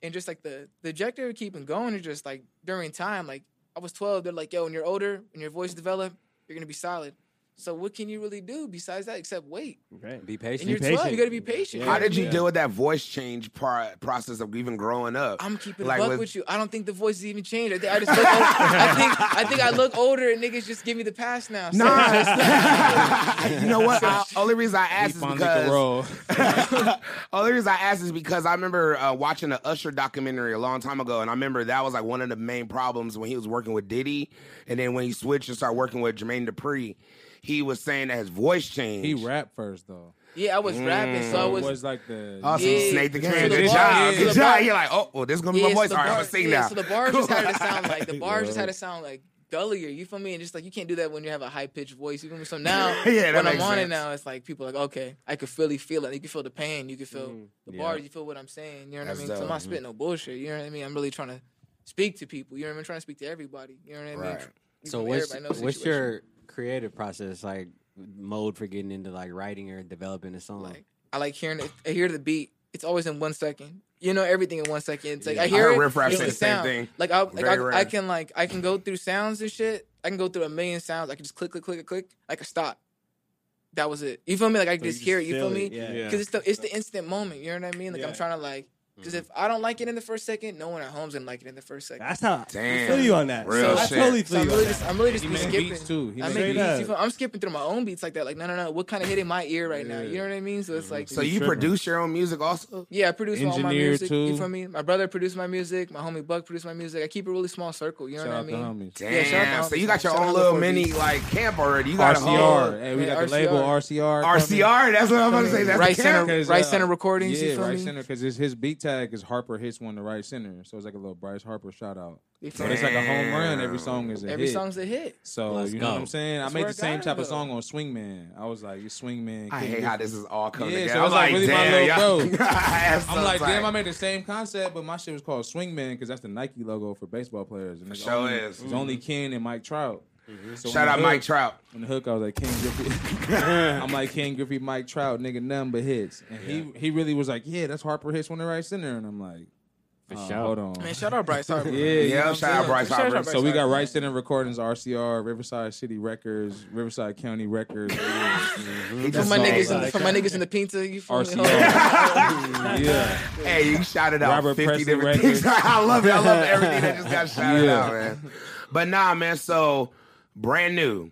and just like the the objective of keeping going is just like during time, like I was 12, they're like, yo, when you're older and your voice develop, you're gonna be solid. So what can you really do besides that except wait?
Right.
Be
And
patient.
you're 12, you gotta be patient.
How did you
Yeah.
deal with that voice change part, process of even growing up?
I'm keeping
Like
it buck
with-
with, you. I don't think the voices even changed. I think I just look older. I think I think I look older and niggas just give me the pass now. So
Nah.
it's just-
you know what? I, only reason I asked
Keep
is
on
because
the roll.
[LAUGHS] only reason I asked is because I remember uh, watching the Usher documentary a long time ago, and I remember that was like one of the main problems when he was working with Diddy, and then when he switched and started working with Jermaine Dupri, he was saying that his voice changed.
He rapped first though.
yeah, I was rapping, so I
It
was,
was like the
Awesome,
Yeah.
Oh, Snake the
So
Game.
the
Good job,
bar- yeah.
good
So the bar-
job. You're like, oh, well, this is gonna be
Yeah,
my
so
voice.
the
All right, I'm
bar-
gonna sing
yeah,
now.
So the bar
Cool.
just had to sound
[LAUGHS]
like the bar just had to sound like gullier. You feel me? And just like you can't do that when you have a high pitched voice. You feel me? So now
[LAUGHS] Yeah, that
when I'm
makes
on it
sense.
now, it's like people are like, okay, I could really feel it. You can feel the pain. You can feel the
yeah.
bars. You feel what I'm saying. You know what
Mm, That's
I mean? So I'm
dope.
not spitting no bullshit. You know what I mean? I'm really trying to speak to people. You know what I mean? I'm trying to speak to everybody. You know what I mean?
Right.
You
So
feel me?
what's
Everybody knows
what's
situation.
your creative process like? Mode for getting into like writing or developing a song.
like I like hearing it. I hear the beat. It's always in one second. You know everything in one second. It's like
Yeah.
I hear
heard
it.
Riff Raff
it's
say
the
the same
sound.
thing.
Like I, like
Very rare.
I, I can like I can go through sounds and shit. I can go through a million sounds. I can just click, click, click, click. I can stop. That was it. You feel me? Like I can just hear it. You feel me?
Yeah.
Because it's the it's the instant moment. You know what I mean? Like I'm
Yeah.
trying to like. Because if I don't like it in the first second, no one at home's gonna like it in the first second.
That's how
Damn.
I feel you on that.
Real
I
shit.
totally
So
feel
I'm
you.
really
on
just I'm really just
he
be
made
skipping.
beats too. He
I
made
make
Straight
beats.
up.
beats. You feel- I'm skipping through my own beats like that. Like no no no. What kind of hitting my ear right now? You know what I mean? So it's like
So you produce your own music also?
Yeah, I produce all my
Engineer,
music.
too.
You feel me? My brother produced my music. My homie Buck produced my music. I keep a really small circle. You know
Shout
what I
out the
mean?
homies.
Damn.
Yeah, shout out to
so
Uncle
you got
Sam.
your
Shout
own
out
little
Lil
mini
Beast.
like camp already. You got a whole
RCR. Hey, we
Yeah,
got the label RCR. coming.
RCR. That's what I'm gonna say. That's
Right
the
center,
camp.
Because,
right
uh,
center recordings.
Yeah,
you feel
right
me?
center because his beat tag is Harper hits one to right center, so it's like a little Bryce Harper shout out.
You
So
feel
it's
me?
like a home run. Every song is a
Every
hit.
song's a hit.
so
Let's
you know
go.
what I'm saying.
That's
I made
where
the
it
same
got
type
him,
of song on Swingman. I was like, you Swingman.
I
couldn't
hate
do-
how this is all coming
Yeah, so
together.
I
I'm
was like,
like,
really, my
damn,
little
[LAUGHS] y'all-
bro.
I am so
I'm like, damn,
tight.
I made the same concept, but my shit was called Swingman because that's the Nike logo for baseball players. And it's
sure
only,
is.
It's only Ken and Mike Trout. So
Shout
on
out
the
Mike
hook-
Trout.
On the hook, I was like, Ken Griffey. I'm like, Ken Griffey, Mike Trout, nigga, nothing but hits. And he, he really was like, yeah, that's Harper hits one to right center. And I'm like,
For
uh,
sure.
hold on.
Man, shout out Bryce Harper.
Yeah, you know what
Yeah,
I'm
shout out
saying?
Bryce
Shout out
Harper.
Bryce
So we got Right Center Recordings, RCR, Riverside City Records, Riverside
[LAUGHS]
County Records,
He
For
just
my
saw
niggas,
us.
for my niggas in the pinta. You feel [LAUGHS] me?
RCR. yeah.
Hey, you shouted out
Robert
50
Presley
different
records.
things. [LAUGHS] I love it. I
[LAUGHS]
love everything that just got shouted
Yeah.
out, man. But nah, man, so brand new,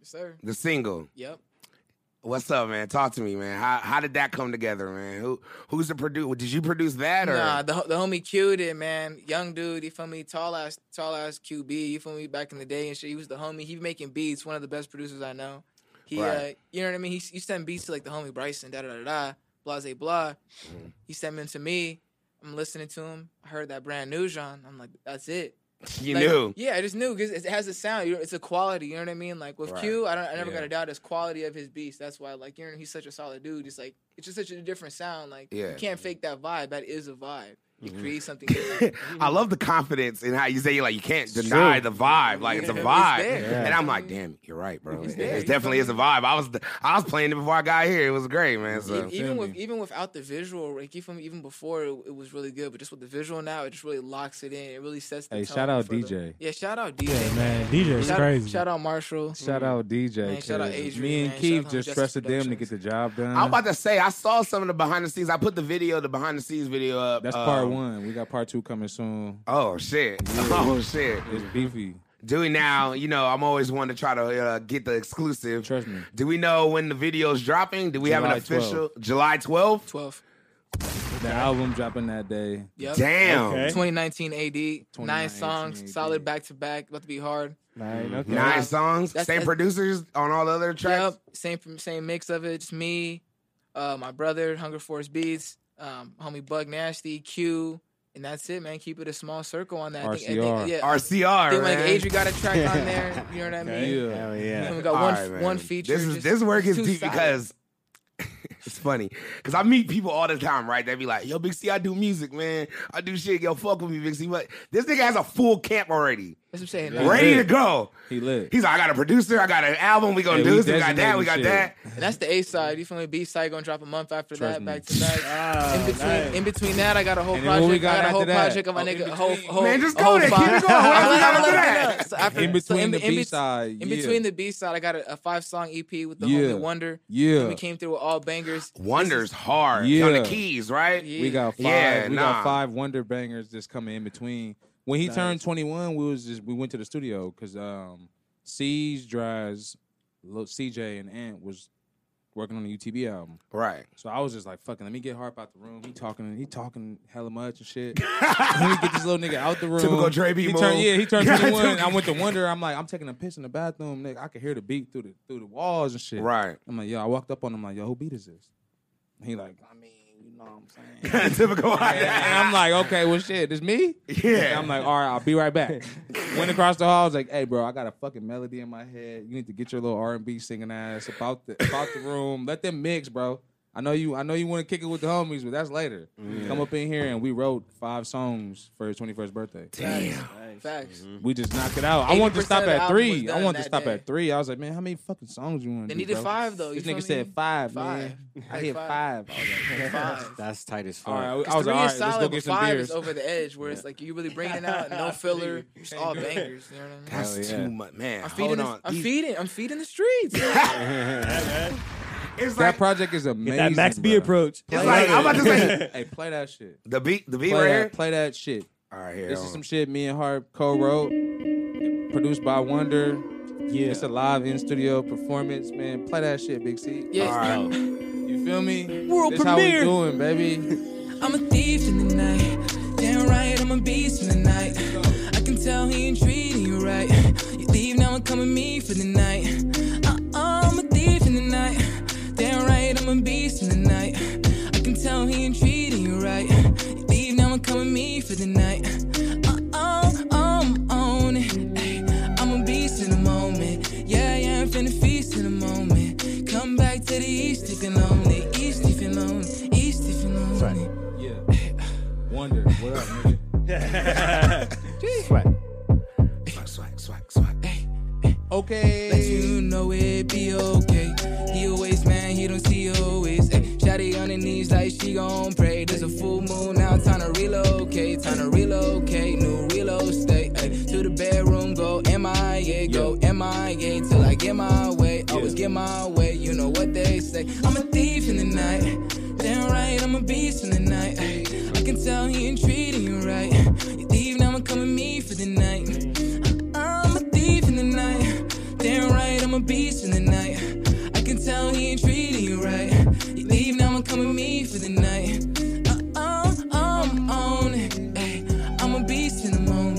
Yes, sir.
the single.
Yep.
What's up, man? Talk to me, man. How how did that come together, man? Who who's the producer? Did you produce that or?
Nah, the, ho- the homie Q did, man. Young dude, you feel me? Tall ass, tall ass QB, you feel me? Back in the day and shit, he was the homie. He making beats, one of the best producers I know. He, uh,
Right.
you know what I mean? He, he sent beats to like the homie Bryson, da da da da, blah blah blah.
Mm-hmm.
He sent them to me. I'm listening to him. I heard that brand new John. I'm like, that's it.
you
Like,
knew.
Yeah, I just knew because it has a sound. You know, it's a quality. You know what I mean? Like with Q, I don't. I never got
Yeah.
to doubt his quality of his beats. That's why, like, you know, he's such a solid dude. It's like it's just such a different sound. Like
Yeah. Mm-hmm.
you can't fake that vibe. That is a vibe. You create something. different.
[LAUGHS] I love the confidence in how you say like you can't deny the vibe. Like it's a
Yeah, it's
vibe.
there. Yeah.
And I'm like, damn, you're right, bro. It,
there.
it definitely is a vibe. I was I was playing it before I got here. It was great, man.
E-
So
even
feel
with
me.
even without the visual, like you feel me, even before it, it was really good, but just with the visual now, it just really locks it in. It really sets the
Hey,
tone
shout out
for the- Mm-hmm.
DJ.
yeah, shout out DJ,
Yeah,
man.
man, DJ is
Shout,
crazy.
shout out Marshall.
Shout out DJ.
Man, shout out
'cause
Adrian,
Me and
man. Shout
Keith
out
just
Justice
trusted them to
Productions.
get the job done.
I'm about to say I saw some of the behind the scenes. I put the video, the behind the scenes video up.
That's part
um,
one. We got part two coming soon.
Oh shit! [LAUGHS] Oh shit!
It's beefy.
Do we now? You know, I'm always one to try to uh, get the exclusive.
Trust me.
Do we know when the video's dropping? Do we have an
July
official July 12th?
Mm-hmm. twelve.
The album dropping that day.
Yep.
Damn.
Okay.
2019 AD, nine
2019
songs,
AD.
solid back to back, about to be hard.
Nine, okay.
Nine songs,
That's-
same
that's-
producers on all the other tracks.
Yep, same same mix of it. Just me, uh, my brother, Hunger Force Beats, um, homie Bug Nasty, Q, and that's it, man. Keep it a small circle on that. I think, I
RCR.
think, yeah,
[LAUGHS]
I
RCR,
think like
man.
Adri got a track on there. You know
[LAUGHS]
what I mean?
Yeah.
And
yeah.
uh,
we got
All
one
right, man.
one feature.
This is
just-
this work is
too
deep
solid.
because [LAUGHS] it's funny because I meet people all the time, right? They be like, "Yo, Big C, I do music, man. I do shit. Yo, fuck with me, Big C." But this nigga has a full camp already,
That's what I'm saying.
Yeah.
ready
Yeah.
to go.
He lit.
He's like, "I got a producer. I got an album. We gonna
Yeah,
do
we
this. We got that. We got
designated
that."
And that's the A side. You feel me? B side gonna drop a month after
Trust
that,
me.
back to back.
Ah,
In between,
nice.
in between that, I got a whole
And then
project.
what we
I
got
got a whole
after that?
project of my
Oh, in
nigga. a Whole,
between.
whole,
Man, just
a
go
whole
there. Keep
five-
it
[LAUGHS]
going. What else we got
I'm
after
looking
that?
up. So after-
In between
so in,
the
in
B
bet-
side.
In
yeah.
between the B side, I got a, a five song EP with the
Yeah.
homie Wonder. Then
Yeah.
we came through with all bangers.
Wonders hard on
Yeah.
the keys, right?
Yeah.
We got five.
Yeah,
we
nah.
got five wonder bangers just coming in between. When he turned twenty one, we was just we went to the studio because um, Siege Drives, Lil CJ and Ant was working on the UTB album.
Right.
So I was just like, "Fucking, let me get Harp out the room." He talking, he talking hella much
[LAUGHS]
and shit. let me get this little nigga out the room.
Typical Dre B
He
move.
turned, yeah, he
[LAUGHS]
turned
Yeah,
twenty one. I
typical-
went to Wonder. I'm like, I'm taking a piss in the bathroom, nigga. I could hear the beat through the through the walls and shit. [LAUGHS]
Right. [LAUGHS]
I'm like, yo, I walked up on him like, yo, who beat is this? And he like, I mean, you know what I'm saying.
Typical.
And I'm like, okay, well, shit, this me. And
[LAUGHS] yeah.
I'm like, all right, I'll be right back. Went across the hall. I was like, hey, bro, I got a fucking melody in my head. You need to get your little R and B singing ass about the about the room. Let them mix, bro. I know you. I know you want to kick it with the homies, but that's later. Come up in here and we wrote five songs for his 21st birthday.
Damn.
Facts.
We just knocked it out. I wanted to
80%
stop
of the
at
album was
three. I
done
wanted to
that
stop
day.
at three. I was like, man, how many fucking songs you want?
They
do,
needed
bro?
five, though. You
This
feel
nigga
me?
said five,
Five.
man. I
Like
hit
five.
five. I was like,
Five.
That's tight as fuck.
all right, I was
Because
like, all
three is
right, let's
solid,
go
but
get some
five
beers.
is over the edge, where it's like you really bringing out
[LAUGHS]
no filler, just all bangers. You know what I mean?
That's
Hell yeah.
too much, man.
I'm
hold
feeding.
on.
This, I'm
These-
feeding. I'm feeding
[LAUGHS]
the streets.
it's
That
like
project is
Get
amazing.
that Max B
bro.
approach.
It's like, I'm about to say [LAUGHS]
hey, play that shit.
the beat, the beat
Play
right
that,
here.
play that shit.
All right, here.
This
hold
is
on.
some shit me and Harp co-wrote, produced by Wonder.
Yeah.
It's a live in studio performance, man. Play that shit, Big C.
Yes.
All right.
You feel me?
World
this
premiere.
how we doing, baby.
I'm a thief in the night. Damn right, I'm a beast in the night. I can tell he ain't treating you right. You leave now and come at me for the night. Uh-uh, I'm a thief in the night. Damn right, I'm a beast in the night. I can tell he ain't treating you right. You leave now and come at me for the night. Uh-oh, I'm on it. Ayy, I'm a beast in the moment. Yeah, yeah, I'm finna feast in the moment. Come back to the east if you're lonely. East if you're lonely. East if you're lonely.
Yeah. Wonder, what up, nigga?
Swag, swag, swag, swag.
Let
Okay.
you know it be okay. He always man, he don't see always. Ay, Shawty on her knees like she gon' pray. There's a full moon now, time to relocate, time to relocate, new real estate. Ay, to the bedroom, go MIA, go MIA till I get my way. Always get my way, you know what they say. I'm a thief in the night. Damn right, I'm a beast in the night. Ay, I can tell he ain't treating you right. You leave now and come at me for the night. I'm a thief in the night. Damn right, I'm a beast in the night. I can tell he ain't treating Uh-uh,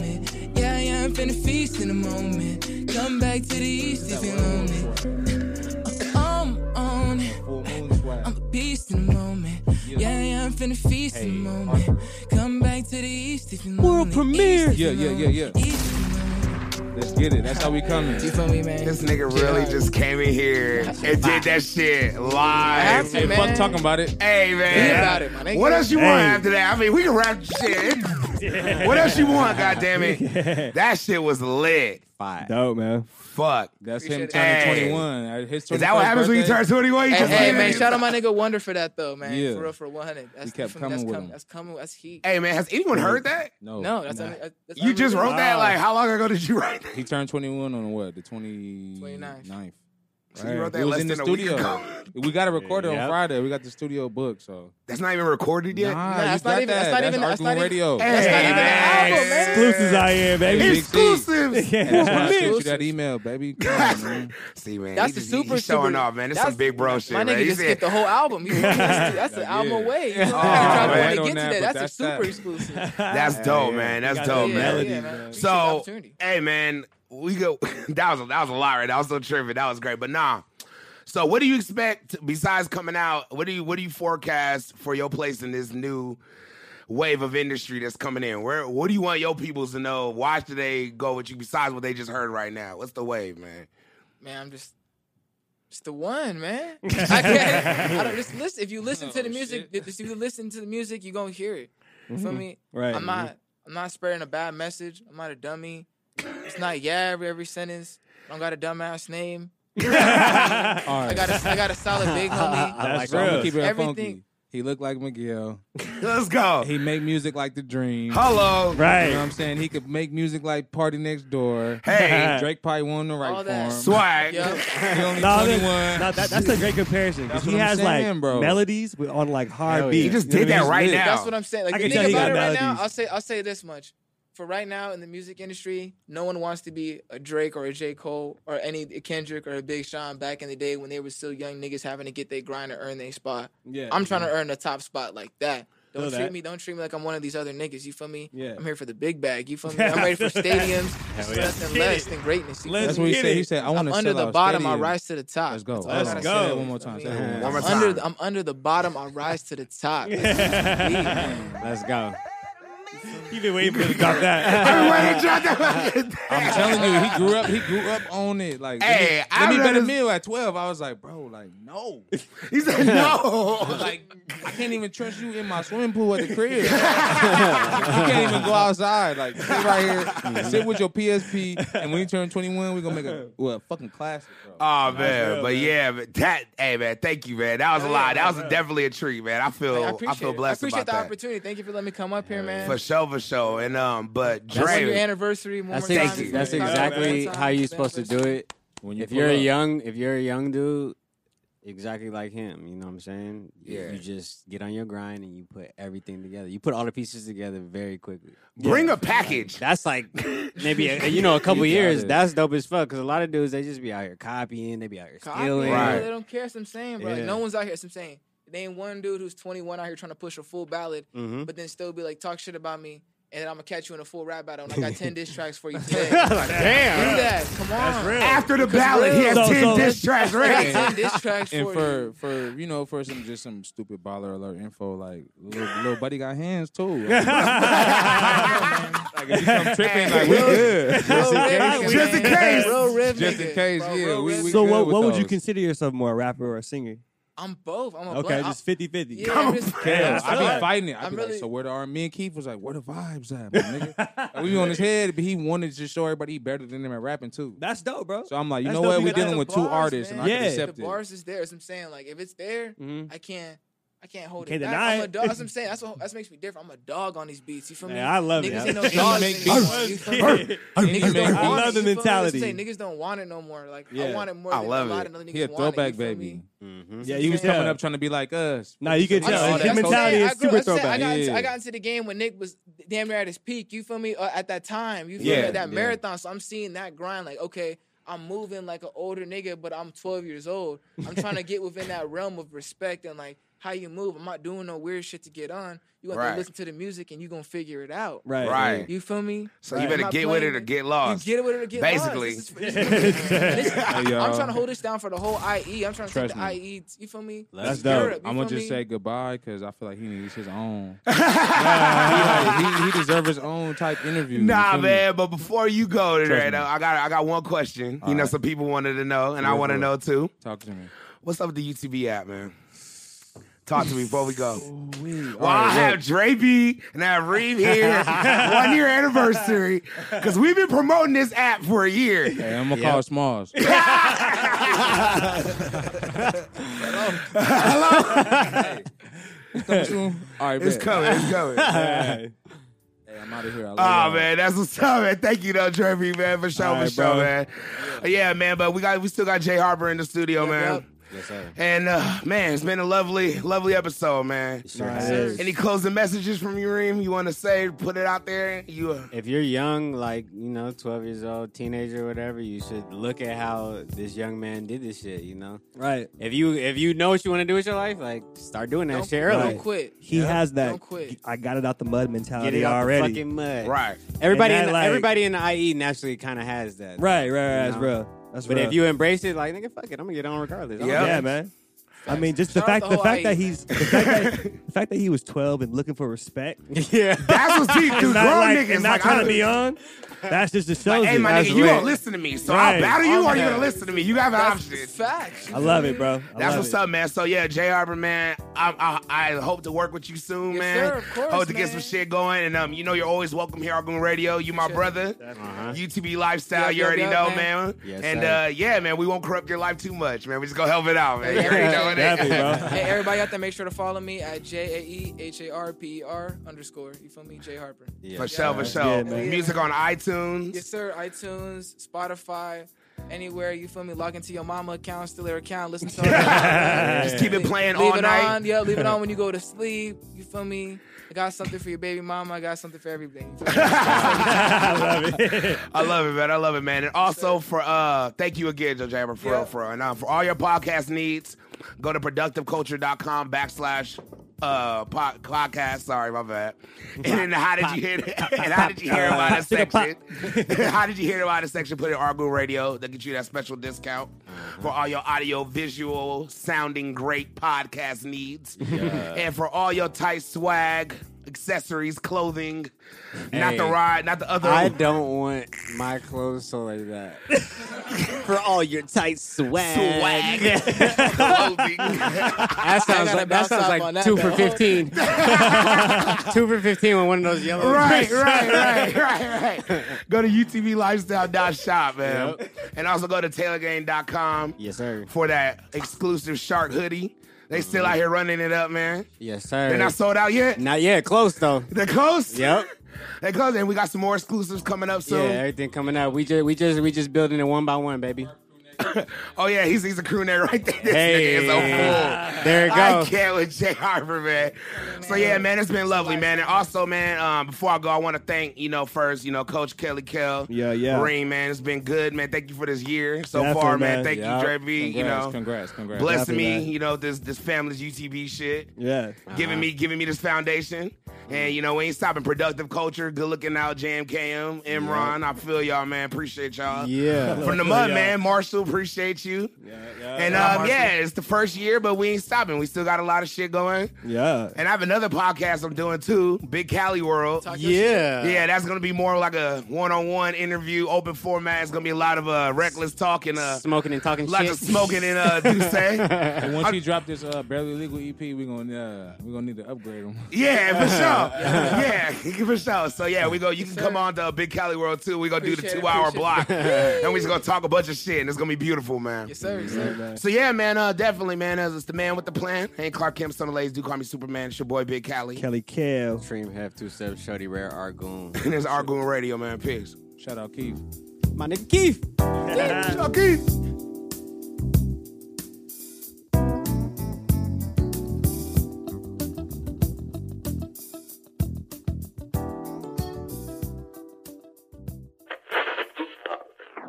finna feast in a moment. Come back to the east if you're lonely. Uh, I'm on it. I'm a beast in a moment. Yeah, yeah, I'm finna feast in a moment. Come back to the east if you're lonely.
World premiere.
East if you're
Yeah, yeah, yeah,
lonely. East if you're lonely.
Let's get it. That's how we coming.
You feel me, man?
This nigga really just came in here and did that shit live.
Hey,
Man.
fuck talking about it.
Hey man,
Think about it, my nigga.
what else you want
Hey.
after that? I mean, we can wrap shit. what else you want? God damn it, that shit was lit.
Five.
Dope, man.
Fuck.
That's
Appreciate
him
it.
turning
Hey.
21. At His 21st
Is that what happens when you
birthday,
turn 21? You
Hey,
just
hey,
leave
man,
it.
shout out my nigga Wonder for that though, man.
Yeah.
For real, for 100. That's,
We kept
from-
coming
that's
with
com-
him.
That's coming. That's heat.
Hey man, has anyone heard that?
No,
no, that's,
nah.
un- uh, that's
You just
unreasonable.
wrote that
Wow.
like how long ago did you write that?
He turned 21 on what? The 29th.
29th.
So you wrote
We
that
was
less
in the
than a week
studio.
ago. [LAUGHS]
We got to record it
Yep.
on Friday. We got the studio booked, so.
That's not even recorded yet.
Nah,
that's
you
not
got
even-
that.
that's not even-
Our
that's
Goon
not even-
radio.
Hey,
not even an
man.
album, man.
Exclusives I am,
[LAUGHS]
baby.
Hey, Big C.
[LAUGHS]
Exclusives.
[LAUGHS]
Yeah.
That's why I sent you
Exclusives.
that email,
[LAUGHS]
baby. Come on, man.
See, man,
That's
he
the
just- he-
super
he's showing
super-
off, man. That's,
that's-
some big bro shit.
My
man.
nigga
He
just
said-
skipped the whole
[LAUGHS]
album. He- that's that's an
Yeah.
album away. You know,
Oh, man.
I'm trying to
Don't
get to
nap, but
that. That's a
that's
super
that.
exclusive.
[LAUGHS] That's dope, man.
We
That's
got
dope,
the
man.
melody,
yeah, man.
man.
Appreciate the
So,
opportunity.
hey, man, we go. [LAUGHS] that was a, that was a lot, right? That was so tripping. That was great, but nah. So, what do you expect besides coming out? What do you what do you forecast for your place in this new wave of industry that's coming in? Where what do you want your peoples to know? Why should they go with you besides what they just heard right now? What's the
[LAUGHS]
wave,
[LAUGHS]
man?
man, I'm just just the one, man. I can't. I don't just listen. If you listen to the
Oh,
music,
shit.
if you listen to the music, you gonna hear it. You feel me?
Right.
I'm not. I'm not spreading a bad message. I'm not a dummy. It's not yeah every every sentence. I don't got a dumbass name.
[LAUGHS]
All
I
right.
got a, I got a solid big homie.
That's
So I'm
real.
gonna keep it funky.
Everything-
He looked like Miguel.
Let's go.
He make music like The Dream. [LAUGHS]
Hello.
You know what
Right.
I'm saying? He could make music like Party Next Door.
Hey.
Drake probably won the
All
right for
that.
him.
Swag.
Yup.
He
No,
only
that-
21.
no, that- that's a great comparison because
That's
he
what I'm
has
saying,
like
bro.
melodies with, on like hard
Hell yeah.
beats.
He just
You know what
did
I
that
mean?
right
lit.
now.
That's what I'm saying. Like
I
the
can
thing
tell he
about
got
it right now,
melodies.
I'll say I'll say this much. For right now in the music industry, no one wants to be a Drake or a J. Cole or any Kendrick or a Big Sean back in the day when they were still young niggas having to get their grind to earn their spot.
Yeah.
I'm trying to earn a top spot like that. Don't
Feel
treat
that.
me, don't treat me like I'm one of these other niggas. You feel me?
Yeah.
I'm here for the big bag. You feel
[LAUGHS]
me? I'm ready for stadiums. It's
yeah.
nothing
Get
less
it.
than greatness. You
Let's
That's
feel
what he
me?
get
said.
it.
He said, I want
I'm
to
under
sell
the
out
bottom,
stadiums.
I rise to the top.
Let's go.
That's all I
Let's
gotta
go.
say.
Say it one more time. Say it one more time.
One more
I'm
time.
under, the- I'm under the bottom. I rise to
[LAUGHS]
the top.
Let's go.
You've been waiting for him to drop that. [LAUGHS]
[LAUGHS] Everybody
[LAUGHS]
drop that-
I'm telling you, he grew up. He grew up on it. Like,
Hey,
let me,
I
let me bet a
remember-
meal at twelve. I was like, bro, like no,
[LAUGHS] He said no.
like I can't even trust you in my swimming pool at the crib. [LAUGHS] you can't even go outside. Like sit right here, sit with your PSP, and when you turn twenty one, we gonna make a well fucking classic, bro.
Oh man,
real,
but
man.
yeah, but that hey man, thank you, man. That was a lot. That was definitely a treat, man. I feel
I
I,
appreciate
feel
it.
blessed
I appreciate
about
the
that.
opportunity. Thank you for letting me come up here, man.
For sure, for sure. And um, but
On your
Dre,
anniversary, one
That's,
more
ex-
time.
you.
that's
Thank you.
exactly
One more time.
how you're supposed to do it.
When
If
pull
you're a
up.
young, if you're a young dude, exactly like him, you know what I'm saying? You-
Yeah.
You just get on your grind and you put everything together. You put all the pieces together very quickly.
bring a package.
That's like maybe a, you know a couple
You got
years.
it.
That's dope as fuck. Because a lot of dudes they just be out here copying. They be out here stealing.
Copy,
Right.
bro. They don't care. That's what I'm saying, bro. Like,
Yeah.
no one's out here. That's what I'm saying. There ain't one dude who's 21 out here trying to push a full ballad,
Mhm.
but then still be like, talk shit about me, and then I'm gonna catch you in a full rap battle. And I got 10 diss tracks for you today. like, damn. Do that. Come on.
After the ballot, he has
So-
ten
so-
diss tracks ready.
I got 10 diss tracks
And
for,
for
you.
for you know for some just some stupid baller alert info like little, little buddy got hands too.
[LAUGHS]
like if you come tripping, like we good.
Real
[LAUGHS] Just
rhythm,
in
Just
man.
in case.
Real rhythm,
Just in
nigga.
case,
Bro,
yeah,
real
we-
rhythm.
we-
so
good
what,
with
what would you
those.
consider yourself more, a rapper or a singer?
I'm both. I'm a
Okay,
blunt.
just 50 50.
Yeah, Come just- on.
Okay,
Yeah,
that's
I
dope.
be fighting it. I
I'm
be
really-
like, so where the me and Keith was like, where the vibes at, my
[LAUGHS]
nigga? Like, we on his head, but he wanted to show everybody he better than him at rapping too.
That's dope, bro.
So I'm like, you
That's
know
dope
what? We
because
dealing
the
with two
bars,
artists, and I
man.
can
Yeah.
I'm, the
accept it.
bars is there. That's what I'm saying. Like if it's there,
mm-hmm.
I can't. I can't hold
Can't
it. back.
deny
I'm a
it.
dog. That's what I'm saying. That's what that makes me different. I'm a dog on these beats. You feel me?
Yeah, I love it.
Niggas
Yeah.
ain't no
He
dogs
make
anymore.
beats.
[LAUGHS]
You feel me?
He make
Niggas don't
I love
want it.
the
You feel what I'm
mentality.
saying? Niggas don't want it no more. Like I
Yeah.
want it more.
I
Than
love
a lot
it.
of other niggas
He a
want
throwback
it, you feel me?
baby.
yeah, you
He was
can tell.
coming up trying to be like us.
Nah, you can
I
tell.
know,
His
that's what I'm
mentality
saying.
is
I grew-
super
I'm saying, I
throwback.
got, into,
Yeah.
I got into the game when Nick was damn near at his peak. You feel me? Uh, at that time, you feel
Yeah,
me? At that
yeah.
marathon. So I'm seeing that grind. Like, okay, I'm moving like an older nigga, but I'm 12 years old. I'm trying to get within that realm of respect and like how you move. I'm not doing no weird shit to get on. You gonna
Right.
listen to the music and you gonna figure it out.
Right.
Right.
You feel me?
So
Right.
you
I'm
better
not
get with
playing
it or get lost. [LAUGHS]
You get with it or get
Basically.
lost. This is- this- this- I'm
yo.
trying to hold this down for the whole IE. I'm trying to take
Trust
the
me.
IE. You feel me?
That's
To
Yo,
Europe, you
I'm gonna
feel
just
me?
say goodbye because I feel like he needs his own. Nah, he, like, he, he deserves his own type interview. you
Nah,
feel me?
man. But before you go
Trust
today,
me.
though, I got I got one question. you know,
right.
some people wanted to know, and I
Yeah,
want to
bro.
know too.
Talk to me.
What's up with the UTB app, man? Talk to me before we go.
Well,
Well, I have Drapey and I have Reeve
[LAUGHS]
here, one year anniversary, because we've been promoting this app for a year.
[LAUGHS] Hey, I'm gonna call Smalls. Hello. All
[LAUGHS]
right,
It's
bet.
coming, it's
[LAUGHS]
coming.
Hey, I'm out of here. I love
Oh
y'all.
man, that's what's up, man. Thank you though, Drapey, man, for sure,
All
for
right,
sure,
bro.
man. Yeah. man, but we got we still got Jay Harper in the studio, man.
yep.
Yes, sir.
And uh, man, it's been a lovely, lovely episode, man.
Sure
Nice.
has.
Any closing messages from you, Reem? You want to say, put it out there? You uh,
if you're young, like you know, twelve years old, teenager, whatever, you should look at how this young man did this shit. You know,
Right.
if you if you know what you want to do with your life, like start doing that
Don't,
shit
don't
early.
quit.
He has that.
Don't quit.
I got it out the mud
Get
mentality
it out
already.
the fucking mud.
right?
Everybody,
And
in
that,
the,
like-
everybody in the IE naturally kind of has that.
right. Right. Right. That's
You know?
real. That's
But
real.
if you embrace it, like nigga, fuck it, I'm gonna get on regardless. I'm
Yeah.
gonna-
yeah, man. I mean, just the
Shout out
fact
to
the fact
Hawaii,
that
man.
he's the fact that,
[LAUGHS]
the fact that he was twelve and looking for respect.
[LAUGHS] yeah.
That's what's deep, dude.
[LAUGHS]
Grown
Not like,
niggas
and not
like,
trying
I-
to be on. That's just the show.
Hey, my nigga, you gonna listen to me? So I'll
Right.
battle you, or you
Okay.
gonna listen to me? You have an
That's
option.
facts.
I love it, bro. I
That's
love
what's
it.
up, man. So yeah, Jay Arbor, man. I, I I hope to work with you soon,
Yes,
man.
sir, of course,
hope to get some
man.
shit going, and um, you know you're always welcome here, Argoon Radio. You my
Sure.
brother.
Uh-huh.
UTB lifestyle,
Yup,
you
yup,
already
yup,
know, man.
man.
Yes,
and
sir.
uh, yeah, man, we won't corrupt your life too much, man. We just gonna help it out, man. You
Yeah,
already
yeah,
know it.
Happy, bro.
Hey, everybody out there, make sure to follow me at J A E H A R P E R underscore. You feel me? J Harper.
Yeah.
For sure, for sure.
Yeah, man.
Music on iTunes.
Yes, sir. iTunes, Spotify, anywhere. You feel me? Log into your mama account, steal her account, listen [LAUGHS] to her.
Just keep it playing
leave
all
it
night.
on. Yeah, leave it on when you go to sleep. You feel me? I got something for your baby mama. I got something for everything. You feel me?
I love it.
I love it, man. I love it, man. And also for uh thank you again, Joe Jabber, for
Yeah.
for and uh, for all your podcast needs, go to productiveculture.com backslash uh po- podcast. Sorry, my bad. And then how did you hear [LAUGHS] and how did you hear about it
Chicka pop.
section? [LAUGHS] how did you hear about it section? Put in Argo Radio. They'll get you that special discount for all your audio visual sounding great podcast needs. And for all your tight swag, accessories, clothing, not the
Hey.
ride, not the other
I don't want my clothes so like that. For all your tight swag.
clothing.
That sounds
gotta
like, that
bounce
sounds
up
like
on that,
two
though.
for fifteen. two for fifteen with one of those
[LAUGHS]
yellow. [LAUGHS]
right, right, right, right, right. Go to utblifestyle.shop, man. And also go to tailorgain.com
Yes, sir.
for that exclusive shark hoodie. They still out here running it up, man.
Yes, sir.
They're not sold out yet.
Not yet. Close
[LAUGHS]
though.
They're close. [LAUGHS]
Yep.
They're close. And we got some more exclusives coming up
yeah,
soon.
everything coming out. We just we just we just building it one by one, baby.
Oh, yeah, he's, he's a crew neck right there. [LAUGHS] This
Hey,
nigga is a fool.
there it
I
goes.
can't with Jay Harper, man. So yeah, man, it's been lovely, man. And also, man, um, before I go, I want to thank you know first, you know, Coach Kelly Kell.
Yeah, yeah.
Marine, man, it's been good, man. Thank you for this year so
Definitely,
far, man.
man.
Thank
Yeah.
you, Dre B. You
Congrats,
know,
congrats, congrats.
blessing me,
Definitely, man.
you know, this this family's UTB shit,
Yeah.
giving me giving me this foundation. And you know, we ain't stopping productive culture. Good looking out, Jam KM, Imran. I feel y'all, man. Appreciate y'all.
Yeah.
From the
I feel
mud,
y'all.
man. Marshall, appreciate you.
Yeah.
And um, yeah, it's the first year, but we ain't stopping. We still got a lot of shit going.
Yeah.
And I have another podcast I'm doing too, Big Cali World.
Yeah.
yeah, that's gonna be more like a one-on-one interview, open format. It's gonna be a lot of uh, reckless talking, uh,
Smoking and talking
lots
shit.
of
[LAUGHS]
smoking and uh,
[LAUGHS]
Duce.
And once you drop this uh, barely legal
E
EP, we're gonna uh, we gonna need to upgrade them.
Yeah, for sure. Yeah, [LAUGHS] for sure. So yeah, we go. You can come on to uh, Big Cali World too. We gonna do the
Appreciate it,
two-hour
appreciate
block,
[LAUGHS]
and we just gonna talk a bunch of shit, and it's gonna be beautiful, man.
Yes, sir. Yes, sir.
So yeah, man, uh, definitely, man. As it's the man with the plan. Hank Clark Kemp, some of the ladies do call me Superman. It's your boy Big Cali,
Kelly Kell.
Dream have two steps, Shody Rare
[LAUGHS]
Argoon.
and it's Argoon Radio, man. Peace.
Shout out Keith.
My nigga Keith.
Keith.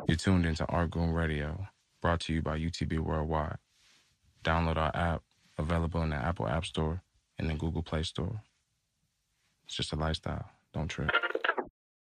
You're tuned into Argoon Radio, brought to you by UTB Worldwide. Download our app, Available in the Apple App Store and the Google Play Store. It's just a lifestyle. Don't trip.